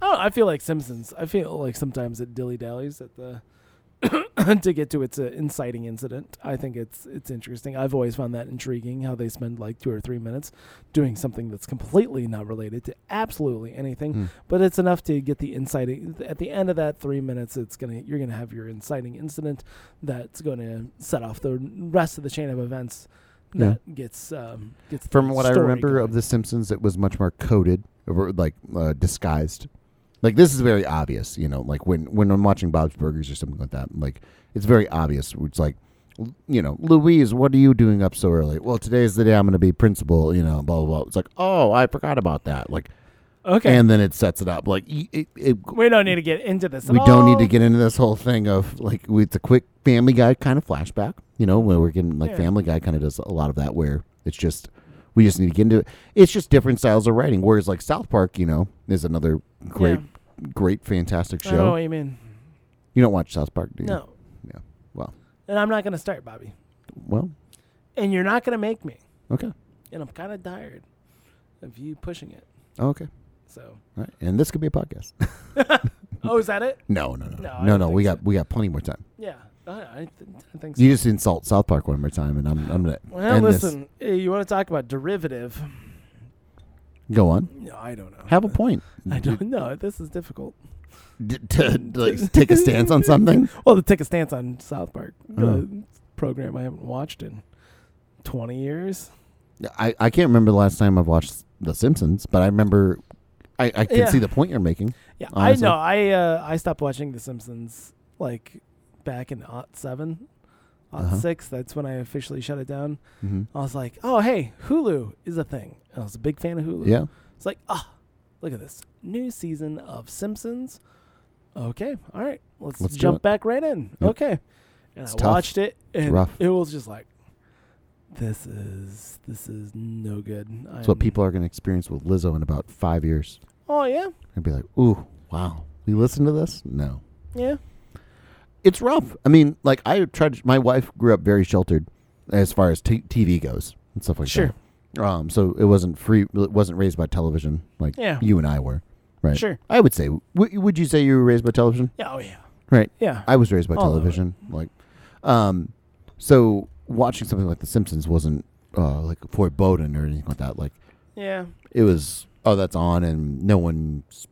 [SPEAKER 2] I don't know, I feel like Simpsons. I feel like sometimes it dilly dallies at the to get to its uh, inciting incident. I think it's it's interesting. I've always found that intriguing how they spend like two or three minutes doing something that's completely not related to absolutely anything,
[SPEAKER 1] Hmm.
[SPEAKER 2] but it's enough to get the inciting. At the end of that three minutes, it's gonna you're gonna have your inciting incident that's gonna set off the rest of the chain of events
[SPEAKER 1] Yeah.
[SPEAKER 2] that gets um, gets. the
[SPEAKER 1] From what I
[SPEAKER 2] story
[SPEAKER 1] remember of
[SPEAKER 2] going.
[SPEAKER 1] The Simpsons, it was much more coded, or like uh, disguised. Like this is very obvious, you know. Like when when I'm watching Bob's Burgers or something like that, like it's very obvious. It's like you know, Louise, what are you doing up so early? Well, today's the day I'm going to be principal, you know, blah, blah, blah. It's like, oh, I forgot about that. Like,
[SPEAKER 2] Okay.
[SPEAKER 1] and then it sets it up. Like, y- it, it,
[SPEAKER 2] we don't need to get into this. at
[SPEAKER 1] we don't need
[SPEAKER 2] all.
[SPEAKER 1] to get into this whole thing of like, we- it's a quick family guy kind of flashback, you know, where we're getting like
[SPEAKER 2] Yeah.
[SPEAKER 1] family guy kind of does a lot of that where it's just, we just need to get into it. It's just different styles of writing. Whereas like South Park, you know, is another great, great, fantastic
[SPEAKER 2] I don't know
[SPEAKER 1] show.
[SPEAKER 2] what you mean.
[SPEAKER 1] you don't watch South Park, do you?
[SPEAKER 2] No.
[SPEAKER 1] Yeah. Well.
[SPEAKER 2] And I'm not going to start, Bobby.
[SPEAKER 1] Well,
[SPEAKER 2] And you're not going to make me.
[SPEAKER 1] okay.
[SPEAKER 2] And I'm kind of tired of you pushing it.
[SPEAKER 1] Oh, okay.
[SPEAKER 2] So.
[SPEAKER 1] All right. And this could be a podcast.
[SPEAKER 2] Oh, is that it?
[SPEAKER 1] No, no, no,
[SPEAKER 2] No, I
[SPEAKER 1] no, no.
[SPEAKER 2] don't think
[SPEAKER 1] we
[SPEAKER 2] so.
[SPEAKER 1] got we got plenty more time.
[SPEAKER 2] Yeah. I, I, th- I think so.
[SPEAKER 1] You just insult South Park one more time, and I'm I'm gonna
[SPEAKER 2] well,
[SPEAKER 1] end this.
[SPEAKER 2] listen, eh, you want to talk about derivative?
[SPEAKER 1] Go on,
[SPEAKER 2] No, I don't know.
[SPEAKER 1] have a point.
[SPEAKER 2] I don't know. This is difficult.
[SPEAKER 1] D- to like, take a stance on something.
[SPEAKER 2] Well, to take a stance on South Park,
[SPEAKER 1] Oh.
[SPEAKER 2] the program I haven't watched in 20 years.
[SPEAKER 1] I I can't remember the last time I've watched The Simpsons, but I remember. I, I can
[SPEAKER 2] Yeah.
[SPEAKER 1] see the point you're making.
[SPEAKER 2] Yeah,
[SPEAKER 1] Honestly.
[SPEAKER 2] I know. I uh, I stopped watching The Simpsons like back in aught seven, aught
[SPEAKER 1] Uh-huh.
[SPEAKER 2] six. That's when I officially shut it down.
[SPEAKER 1] Mhm.
[SPEAKER 2] I was like, oh hey, Hulu is a thing. I was a big fan of Hulu.
[SPEAKER 1] Yeah,
[SPEAKER 2] It's like ah, look at this new season of Simpsons. Okay, all right, let's,
[SPEAKER 1] Let's do it.
[SPEAKER 2] jump back right in.
[SPEAKER 1] Yep.
[SPEAKER 2] Okay, and
[SPEAKER 1] It's
[SPEAKER 2] I
[SPEAKER 1] tough.
[SPEAKER 2] watched it, and
[SPEAKER 1] rough.
[SPEAKER 2] it was just like, this is this is no good.
[SPEAKER 1] that's what people are going to experience with Lizzo in about five years.
[SPEAKER 2] Oh yeah,
[SPEAKER 1] And be like, ooh, wow, we listened to this? No,
[SPEAKER 2] yeah.
[SPEAKER 1] it's rough. I mean, like I tried. My wife grew up very sheltered as far as t- TV goes and stuff like
[SPEAKER 2] Sure.
[SPEAKER 1] that. Um, so it wasn't free. It wasn't raised by television like
[SPEAKER 2] Yeah.
[SPEAKER 1] you and I were, right?
[SPEAKER 2] Sure.
[SPEAKER 1] I would say. W- would you say you were raised by television?
[SPEAKER 2] Yeah. Oh yeah.
[SPEAKER 1] Right.
[SPEAKER 2] Yeah.
[SPEAKER 1] I was raised by
[SPEAKER 2] All of it.
[SPEAKER 1] television. Like, um, so watching something like The Simpsons wasn't uh, like foreboding or anything like that. Like
[SPEAKER 2] yeah.
[SPEAKER 1] it was, oh, that's on, and no one's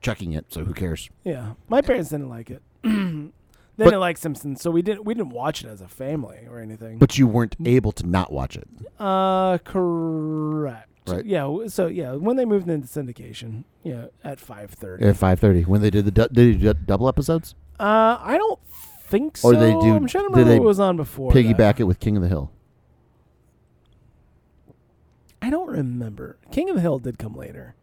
[SPEAKER 1] checking it, so who cares?
[SPEAKER 2] Yeah, my parents didn't like it. they
[SPEAKER 1] But-
[SPEAKER 2] didn't like Simpsons, so we didn't we didn't watch it as a family or anything.
[SPEAKER 1] But you weren't
[SPEAKER 2] Mm-hmm.
[SPEAKER 1] able to not watch it.
[SPEAKER 2] uh, correct.
[SPEAKER 1] Right.
[SPEAKER 2] Yeah. w- So yeah, when they moved into syndication, yeah, at five thirty.
[SPEAKER 1] at five thirty when they did the du- did they do double episodes.
[SPEAKER 2] Uh, I don't think so.
[SPEAKER 1] Or they do-
[SPEAKER 2] I'm trying to
[SPEAKER 1] do
[SPEAKER 2] remember
[SPEAKER 1] they
[SPEAKER 2] what was on before. that.
[SPEAKER 1] Piggyback it with King of the Hill.
[SPEAKER 2] I don't remember. King of the Hill did come later.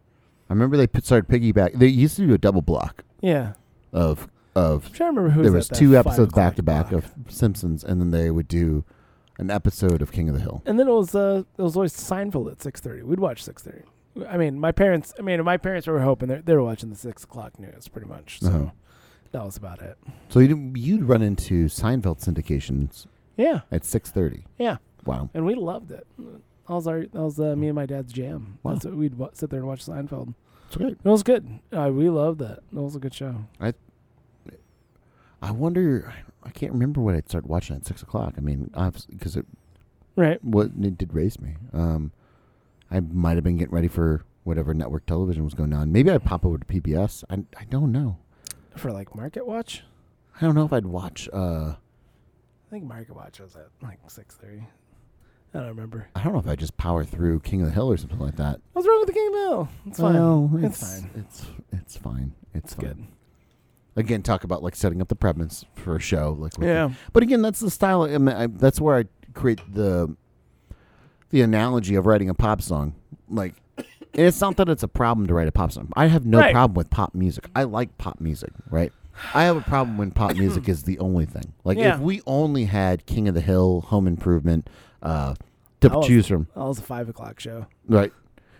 [SPEAKER 1] I remember they p- started piggyback. They used to do a double block
[SPEAKER 2] Yeah,
[SPEAKER 1] of of.
[SPEAKER 2] I'm trying to remember who.
[SPEAKER 1] there was
[SPEAKER 2] was at that
[SPEAKER 1] two
[SPEAKER 2] five
[SPEAKER 1] episodes back to
[SPEAKER 2] o'clock
[SPEAKER 1] back of Simpsons, and then they would do an episode of King of the Hill.
[SPEAKER 2] And then it was uh, it was always Seinfeld at six thirty. We'd watch six thirty. I mean, my parents. I mean, my parents were hoping they they were watching the six o'clock news pretty much. So
[SPEAKER 1] Uh-huh.
[SPEAKER 2] that was about it.
[SPEAKER 1] So you'd you'd run into Seinfeld syndications
[SPEAKER 2] Yeah,
[SPEAKER 1] at six thirty.
[SPEAKER 2] yeah,
[SPEAKER 1] Wow.
[SPEAKER 2] and we loved it. That was our that was uh, me and my dad's jam.
[SPEAKER 1] Wow.
[SPEAKER 2] That's what we'd wa- sit there and watch Seinfeld.
[SPEAKER 1] That's great.
[SPEAKER 2] It was good. Uh, we loved that. It was a good show.
[SPEAKER 1] I wonder. I can't remember what I'd start watching at six o'clock. I mean, because it
[SPEAKER 2] Right.
[SPEAKER 1] what it did raise me. Um, I might have been getting ready for whatever network television was going on. Maybe I'd pop over to PBS. I I don't know.
[SPEAKER 2] For like Market Watch,
[SPEAKER 1] I don't know if I'd watch. Uh,
[SPEAKER 2] I think Market Watch was at like six thirty. I don't remember.
[SPEAKER 1] I don't know if I'd just power through King of the Hill or something like that.
[SPEAKER 2] What's wrong with the King of the Hill? It's fine.
[SPEAKER 1] Well,
[SPEAKER 2] It's fine.
[SPEAKER 1] It's it's fine. It's,
[SPEAKER 2] it's
[SPEAKER 1] fine.
[SPEAKER 2] good.
[SPEAKER 1] Again, talk about like setting up the premise for a show. Like with the-
[SPEAKER 2] Yeah.
[SPEAKER 1] But again, that's the style. I mean, I, that's where I create the the analogy of writing a pop song. Like, and it's not that it's a problem to write a pop song. I have no
[SPEAKER 2] Right.
[SPEAKER 1] problem with pop music. I like pop music, right? I have a problem when pop music is the only thing. Like,
[SPEAKER 2] Yeah.
[SPEAKER 1] if we only had King of the Hill, Home Improvement, uh, to
[SPEAKER 2] I was-
[SPEAKER 1] choose from,
[SPEAKER 2] That was a five o'clock show.
[SPEAKER 1] right?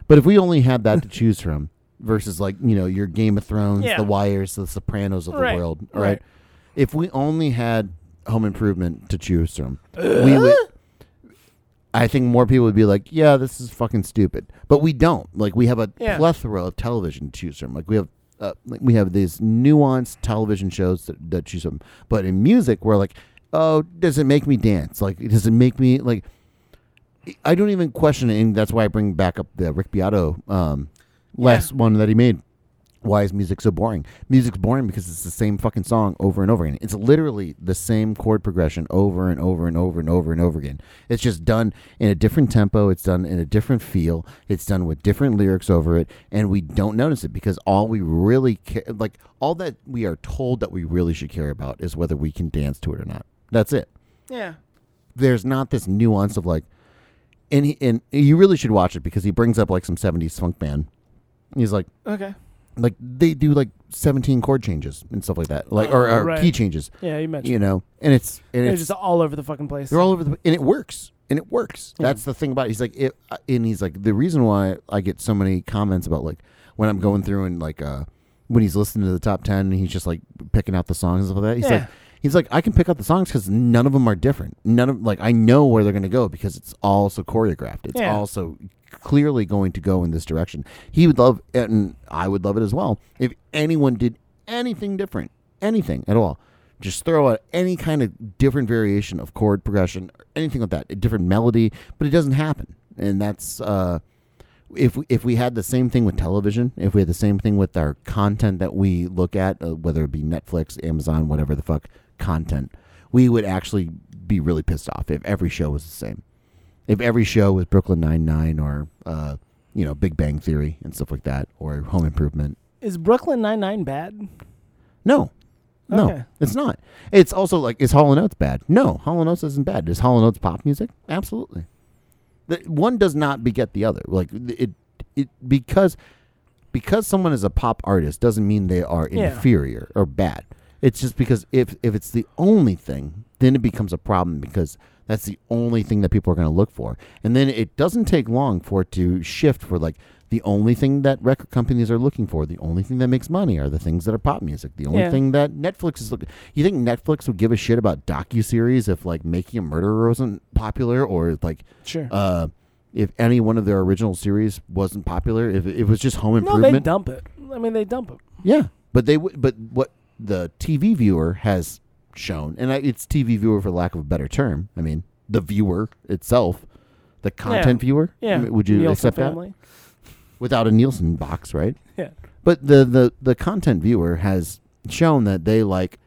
[SPEAKER 1] But if we only had that to choose from, versus like you know your Game of Thrones,
[SPEAKER 2] Yeah.
[SPEAKER 1] The Wires, The Sopranos of
[SPEAKER 2] Right.
[SPEAKER 1] the world, all right
[SPEAKER 2] Right.
[SPEAKER 1] if we only had home improvement to choose from we would i think more people would be like yeah this is fucking stupid but we don't like we have a
[SPEAKER 2] Yeah.
[SPEAKER 1] plethora of television to choose from like we have uh, like we have these nuanced television shows that, that choose from but in music we're like oh does it make me dance like does it make me like i don't even question it and that's why i bring back up the rick beato um last one that he made why is music so boring? Music's boring because it's the same fucking song over and over again. It's literally the same chord progression over and over and over and over and over again. It's just done in a different tempo, it's done in a different feel, it's done with different lyrics over it, and we don't notice it because all we really care like all that we are told that we really should care about is whether we can dance to it or not. That's it.
[SPEAKER 2] Yeah.
[SPEAKER 1] there's not this nuance of like, and he, and you really should watch it because he brings up like some '70s funk band. He's like,
[SPEAKER 2] Okay.
[SPEAKER 1] like they do like 17 chord changes and stuff like that, like or, or
[SPEAKER 2] Right.
[SPEAKER 1] key changes,
[SPEAKER 2] Yeah, you mentioned.
[SPEAKER 1] you know. And it's and
[SPEAKER 2] They're
[SPEAKER 1] it's
[SPEAKER 2] just all over the fucking place.
[SPEAKER 1] they're all over the and it works and it works. That's the thing about it. he's like it, uh, and he's like the reason why I get so many comments about like when I'm going through and like uh when he's listening to the top 10 and he's just like picking out the songs and stuff like that. He's
[SPEAKER 2] Yeah.
[SPEAKER 1] like he's like I can pick out the songs cuz none of them are different. None of like I know where they're going to go because it's all so choreographed. It's
[SPEAKER 2] Yeah.
[SPEAKER 1] all so clearly going to go in this direction. He would love it and I would love it as well if anyone did anything different, anything at all. Just throw out any kind of different variation of chord progression, or anything like that, a different melody, but it doesn't happen. And that's uh, if we, if we had the same thing with television, if we had the same thing with our content that we look at, uh, whether it be Netflix, Amazon, whatever the fuck content, we would actually be really pissed off if every show was the same. If every show was Brooklyn Nine Nine or uh, you know Big Bang Theory and stuff like that, or Home Improvement.
[SPEAKER 2] Is Brooklyn Nine Nine bad?
[SPEAKER 1] No, no,
[SPEAKER 2] Okay.
[SPEAKER 1] it's not. It's also like is Hall and Oates bad? No, Hall and Oates isn't bad. Is Hall and Oates pop music? Absolutely. The, one does not beget the other. Like it, it because because someone is a pop artist doesn't mean they are
[SPEAKER 2] Yeah.
[SPEAKER 1] inferior or bad. It's just because if if it's the only thing, then it becomes a problem because that's the only thing that people are going to look for. And then it doesn't take long for it to shift for like the only thing that record companies are looking for, the only thing that makes money are the things that are pop music. The only
[SPEAKER 2] Yeah.
[SPEAKER 1] thing that Netflix is looking. You think Netflix would give a shit about docuseries if like Making a Murderer wasn't popular or like
[SPEAKER 2] Sure.
[SPEAKER 1] uh, if any one of their original series wasn't popular, if it was just Home
[SPEAKER 2] no, they
[SPEAKER 1] Improvement,
[SPEAKER 2] dump it. I mean, they dump it.
[SPEAKER 1] yeah. But they w- but what the TV viewer has shown, and I, it's TV viewer for lack of a better term. I mean, the viewer itself, the content viewer.
[SPEAKER 2] Yeah.
[SPEAKER 1] M- Would you
[SPEAKER 2] Nielsen
[SPEAKER 1] accept that
[SPEAKER 2] family?
[SPEAKER 1] without a Nielsen box, right?
[SPEAKER 2] Yeah.
[SPEAKER 1] But the the the content viewer has shown that they like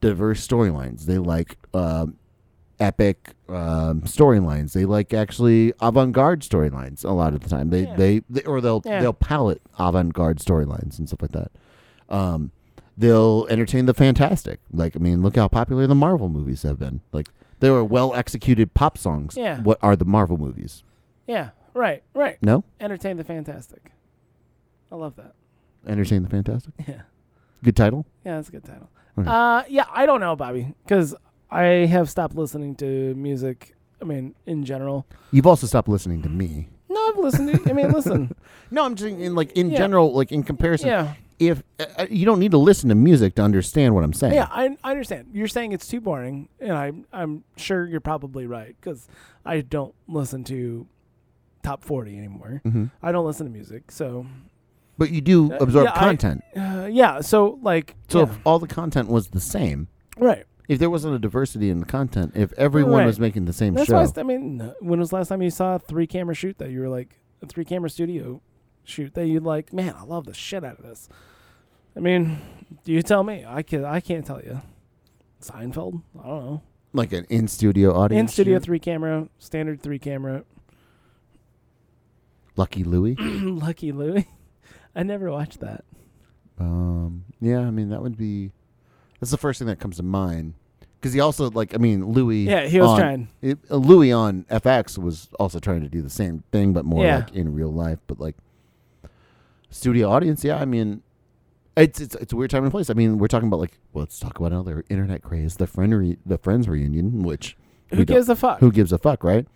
[SPEAKER 1] diverse storylines. They like um, epic um, storylines. They like actually avant-garde storylines a lot of the time. They
[SPEAKER 2] Yeah.
[SPEAKER 1] they, they or they'll
[SPEAKER 2] Yeah.
[SPEAKER 1] they'll palette avant-garde storylines and stuff like that. Um, they'll entertain the fantastic. Like I mean, look how popular the Marvel movies have been. Like there are well-executed pop songs.
[SPEAKER 2] Yeah.
[SPEAKER 1] What are the Marvel movies?
[SPEAKER 2] Yeah. Right. Right.
[SPEAKER 1] No,
[SPEAKER 2] Entertain the fantastic. I love that.
[SPEAKER 1] entertain the fantastic.
[SPEAKER 2] Yeah.
[SPEAKER 1] Good title.
[SPEAKER 2] Yeah, that's a good title.
[SPEAKER 1] Okay.
[SPEAKER 2] Uh, yeah, I don't know, Bobby, because I have stopped listening to music. I mean, in general.
[SPEAKER 1] You've also stopped listening to me.
[SPEAKER 2] No, I've listened to. I mean, listen.
[SPEAKER 1] No, I'm just in like in
[SPEAKER 2] Yeah.
[SPEAKER 1] general, like in comparison.
[SPEAKER 2] yeah.
[SPEAKER 1] If uh, uh, you don't need to listen to music to understand what I'm saying,
[SPEAKER 2] Yeah, I, I understand. You're saying it's too boring, and I'm I'm sure you're probably right because I don't listen to top forty anymore.
[SPEAKER 1] Mhm.
[SPEAKER 2] I don't listen to music, so
[SPEAKER 1] but you do
[SPEAKER 2] Uh,
[SPEAKER 1] absorb
[SPEAKER 2] yeah, I-
[SPEAKER 1] content.
[SPEAKER 2] uh, yeah. So like,
[SPEAKER 1] so
[SPEAKER 2] yeah,
[SPEAKER 1] if all the content was the same,
[SPEAKER 2] right.
[SPEAKER 1] if there wasn't a diversity in the content, if everyone
[SPEAKER 2] Right.
[SPEAKER 1] was making the same
[SPEAKER 2] That's
[SPEAKER 1] show,
[SPEAKER 2] why I, st- I mean, when was the last time you saw a three camera shoot that you were like a three camera studio shoot that you'd like? Man, I love the shit out of this. I mean, you tell me. I can I can't tell you. Seinfeld. I don't know.
[SPEAKER 1] like an in studio audience,
[SPEAKER 2] In studio
[SPEAKER 1] shoot,
[SPEAKER 2] three camera, standard three camera.
[SPEAKER 1] Lucky Louie.
[SPEAKER 2] Lucky Louie. I never watched that.
[SPEAKER 1] Um, yeah, I mean that would be. That's the first thing that comes to mind because he also like I mean Louis.
[SPEAKER 2] Yeah, he was
[SPEAKER 1] on-
[SPEAKER 2] trying.
[SPEAKER 1] It, uh, Louis on FX was also trying to do the same thing, but more
[SPEAKER 2] Yeah.
[SPEAKER 1] like in real life. But like studio audience, yeah. I mean, it's it's it's a weird time and place. I mean, we're talking about like well, let's talk about another internet craze, the friend re- the Friends reunion, which we
[SPEAKER 2] Who
[SPEAKER 1] don't-
[SPEAKER 2] gives a fuck?
[SPEAKER 1] who gives a fuck, right?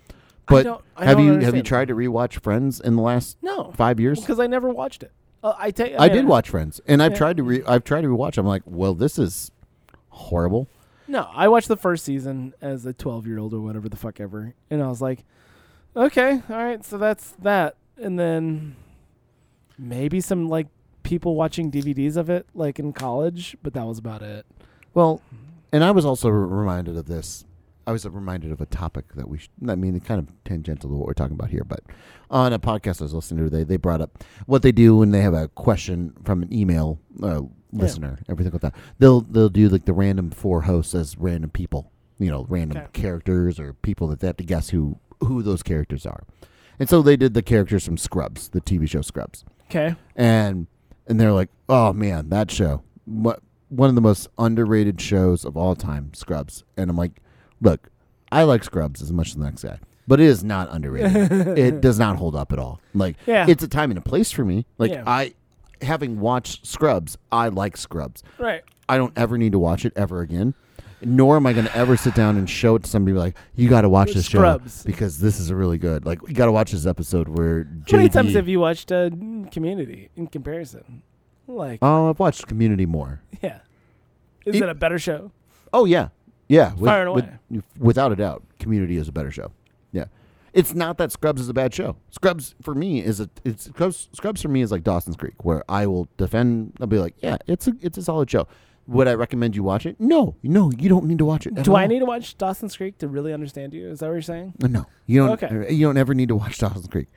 [SPEAKER 2] I
[SPEAKER 1] But
[SPEAKER 2] don't, I
[SPEAKER 1] have
[SPEAKER 2] don't
[SPEAKER 1] you have you
[SPEAKER 2] understand.
[SPEAKER 1] tried to rewatch Friends in the last
[SPEAKER 2] No,
[SPEAKER 1] five years?
[SPEAKER 2] because I never watched it. Uh, I tell you,
[SPEAKER 1] I did watch Friends, and I've
[SPEAKER 2] Yeah.
[SPEAKER 1] tried to re- I've tried to rewatch. I'm like, well, this is horrible.
[SPEAKER 2] No, I watched the first season as a twelve-year-old or whatever the fuck ever, and I was like, okay, all right, so that's that, and then maybe some like people watching DVDs of it, like in college, but that was about it.
[SPEAKER 1] Well, and I was also reminded of this. I was reminded of a topic that we, sh I mean, kind of tangential to what we're talking about here, but on a podcast I was listening to, they, they brought up what they do when they have a question from an email uh, listener, everything like that. They'll they'll do like the random four hosts as random people, you know, random
[SPEAKER 2] Okay.
[SPEAKER 1] characters or people that they have to guess who who those characters are. And so they did the characters from Scrubs, the TV show Scrubs
[SPEAKER 2] Okay,
[SPEAKER 1] and and they're like, "Oh man, that show, what one of the most underrated shows of all time, Scrubs." And I'm like, "Look, I like Scrubs as much as the next guy, but it is not underrated. it does not hold up at all. Like
[SPEAKER 2] Yeah.
[SPEAKER 1] it's a time and a place for me. Like
[SPEAKER 2] Yeah.
[SPEAKER 1] I having watched Scrubs, I like Scrubs.
[SPEAKER 2] Right.
[SPEAKER 1] I don't ever need to watch it ever again. Nor am I going to ever sit down and show it to somebody like you got to watch this
[SPEAKER 2] Scrubs.
[SPEAKER 1] show because this is really good. Like you got to watch this episode where JD.
[SPEAKER 2] How many times have you watched uh, Community in comparison? Like,
[SPEAKER 1] oh, I've watched Community more.
[SPEAKER 2] yeah. Is
[SPEAKER 1] it-
[SPEAKER 2] it, a better show?
[SPEAKER 1] Oh yeah, yeah, with-
[SPEAKER 2] Fire and
[SPEAKER 1] with-
[SPEAKER 2] away.
[SPEAKER 1] without a doubt, Community is a better show. Yeah, it's not that Scrubs is a bad show. Scrubs for me is a it's Scrubs, Scrubs for me is like Dawson's Creek, where I will defend. I'll be like, yeah, it's a it's a solid show. Would I recommend you watch it? No, no, you don't need to watch it. at
[SPEAKER 2] Do I
[SPEAKER 1] all.
[SPEAKER 2] need to watch Dawson's Creek to really understand you? Is that what you're saying?
[SPEAKER 1] No, you don't.
[SPEAKER 2] Okay.
[SPEAKER 1] You don't ever need to watch Dawson's Creek.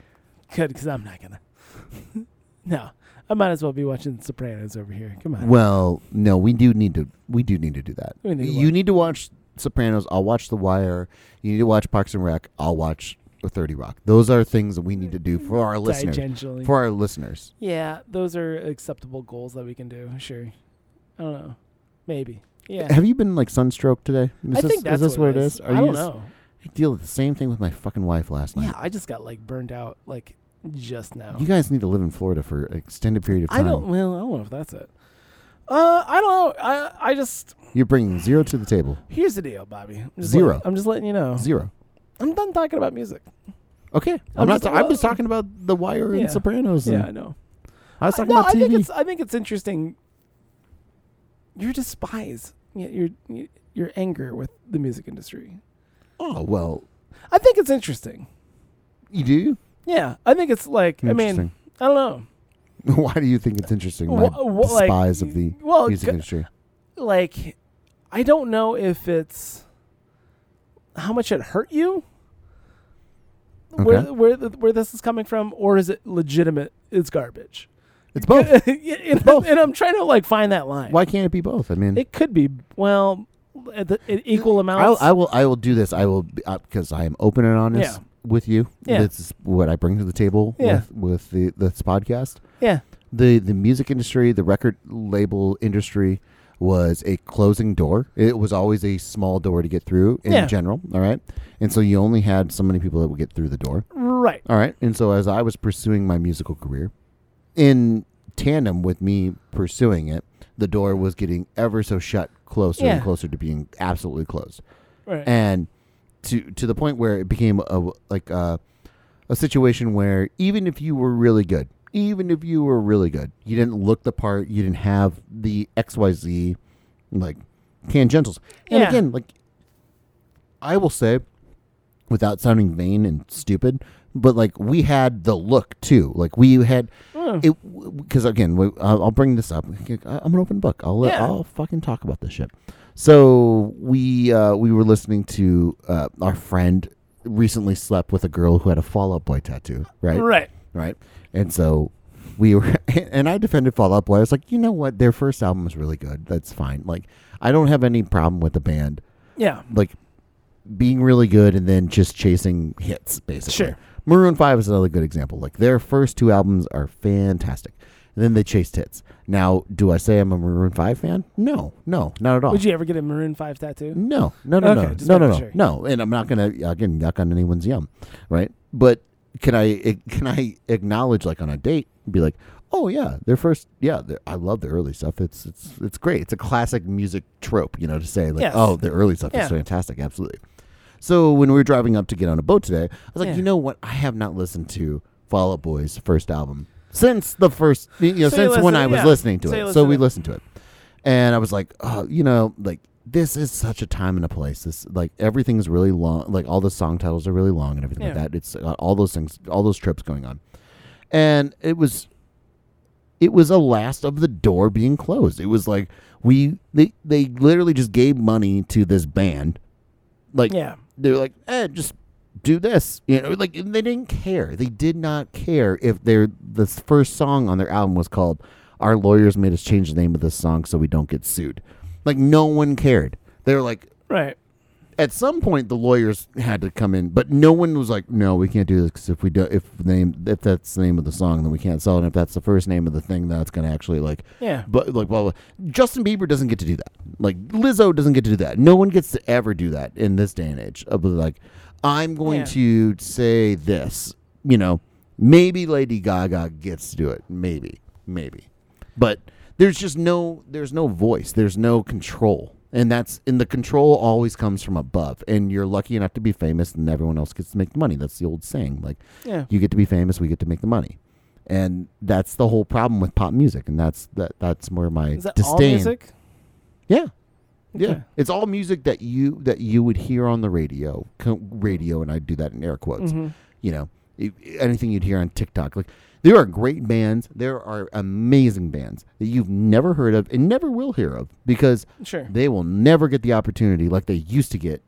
[SPEAKER 2] Good, because I'm not gonna. no, I might as well be watching Sopranos over here. Come on.
[SPEAKER 1] Well, no, we do need to. We do need to do that.
[SPEAKER 2] We need to
[SPEAKER 1] you
[SPEAKER 2] watch-
[SPEAKER 1] need to watch Sopranos. I'll watch The Wire. You need to watch Parks and Rec. I'll watch Thirty Rock. Those are things that we need to
[SPEAKER 2] Mm-hmm.
[SPEAKER 1] do for our listeners.
[SPEAKER 2] Tangentially.
[SPEAKER 1] For our listeners,
[SPEAKER 2] yeah, those are acceptable goals that we can do. Sure. I don't know. Maybe. Yeah.
[SPEAKER 1] have you been like sunstroke today? Is
[SPEAKER 2] I
[SPEAKER 1] this,
[SPEAKER 2] think
[SPEAKER 1] is
[SPEAKER 2] that's
[SPEAKER 1] this what it is?
[SPEAKER 2] I
[SPEAKER 1] you
[SPEAKER 2] don't
[SPEAKER 1] just-
[SPEAKER 2] know.
[SPEAKER 1] I deal with the same thing with my fucking wife last
[SPEAKER 2] Yeah,
[SPEAKER 1] night.
[SPEAKER 2] I just got like burned out like just now.
[SPEAKER 1] You guys need to live in Florida for an extended period of
[SPEAKER 2] I
[SPEAKER 1] time.
[SPEAKER 2] don't. Well, I don't know if that's it. Uh, I don't know. I I just
[SPEAKER 1] You're bringing zero to the table.
[SPEAKER 2] here's the deal, Bobby. I'm just
[SPEAKER 1] Zero.
[SPEAKER 2] letting- I'm just letting you know.
[SPEAKER 1] Zero.
[SPEAKER 2] I'm done talking about music.
[SPEAKER 1] Okay, I'm,
[SPEAKER 2] Oh. I'm
[SPEAKER 1] not.
[SPEAKER 2] just-
[SPEAKER 1] ta- I'm just talking about The Wire
[SPEAKER 2] Yeah.
[SPEAKER 1] and Sopranos. And
[SPEAKER 2] Yeah, I know.
[SPEAKER 1] I was talking
[SPEAKER 2] no,
[SPEAKER 1] about TV.
[SPEAKER 2] I think it's I think it's interesting. Your despise, y- your y- your anger with the music industry.
[SPEAKER 1] oh well,
[SPEAKER 2] I think it's interesting.
[SPEAKER 1] you do.
[SPEAKER 2] Yeah, I think it's like I mean
[SPEAKER 1] Interesting.
[SPEAKER 2] I don't know.
[SPEAKER 1] Why do you think it's interesting? My
[SPEAKER 2] Wha- wha- like,
[SPEAKER 1] despise of the
[SPEAKER 2] well,
[SPEAKER 1] music
[SPEAKER 2] g-
[SPEAKER 1] industry.
[SPEAKER 2] like I don't know if it's how much it hurt you. Where
[SPEAKER 1] Okay.
[SPEAKER 2] where th- where this is coming from, or is it legitimate? It's garbage.
[SPEAKER 1] It's both.
[SPEAKER 2] Yeah, and,
[SPEAKER 1] both.
[SPEAKER 2] and I'm trying to like find that line.
[SPEAKER 1] Why can't it be both? I mean,
[SPEAKER 2] It could be well, at the, at equal
[SPEAKER 1] I,
[SPEAKER 2] amounts.
[SPEAKER 1] I will. I will do this. I will because I am open and honest
[SPEAKER 2] Yeah.
[SPEAKER 1] with you.
[SPEAKER 2] Yeah.
[SPEAKER 1] This is what I bring to the table
[SPEAKER 2] Yeah.
[SPEAKER 1] with with the this podcast.
[SPEAKER 2] yeah,
[SPEAKER 1] the The music industry, the record label industry, was a closing door. It was always a small door to get through in
[SPEAKER 2] Yeah.
[SPEAKER 1] general. All right, and so you only had so many people that would get through the door.
[SPEAKER 2] right.
[SPEAKER 1] All right. And so as I was pursuing my musical career, in tandem with me pursuing it, the door was getting ever so shut closer and
[SPEAKER 2] Yeah.
[SPEAKER 1] closer to being absolutely closed.
[SPEAKER 2] Right.
[SPEAKER 1] And to to the point where it became a like a, a situation where even if you were really good, even if you were really good, you didn't look the part, you didn't have the XYZ like tangentials. And
[SPEAKER 2] Yeah.
[SPEAKER 1] again, like I will say without sounding vain and stupid, but like we had the look too. Like we had
[SPEAKER 2] Mm.
[SPEAKER 1] it because again, we, I'll I'll bring this up. I- I'm an open book. I'll let-
[SPEAKER 2] Yeah.
[SPEAKER 1] I'll fucking talk about this shit. So we uh, we were listening to uh, our friend recently slept with a girl who had a Fall Out Boy tattoo, right?
[SPEAKER 2] right.
[SPEAKER 1] right? And so we were, and I defended Fall Out Boy. I was like, you know what? Their first album was really good. That's fine. Like, I don't have any problem with the band
[SPEAKER 2] Yeah.
[SPEAKER 1] like being really good and then just chasing hits basically.
[SPEAKER 2] Sure.
[SPEAKER 1] Maroon 5 is another good example. Like their first two albums are fantastic. And then they chased hits. Now, do I say I'm a Maroon 5 fan? No. No, not at all.
[SPEAKER 2] Would you ever get a Maroon Five tattoo?
[SPEAKER 1] no. No, no,
[SPEAKER 2] Okay, just
[SPEAKER 1] no. No, no, no.
[SPEAKER 2] making sure.
[SPEAKER 1] No, and I'm not going to again yuck on anyone's yum, right? But can I eh, can I acknowledge like on a date and be like, "Oh yeah, their first yeah, their- I love the early stuff. It's it's it's great. It's a classic music trope, you know, to say like,
[SPEAKER 2] Yes.
[SPEAKER 1] "Oh, the early stuff
[SPEAKER 2] Yeah.
[SPEAKER 1] is fantastic." Absolutely. So when we were driving up to get on a boat today, I was like,
[SPEAKER 2] Yeah.
[SPEAKER 1] you know what? I have not listened to Fall Out Boy's first album since the first, you know,
[SPEAKER 2] So you
[SPEAKER 1] since when
[SPEAKER 2] listen-
[SPEAKER 1] I was
[SPEAKER 2] yeah.
[SPEAKER 1] listening to
[SPEAKER 2] So you
[SPEAKER 1] it.
[SPEAKER 2] listen
[SPEAKER 1] So
[SPEAKER 2] to
[SPEAKER 1] we
[SPEAKER 2] it.
[SPEAKER 1] listened to it, and I was like, oh, you know, like this is such a time and a place. This like everything's really long. Like all the song titles are really long and everything
[SPEAKER 2] Yeah.
[SPEAKER 1] like that. It's uh, all those things, all those trips going on, and it was it was a last of the door being closed. It was like we they they literally just gave money to this band. Like
[SPEAKER 2] Yeah.
[SPEAKER 1] they were like, eh, just do this. You know, like and they didn't care. They did not care if their this first song on their album was called Our Lawyers Made Us Change the Name of This Song So We Don't Get Sued. Like no one cared. They were like,
[SPEAKER 2] Right.
[SPEAKER 1] at some point the lawyers had to come in, but no one was like, "No, we can't do this because if we do, if the name, if that's the name of the song, then we can't sell it. And if that's the first name of the thing, that's going to actually like,
[SPEAKER 2] Yeah.
[SPEAKER 1] but like, blah, blah. Justin Bieber doesn't get to do that. Like Lizzo doesn't get to do that. No one gets to ever do that in this day and age. Of like, I'm going to
[SPEAKER 2] Yeah.
[SPEAKER 1] say this. You know, maybe Lady Gaga gets to do it. Maybe, maybe, but there's just no there's no voice. There's no control. And that's and the control always comes from above. And you're lucky enough to be famous, and everyone else gets to make the money. That's the old saying. Like
[SPEAKER 2] Yeah.
[SPEAKER 1] you get to be famous, we get to make the money. And that's the whole problem with pop music, and that's that that's where my
[SPEAKER 2] Is that
[SPEAKER 1] disdain.
[SPEAKER 2] all music?
[SPEAKER 1] Yeah, yeah,
[SPEAKER 2] Okay.
[SPEAKER 1] it's all music that you that you would hear on the radio, co- radio, and I do that in air quotes.
[SPEAKER 2] Mhm.
[SPEAKER 1] You know, i- anything you'd hear on TikTok. Like there are great bands, there are amazing bands that you've never heard of and never will hear of because
[SPEAKER 2] Sure.
[SPEAKER 1] they will never get the opportunity like they used to get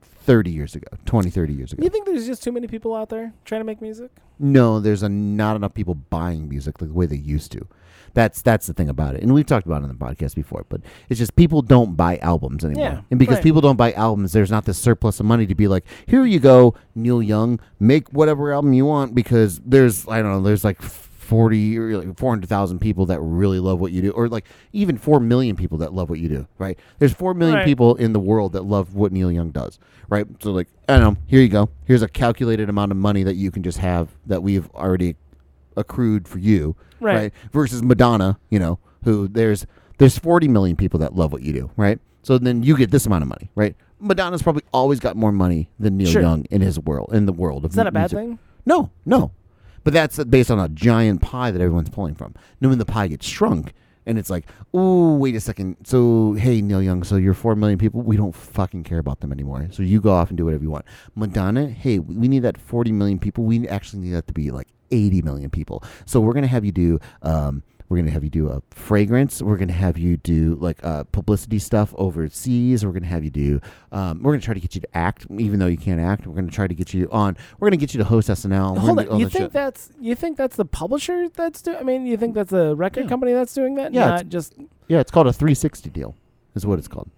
[SPEAKER 1] 30 years ago, 20, 30 years ago.
[SPEAKER 2] You think there's just too many people out there trying to make music?
[SPEAKER 1] No, there's a, not enough people buying music like the way they used to. That's that's the thing about it, and we've talked about it in the podcast before. But it's just people don't buy albums anymore,
[SPEAKER 2] Yeah,
[SPEAKER 1] and because
[SPEAKER 2] right.
[SPEAKER 1] people don't buy albums, there's not this surplus of money to be like, here you go, Neil Young, make whatever album you want, because there's I don't know, there's like forty or like four hundred thousand people that really love what you do, or like even four million people that love what you do, right? There's four million
[SPEAKER 2] Right.
[SPEAKER 1] people in the world that love what Neil Young does, right? So like, I don't know. Here you go. Here's a calculated amount of money that you can just have that we've already accrued for you,
[SPEAKER 2] Right.
[SPEAKER 1] Versus Madonna, you know, who there's there's 40 million people that love what you do, right? So then you get this amount of money, right? Madonna's probably always got more money than Neil
[SPEAKER 2] Sure.
[SPEAKER 1] Young in his world in the world of
[SPEAKER 2] Is that a
[SPEAKER 1] mu-
[SPEAKER 2] bad
[SPEAKER 1] music.
[SPEAKER 2] thing?
[SPEAKER 1] No, no. But that's based on a giant pie that everyone's pulling from. And when the pie gets shrunk, and it's like, oh, wait a second. So, hey, Neil Young, so you're 4 million people. We don't fucking care about them anymore. So you go off and do whatever you want. Madonna, hey, we need that 40 million people. We actually need that to be like 80 million people. So we're going to have you do. Um, we're gonna have you do a fragrance. We're gonna have you do like uh, publicity stuff overseas. We're gonna have you do. Um, we're gonna try to get you to act, even though you can't act. We're gonna try to get you on. We're gonna get you to host SNL. We're
[SPEAKER 2] Hold
[SPEAKER 1] gonna do
[SPEAKER 2] on.
[SPEAKER 1] all
[SPEAKER 2] You
[SPEAKER 1] that
[SPEAKER 2] think
[SPEAKER 1] shit.
[SPEAKER 2] that's you think that's the publisher that's doing? I mean, you think that's the record
[SPEAKER 1] Yeah.
[SPEAKER 2] company that's doing that?
[SPEAKER 1] Yeah, it's-
[SPEAKER 2] Not just
[SPEAKER 1] Yeah, it's called a 360 deal, is what it's called,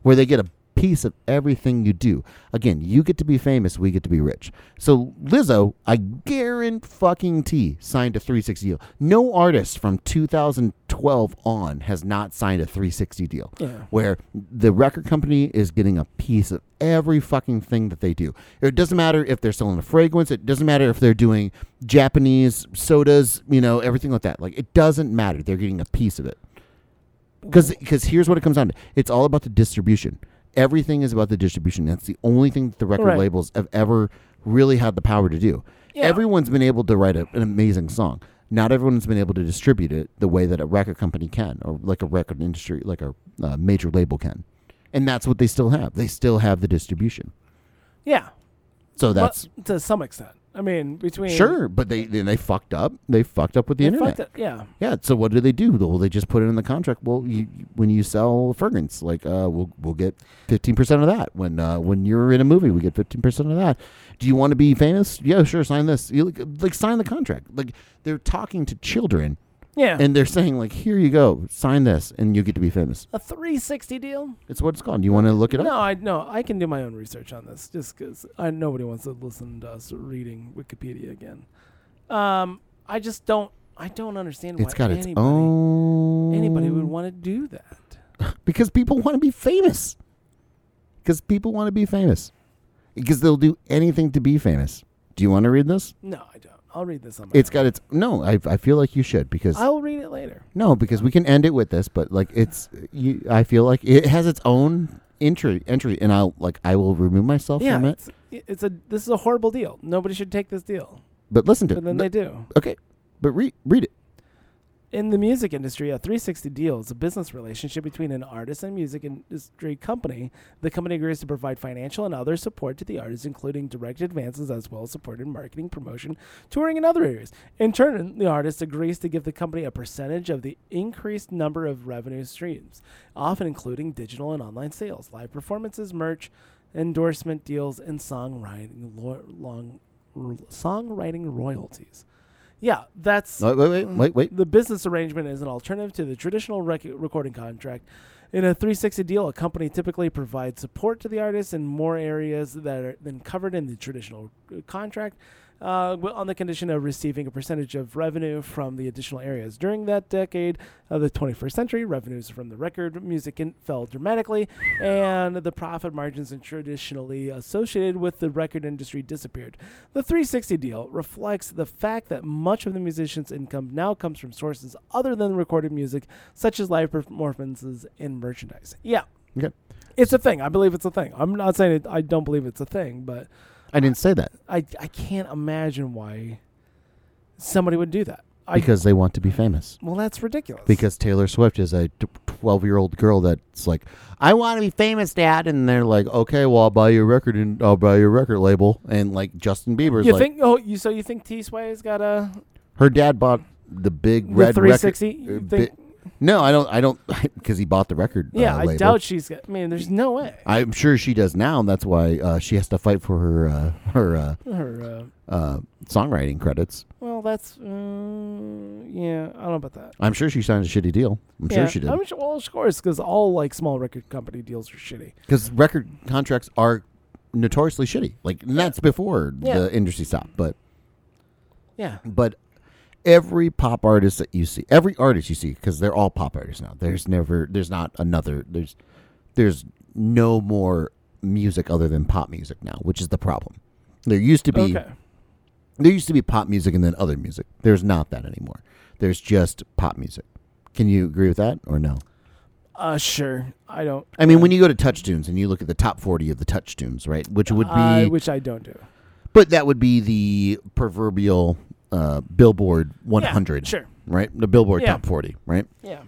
[SPEAKER 1] where they get a piece of everything you do. Again, you get to be famous, we get to be rich. So Lizzo, I guarantee fucking t signed a 360 deal. No artist from 2012 on has not signed a 360 deal.
[SPEAKER 2] Yeah.
[SPEAKER 1] Where the record company is getting a piece of every fucking thing that they do. It doesn't matter if they're selling a fragrance, it doesn't matter if they're doing Japanese sodas, you know, everything like that. Like it doesn't matter. They're getting a piece of it because because here's what it comes down to it's all about the distribution everything is about the distribution that's the only thing that the record
[SPEAKER 2] Right.
[SPEAKER 1] labels have ever really had the power to do
[SPEAKER 2] Yeah.
[SPEAKER 1] everyone's been able to write a, an amazing song not everyone's been able to distribute it the way that a record company can or like a record industry like a uh, major label can and that's what they still have they still have the distribution
[SPEAKER 2] yeah.
[SPEAKER 1] so
[SPEAKER 2] Well,
[SPEAKER 1] that's
[SPEAKER 2] to some extent. I mean, between
[SPEAKER 1] sure but they then they fucked up they fucked up with the
[SPEAKER 2] they
[SPEAKER 1] internet
[SPEAKER 2] fucked it- Yeah.
[SPEAKER 1] Yeah. So what do they do? Well, they just put it in the contract. Well, you, when you sell fragrance, like uh, we'll we'll get fifteen percent of that. When uh, when you're in a movie, we get fifteen percent of that. Do you want to be famous? Yeah, sure. Sign this. You, like, like sign the contract. Like they're talking to children
[SPEAKER 2] Yeah.
[SPEAKER 1] and they're saying like, here you go, sign this, and you get to be famous.
[SPEAKER 2] a 360 deal?
[SPEAKER 1] It's what it's called. Do you want to look it
[SPEAKER 2] No,
[SPEAKER 1] up?
[SPEAKER 2] I no, I can do my own research on this just because I nobody wants to listen to us reading Wikipedia again. Um, I just don't, I don't understand why
[SPEAKER 1] It's got its
[SPEAKER 2] anybody,
[SPEAKER 1] own.
[SPEAKER 2] anybody would want to do that.
[SPEAKER 1] because people want to be famous. Because people want to be famous. Because they'll do anything to be famous. Do you want to read this?
[SPEAKER 2] No, I don't. I'll read this on my.
[SPEAKER 1] It's
[SPEAKER 2] own.
[SPEAKER 1] got its no. I, I feel like you should because
[SPEAKER 2] I'll read it later.
[SPEAKER 1] no because we can end it with this, but like it's you. I feel like it has its own entry entry, and I'll like I will remove myself
[SPEAKER 2] yeah,
[SPEAKER 1] from it.
[SPEAKER 2] it's, it's a this is a horrible deal. Nobody should take this deal,
[SPEAKER 1] But listen to
[SPEAKER 2] but then
[SPEAKER 1] it.
[SPEAKER 2] they do.
[SPEAKER 1] okay, but read read it.
[SPEAKER 2] In the music industry, a 360 deal is a business relationship between an artist and music industry company. The company agrees to provide financial and other support to the artist, including direct advances as well as support in marketing, promotion, touring, and other areas. In turn, the artist agrees to give the company a percentage of the increased number of revenue streams, often including digital and online sales, live performances, merch, endorsement deals, and songwriting, lo- long, songwriting royalties. Yeah, that's
[SPEAKER 1] No, wait wait wait wait.
[SPEAKER 2] the business arrangement is an alternative to the traditional rec- recording contract In a 360 deal, a company typically provides support to the artist in more areas that are than covered in the traditional uh, contract, uh, wi- on the condition of receiving a percentage of revenue from the additional areas. During that decade of the 21st century, revenues from the record music in- fell dramatically, and the profit margins traditionally associated with the record industry disappeared. The 360 deal reflects the fact that much of the musician's income now comes from sources other than recorded music, such as live performances and merchandise. Yeah.
[SPEAKER 1] Okay.
[SPEAKER 2] It's a thing. I believe it's a thing. I'm not saying it, I don't believe it's a thing, but
[SPEAKER 1] I didn't say that
[SPEAKER 2] I, I can't imagine why somebody would do that. I,
[SPEAKER 1] because they want to be famous.
[SPEAKER 2] well, that's ridiculous.
[SPEAKER 1] Because Taylor Swift is a twelve-year-old girl that's like, I want to be famous, Dad, and they're like, okay, well, I'll buy your record and I'll buy your record label, and like Justin Bieber's
[SPEAKER 2] you
[SPEAKER 1] like,
[SPEAKER 2] think oh you so you think T Sway's got a
[SPEAKER 1] her dad bought the big
[SPEAKER 2] the
[SPEAKER 1] red record.
[SPEAKER 2] 360? You
[SPEAKER 1] uh,
[SPEAKER 2] think-
[SPEAKER 1] No, I don't. I don't because he bought the record.
[SPEAKER 2] yeah,
[SPEAKER 1] uh,
[SPEAKER 2] I
[SPEAKER 1] label.
[SPEAKER 2] doubt she's got. I mean, there's no way.
[SPEAKER 1] I'm sure she does now, and that's why uh, she has to fight for her uh, her uh,
[SPEAKER 2] Her, uh,
[SPEAKER 1] uh, songwriting credits.
[SPEAKER 2] well, that's uh, yeah. I don't know about that.
[SPEAKER 1] I'm sure she signed a shitty deal. I'm
[SPEAKER 2] Yeah,
[SPEAKER 1] sure she did
[SPEAKER 2] I'm sure, well, of course, because all like small record company deals are shitty.
[SPEAKER 1] because record contracts are notoriously shitty. Like and that's before
[SPEAKER 2] Yeah.
[SPEAKER 1] the industry stopped, but
[SPEAKER 2] Yeah,
[SPEAKER 1] but every pop artist that you see, every artist you see, because they're all pop artists now. There's never, there's not another. There's there's no more music other than pop music now, which is the problem. There used to be
[SPEAKER 2] okay.
[SPEAKER 1] There used to be pop music and then other music. There's not that anymore. There's just pop music. Can you agree with that or no?
[SPEAKER 2] Uh, sure. I don't.
[SPEAKER 1] I mean, when you go to Touch Tunes and you look at the top 40 of the Touch Tunes, right? Which would be,
[SPEAKER 2] I- which I don't do.
[SPEAKER 1] but that would be the proverbial uh, Billboard
[SPEAKER 2] Yeah,
[SPEAKER 1] 100,
[SPEAKER 2] sure.
[SPEAKER 1] right? The Billboard
[SPEAKER 2] Yeah.
[SPEAKER 1] top 40, right?
[SPEAKER 2] Yeah.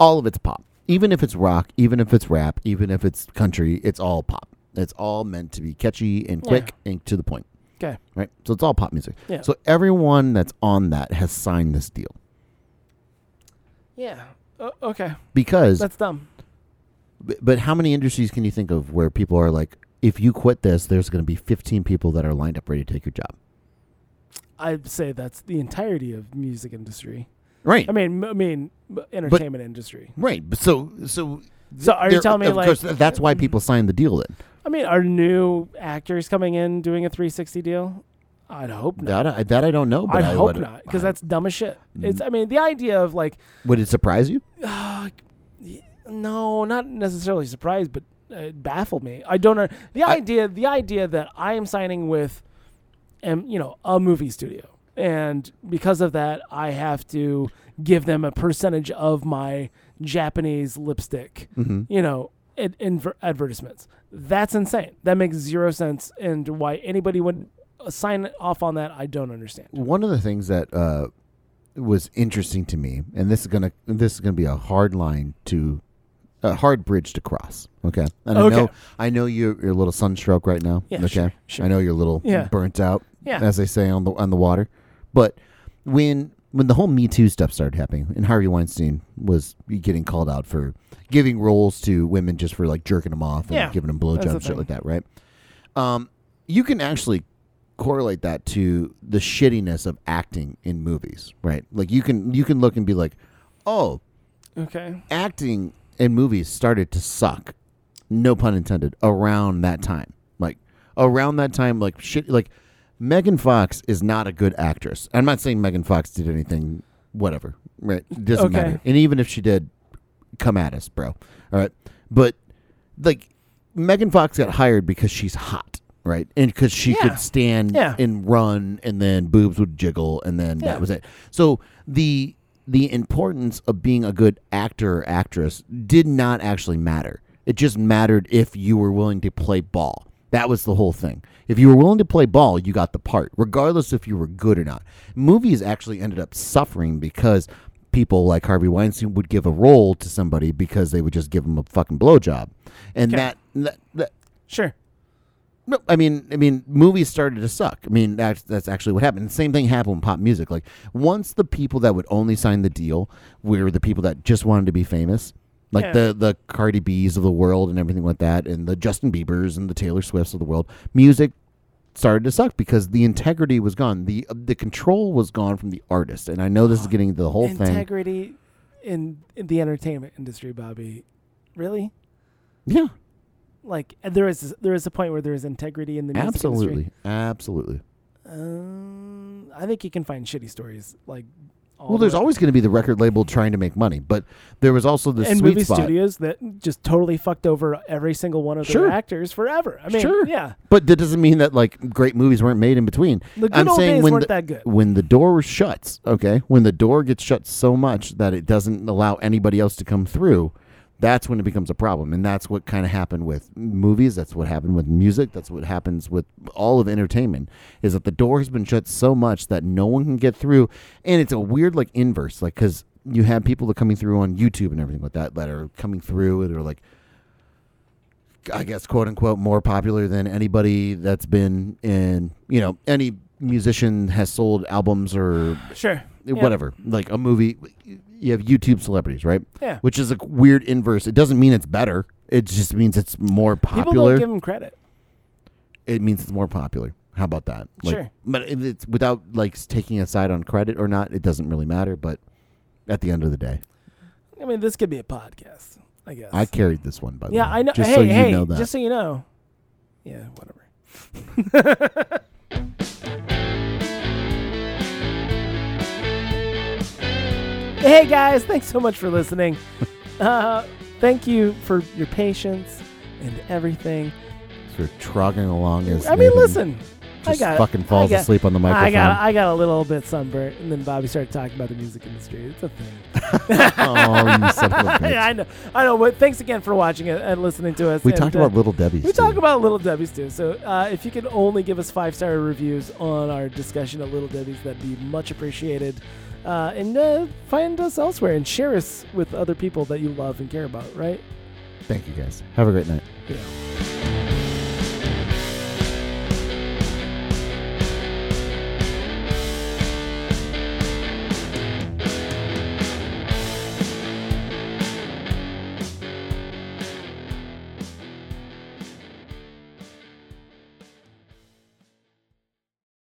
[SPEAKER 1] All of it's pop. Even if it's rock, even if it's rap, even if it's country, it's all pop. It's all meant to be catchy and
[SPEAKER 2] Yeah.
[SPEAKER 1] quick and to the point,
[SPEAKER 2] Okay.
[SPEAKER 1] right? So it's all pop music.
[SPEAKER 2] Yeah.
[SPEAKER 1] So everyone that's on that has signed this deal
[SPEAKER 2] Yeah. Uh, okay.
[SPEAKER 1] because
[SPEAKER 2] That's dumb.
[SPEAKER 1] B- but how many industries can you think of where people are like, if you quit this, there's going to be 15 people that are lined up ready to take your job?
[SPEAKER 2] I'd say that's the entirety of music industry.
[SPEAKER 1] Right.
[SPEAKER 2] I mean, m- I mean, b- entertainment industry.
[SPEAKER 1] right. But so, so.
[SPEAKER 2] So are you
[SPEAKER 1] there-
[SPEAKER 2] telling me,
[SPEAKER 1] of
[SPEAKER 2] like-
[SPEAKER 1] course, th- that's why people signed the deal then.
[SPEAKER 2] I mean, are new actors coming in doing a 360 deal? I'd hope not.
[SPEAKER 1] That I, that I don't know, but
[SPEAKER 2] I'd
[SPEAKER 1] I
[SPEAKER 2] hope
[SPEAKER 1] would,
[SPEAKER 2] not because
[SPEAKER 1] I- Mm.
[SPEAKER 2] that's dumb as shit. It's. I mean, the idea of like,
[SPEAKER 1] would it surprise you?
[SPEAKER 2] uh, no, not necessarily surprised, but uh, it baffled me. I don't know the
[SPEAKER 1] I-
[SPEAKER 2] idea. The idea that I am signing with, um, you know, a movie studio, and because of that, I have to give them a percentage of my Japanese lipstick
[SPEAKER 1] Mm-hmm.
[SPEAKER 2] you know, ad- inver- advertisements. That's insane. That makes zero sense. And why anybody would uh, sign off on that, I don't understand.
[SPEAKER 1] One of the things that uh, was interesting to me, and this is gonna this is gonna be a hard line to a hard bridge to cross. Okay, and
[SPEAKER 2] Okay.
[SPEAKER 1] I know I know you're, you're a little sunstroke right now.
[SPEAKER 2] Yeah,
[SPEAKER 1] okay,
[SPEAKER 2] sure, sure.
[SPEAKER 1] I know you're a little
[SPEAKER 2] Yeah.
[SPEAKER 1] burnt out.
[SPEAKER 2] Yeah.
[SPEAKER 1] as they say on the on the water. But when when the whole Me Too stuff started happening, and Harvey Weinstein was getting called out for giving roles to women just for like jerking them off and
[SPEAKER 2] Yeah,
[SPEAKER 1] giving them
[SPEAKER 2] that's the
[SPEAKER 1] blowjobs, shit
[SPEAKER 2] thing.
[SPEAKER 1] like that, right? Um, you can actually correlate that to the shittiness of acting in movies, right? Like you can you can look and be like, oh,
[SPEAKER 2] Okay.
[SPEAKER 1] acting in movies started to suck, no pun intended, around that time. Like around that time, like shit, like Megan Fox is not a good actress. I'm not saying Megan Fox did anything, whatever. Right? It doesn't
[SPEAKER 2] Okay.
[SPEAKER 1] matter. And even if she did, come at us, bro. All right, but like Megan Fox got hired because she's hot. Right, and because she
[SPEAKER 2] Yeah.
[SPEAKER 1] could stand
[SPEAKER 2] Yeah.
[SPEAKER 1] and run, and then boobs would jiggle, and then
[SPEAKER 2] Yeah.
[SPEAKER 1] that was it. So the the importance of being a good actor or actress did not actually matter. It just mattered if you were willing to play ball. That was the whole thing. If you were willing to play ball, you got the part, regardless if you were good or not. Movies actually ended up suffering because people like Harvey Weinstein would give a role to somebody because they would just give them a fucking blowjob, and
[SPEAKER 2] Okay.
[SPEAKER 1] that, that that
[SPEAKER 2] Sure.
[SPEAKER 1] no, I mean, I mean, movies started to suck. I mean, that's that's actually what happened. The same thing happened with pop music. Like once the people that would only sign the deal were the people that just wanted to be famous, like
[SPEAKER 2] Yeah.
[SPEAKER 1] the the Cardi B's of the world and everything like that, and the Justin Bieber's and the Taylor Swifts of the world. Music started to suck because the integrity was gone. the uh, The control was gone from the artist. And I know this is getting into the whole thing.
[SPEAKER 2] Integrity in, in the entertainment industry, Bobby, really
[SPEAKER 1] Yeah,
[SPEAKER 2] like and there is there is a point where there is integrity in the music
[SPEAKER 1] absolutely, absolutely.
[SPEAKER 2] industry. Um, I think you can find shitty stories like. All
[SPEAKER 1] Well, there's
[SPEAKER 2] the-
[SPEAKER 1] always going to be the record label trying to make money, but there was also the
[SPEAKER 2] and
[SPEAKER 1] sweet
[SPEAKER 2] movie
[SPEAKER 1] spot.
[SPEAKER 2] studios that just totally fucked over every single one of
[SPEAKER 1] Sure.
[SPEAKER 2] their actors forever. I mean,
[SPEAKER 1] Sure.
[SPEAKER 2] yeah,
[SPEAKER 1] But that doesn't mean that like great movies weren't made in between.
[SPEAKER 2] the good
[SPEAKER 1] I'm
[SPEAKER 2] old
[SPEAKER 1] saying
[SPEAKER 2] days
[SPEAKER 1] when
[SPEAKER 2] weren't
[SPEAKER 1] the-
[SPEAKER 2] that good.
[SPEAKER 1] When the door shuts, okay, when the door gets shut so much that it doesn't allow anybody else to come through, that's when it becomes a problem. And that's what kind of happened with movies. That's what happened with music. That's what happens with all of entertainment is that the door has been shut so much that no one can get through. And it's a weird like inverse, like because you have people that coming through on YouTube and everything like that that are coming through and are like I guess quote unquote more popular than anybody that's been in you know any musician has sold albums or
[SPEAKER 2] Sure, Yeah.
[SPEAKER 1] whatever like a movie you have YouTube celebrities right
[SPEAKER 2] yeah.
[SPEAKER 1] which is a weird inverse it doesn't mean it's better it just means it's more
[SPEAKER 2] People
[SPEAKER 1] popular
[SPEAKER 2] don't give them credit.
[SPEAKER 1] it means it's more popular how about that like,
[SPEAKER 2] Sure.
[SPEAKER 1] but if it's without like taking a side on credit or not it doesn't really matter but at the end of the day
[SPEAKER 2] I mean, this could be a podcast. I guess.
[SPEAKER 1] I carried this one by the
[SPEAKER 2] yeah,
[SPEAKER 1] way
[SPEAKER 2] I know.
[SPEAKER 1] Um, just
[SPEAKER 2] hey,
[SPEAKER 1] so you
[SPEAKER 2] hey,
[SPEAKER 1] know that
[SPEAKER 2] just so you know. Yeah, whatever. hey guys, thanks so much for listening. Uh, thank you for your patience and everything.
[SPEAKER 1] for trogging along as
[SPEAKER 2] I mean,
[SPEAKER 1] Nathan
[SPEAKER 2] listen,
[SPEAKER 1] just
[SPEAKER 2] I got
[SPEAKER 1] fucking falls
[SPEAKER 2] I got,
[SPEAKER 1] asleep on the microphone
[SPEAKER 2] I got I got a little bit sunburnt, and then Bobby started talking about the music industry. It's a thing.
[SPEAKER 1] oh, you son of a bitch.
[SPEAKER 2] I know, I know. But thanks again for watching it and listening to us.
[SPEAKER 1] We
[SPEAKER 2] and,
[SPEAKER 1] talked
[SPEAKER 2] uh,
[SPEAKER 1] about Little Debbie's.
[SPEAKER 2] We talk
[SPEAKER 1] too.
[SPEAKER 2] about Little Debbie's too. So uh, if you could only give us five star reviews on our discussion of Little Debbie's, that'd be much appreciated. Uh, and uh, find us elsewhere and share us with other people that you love and care about, right?
[SPEAKER 1] Thank you guys. Have a great night.
[SPEAKER 2] Yeah.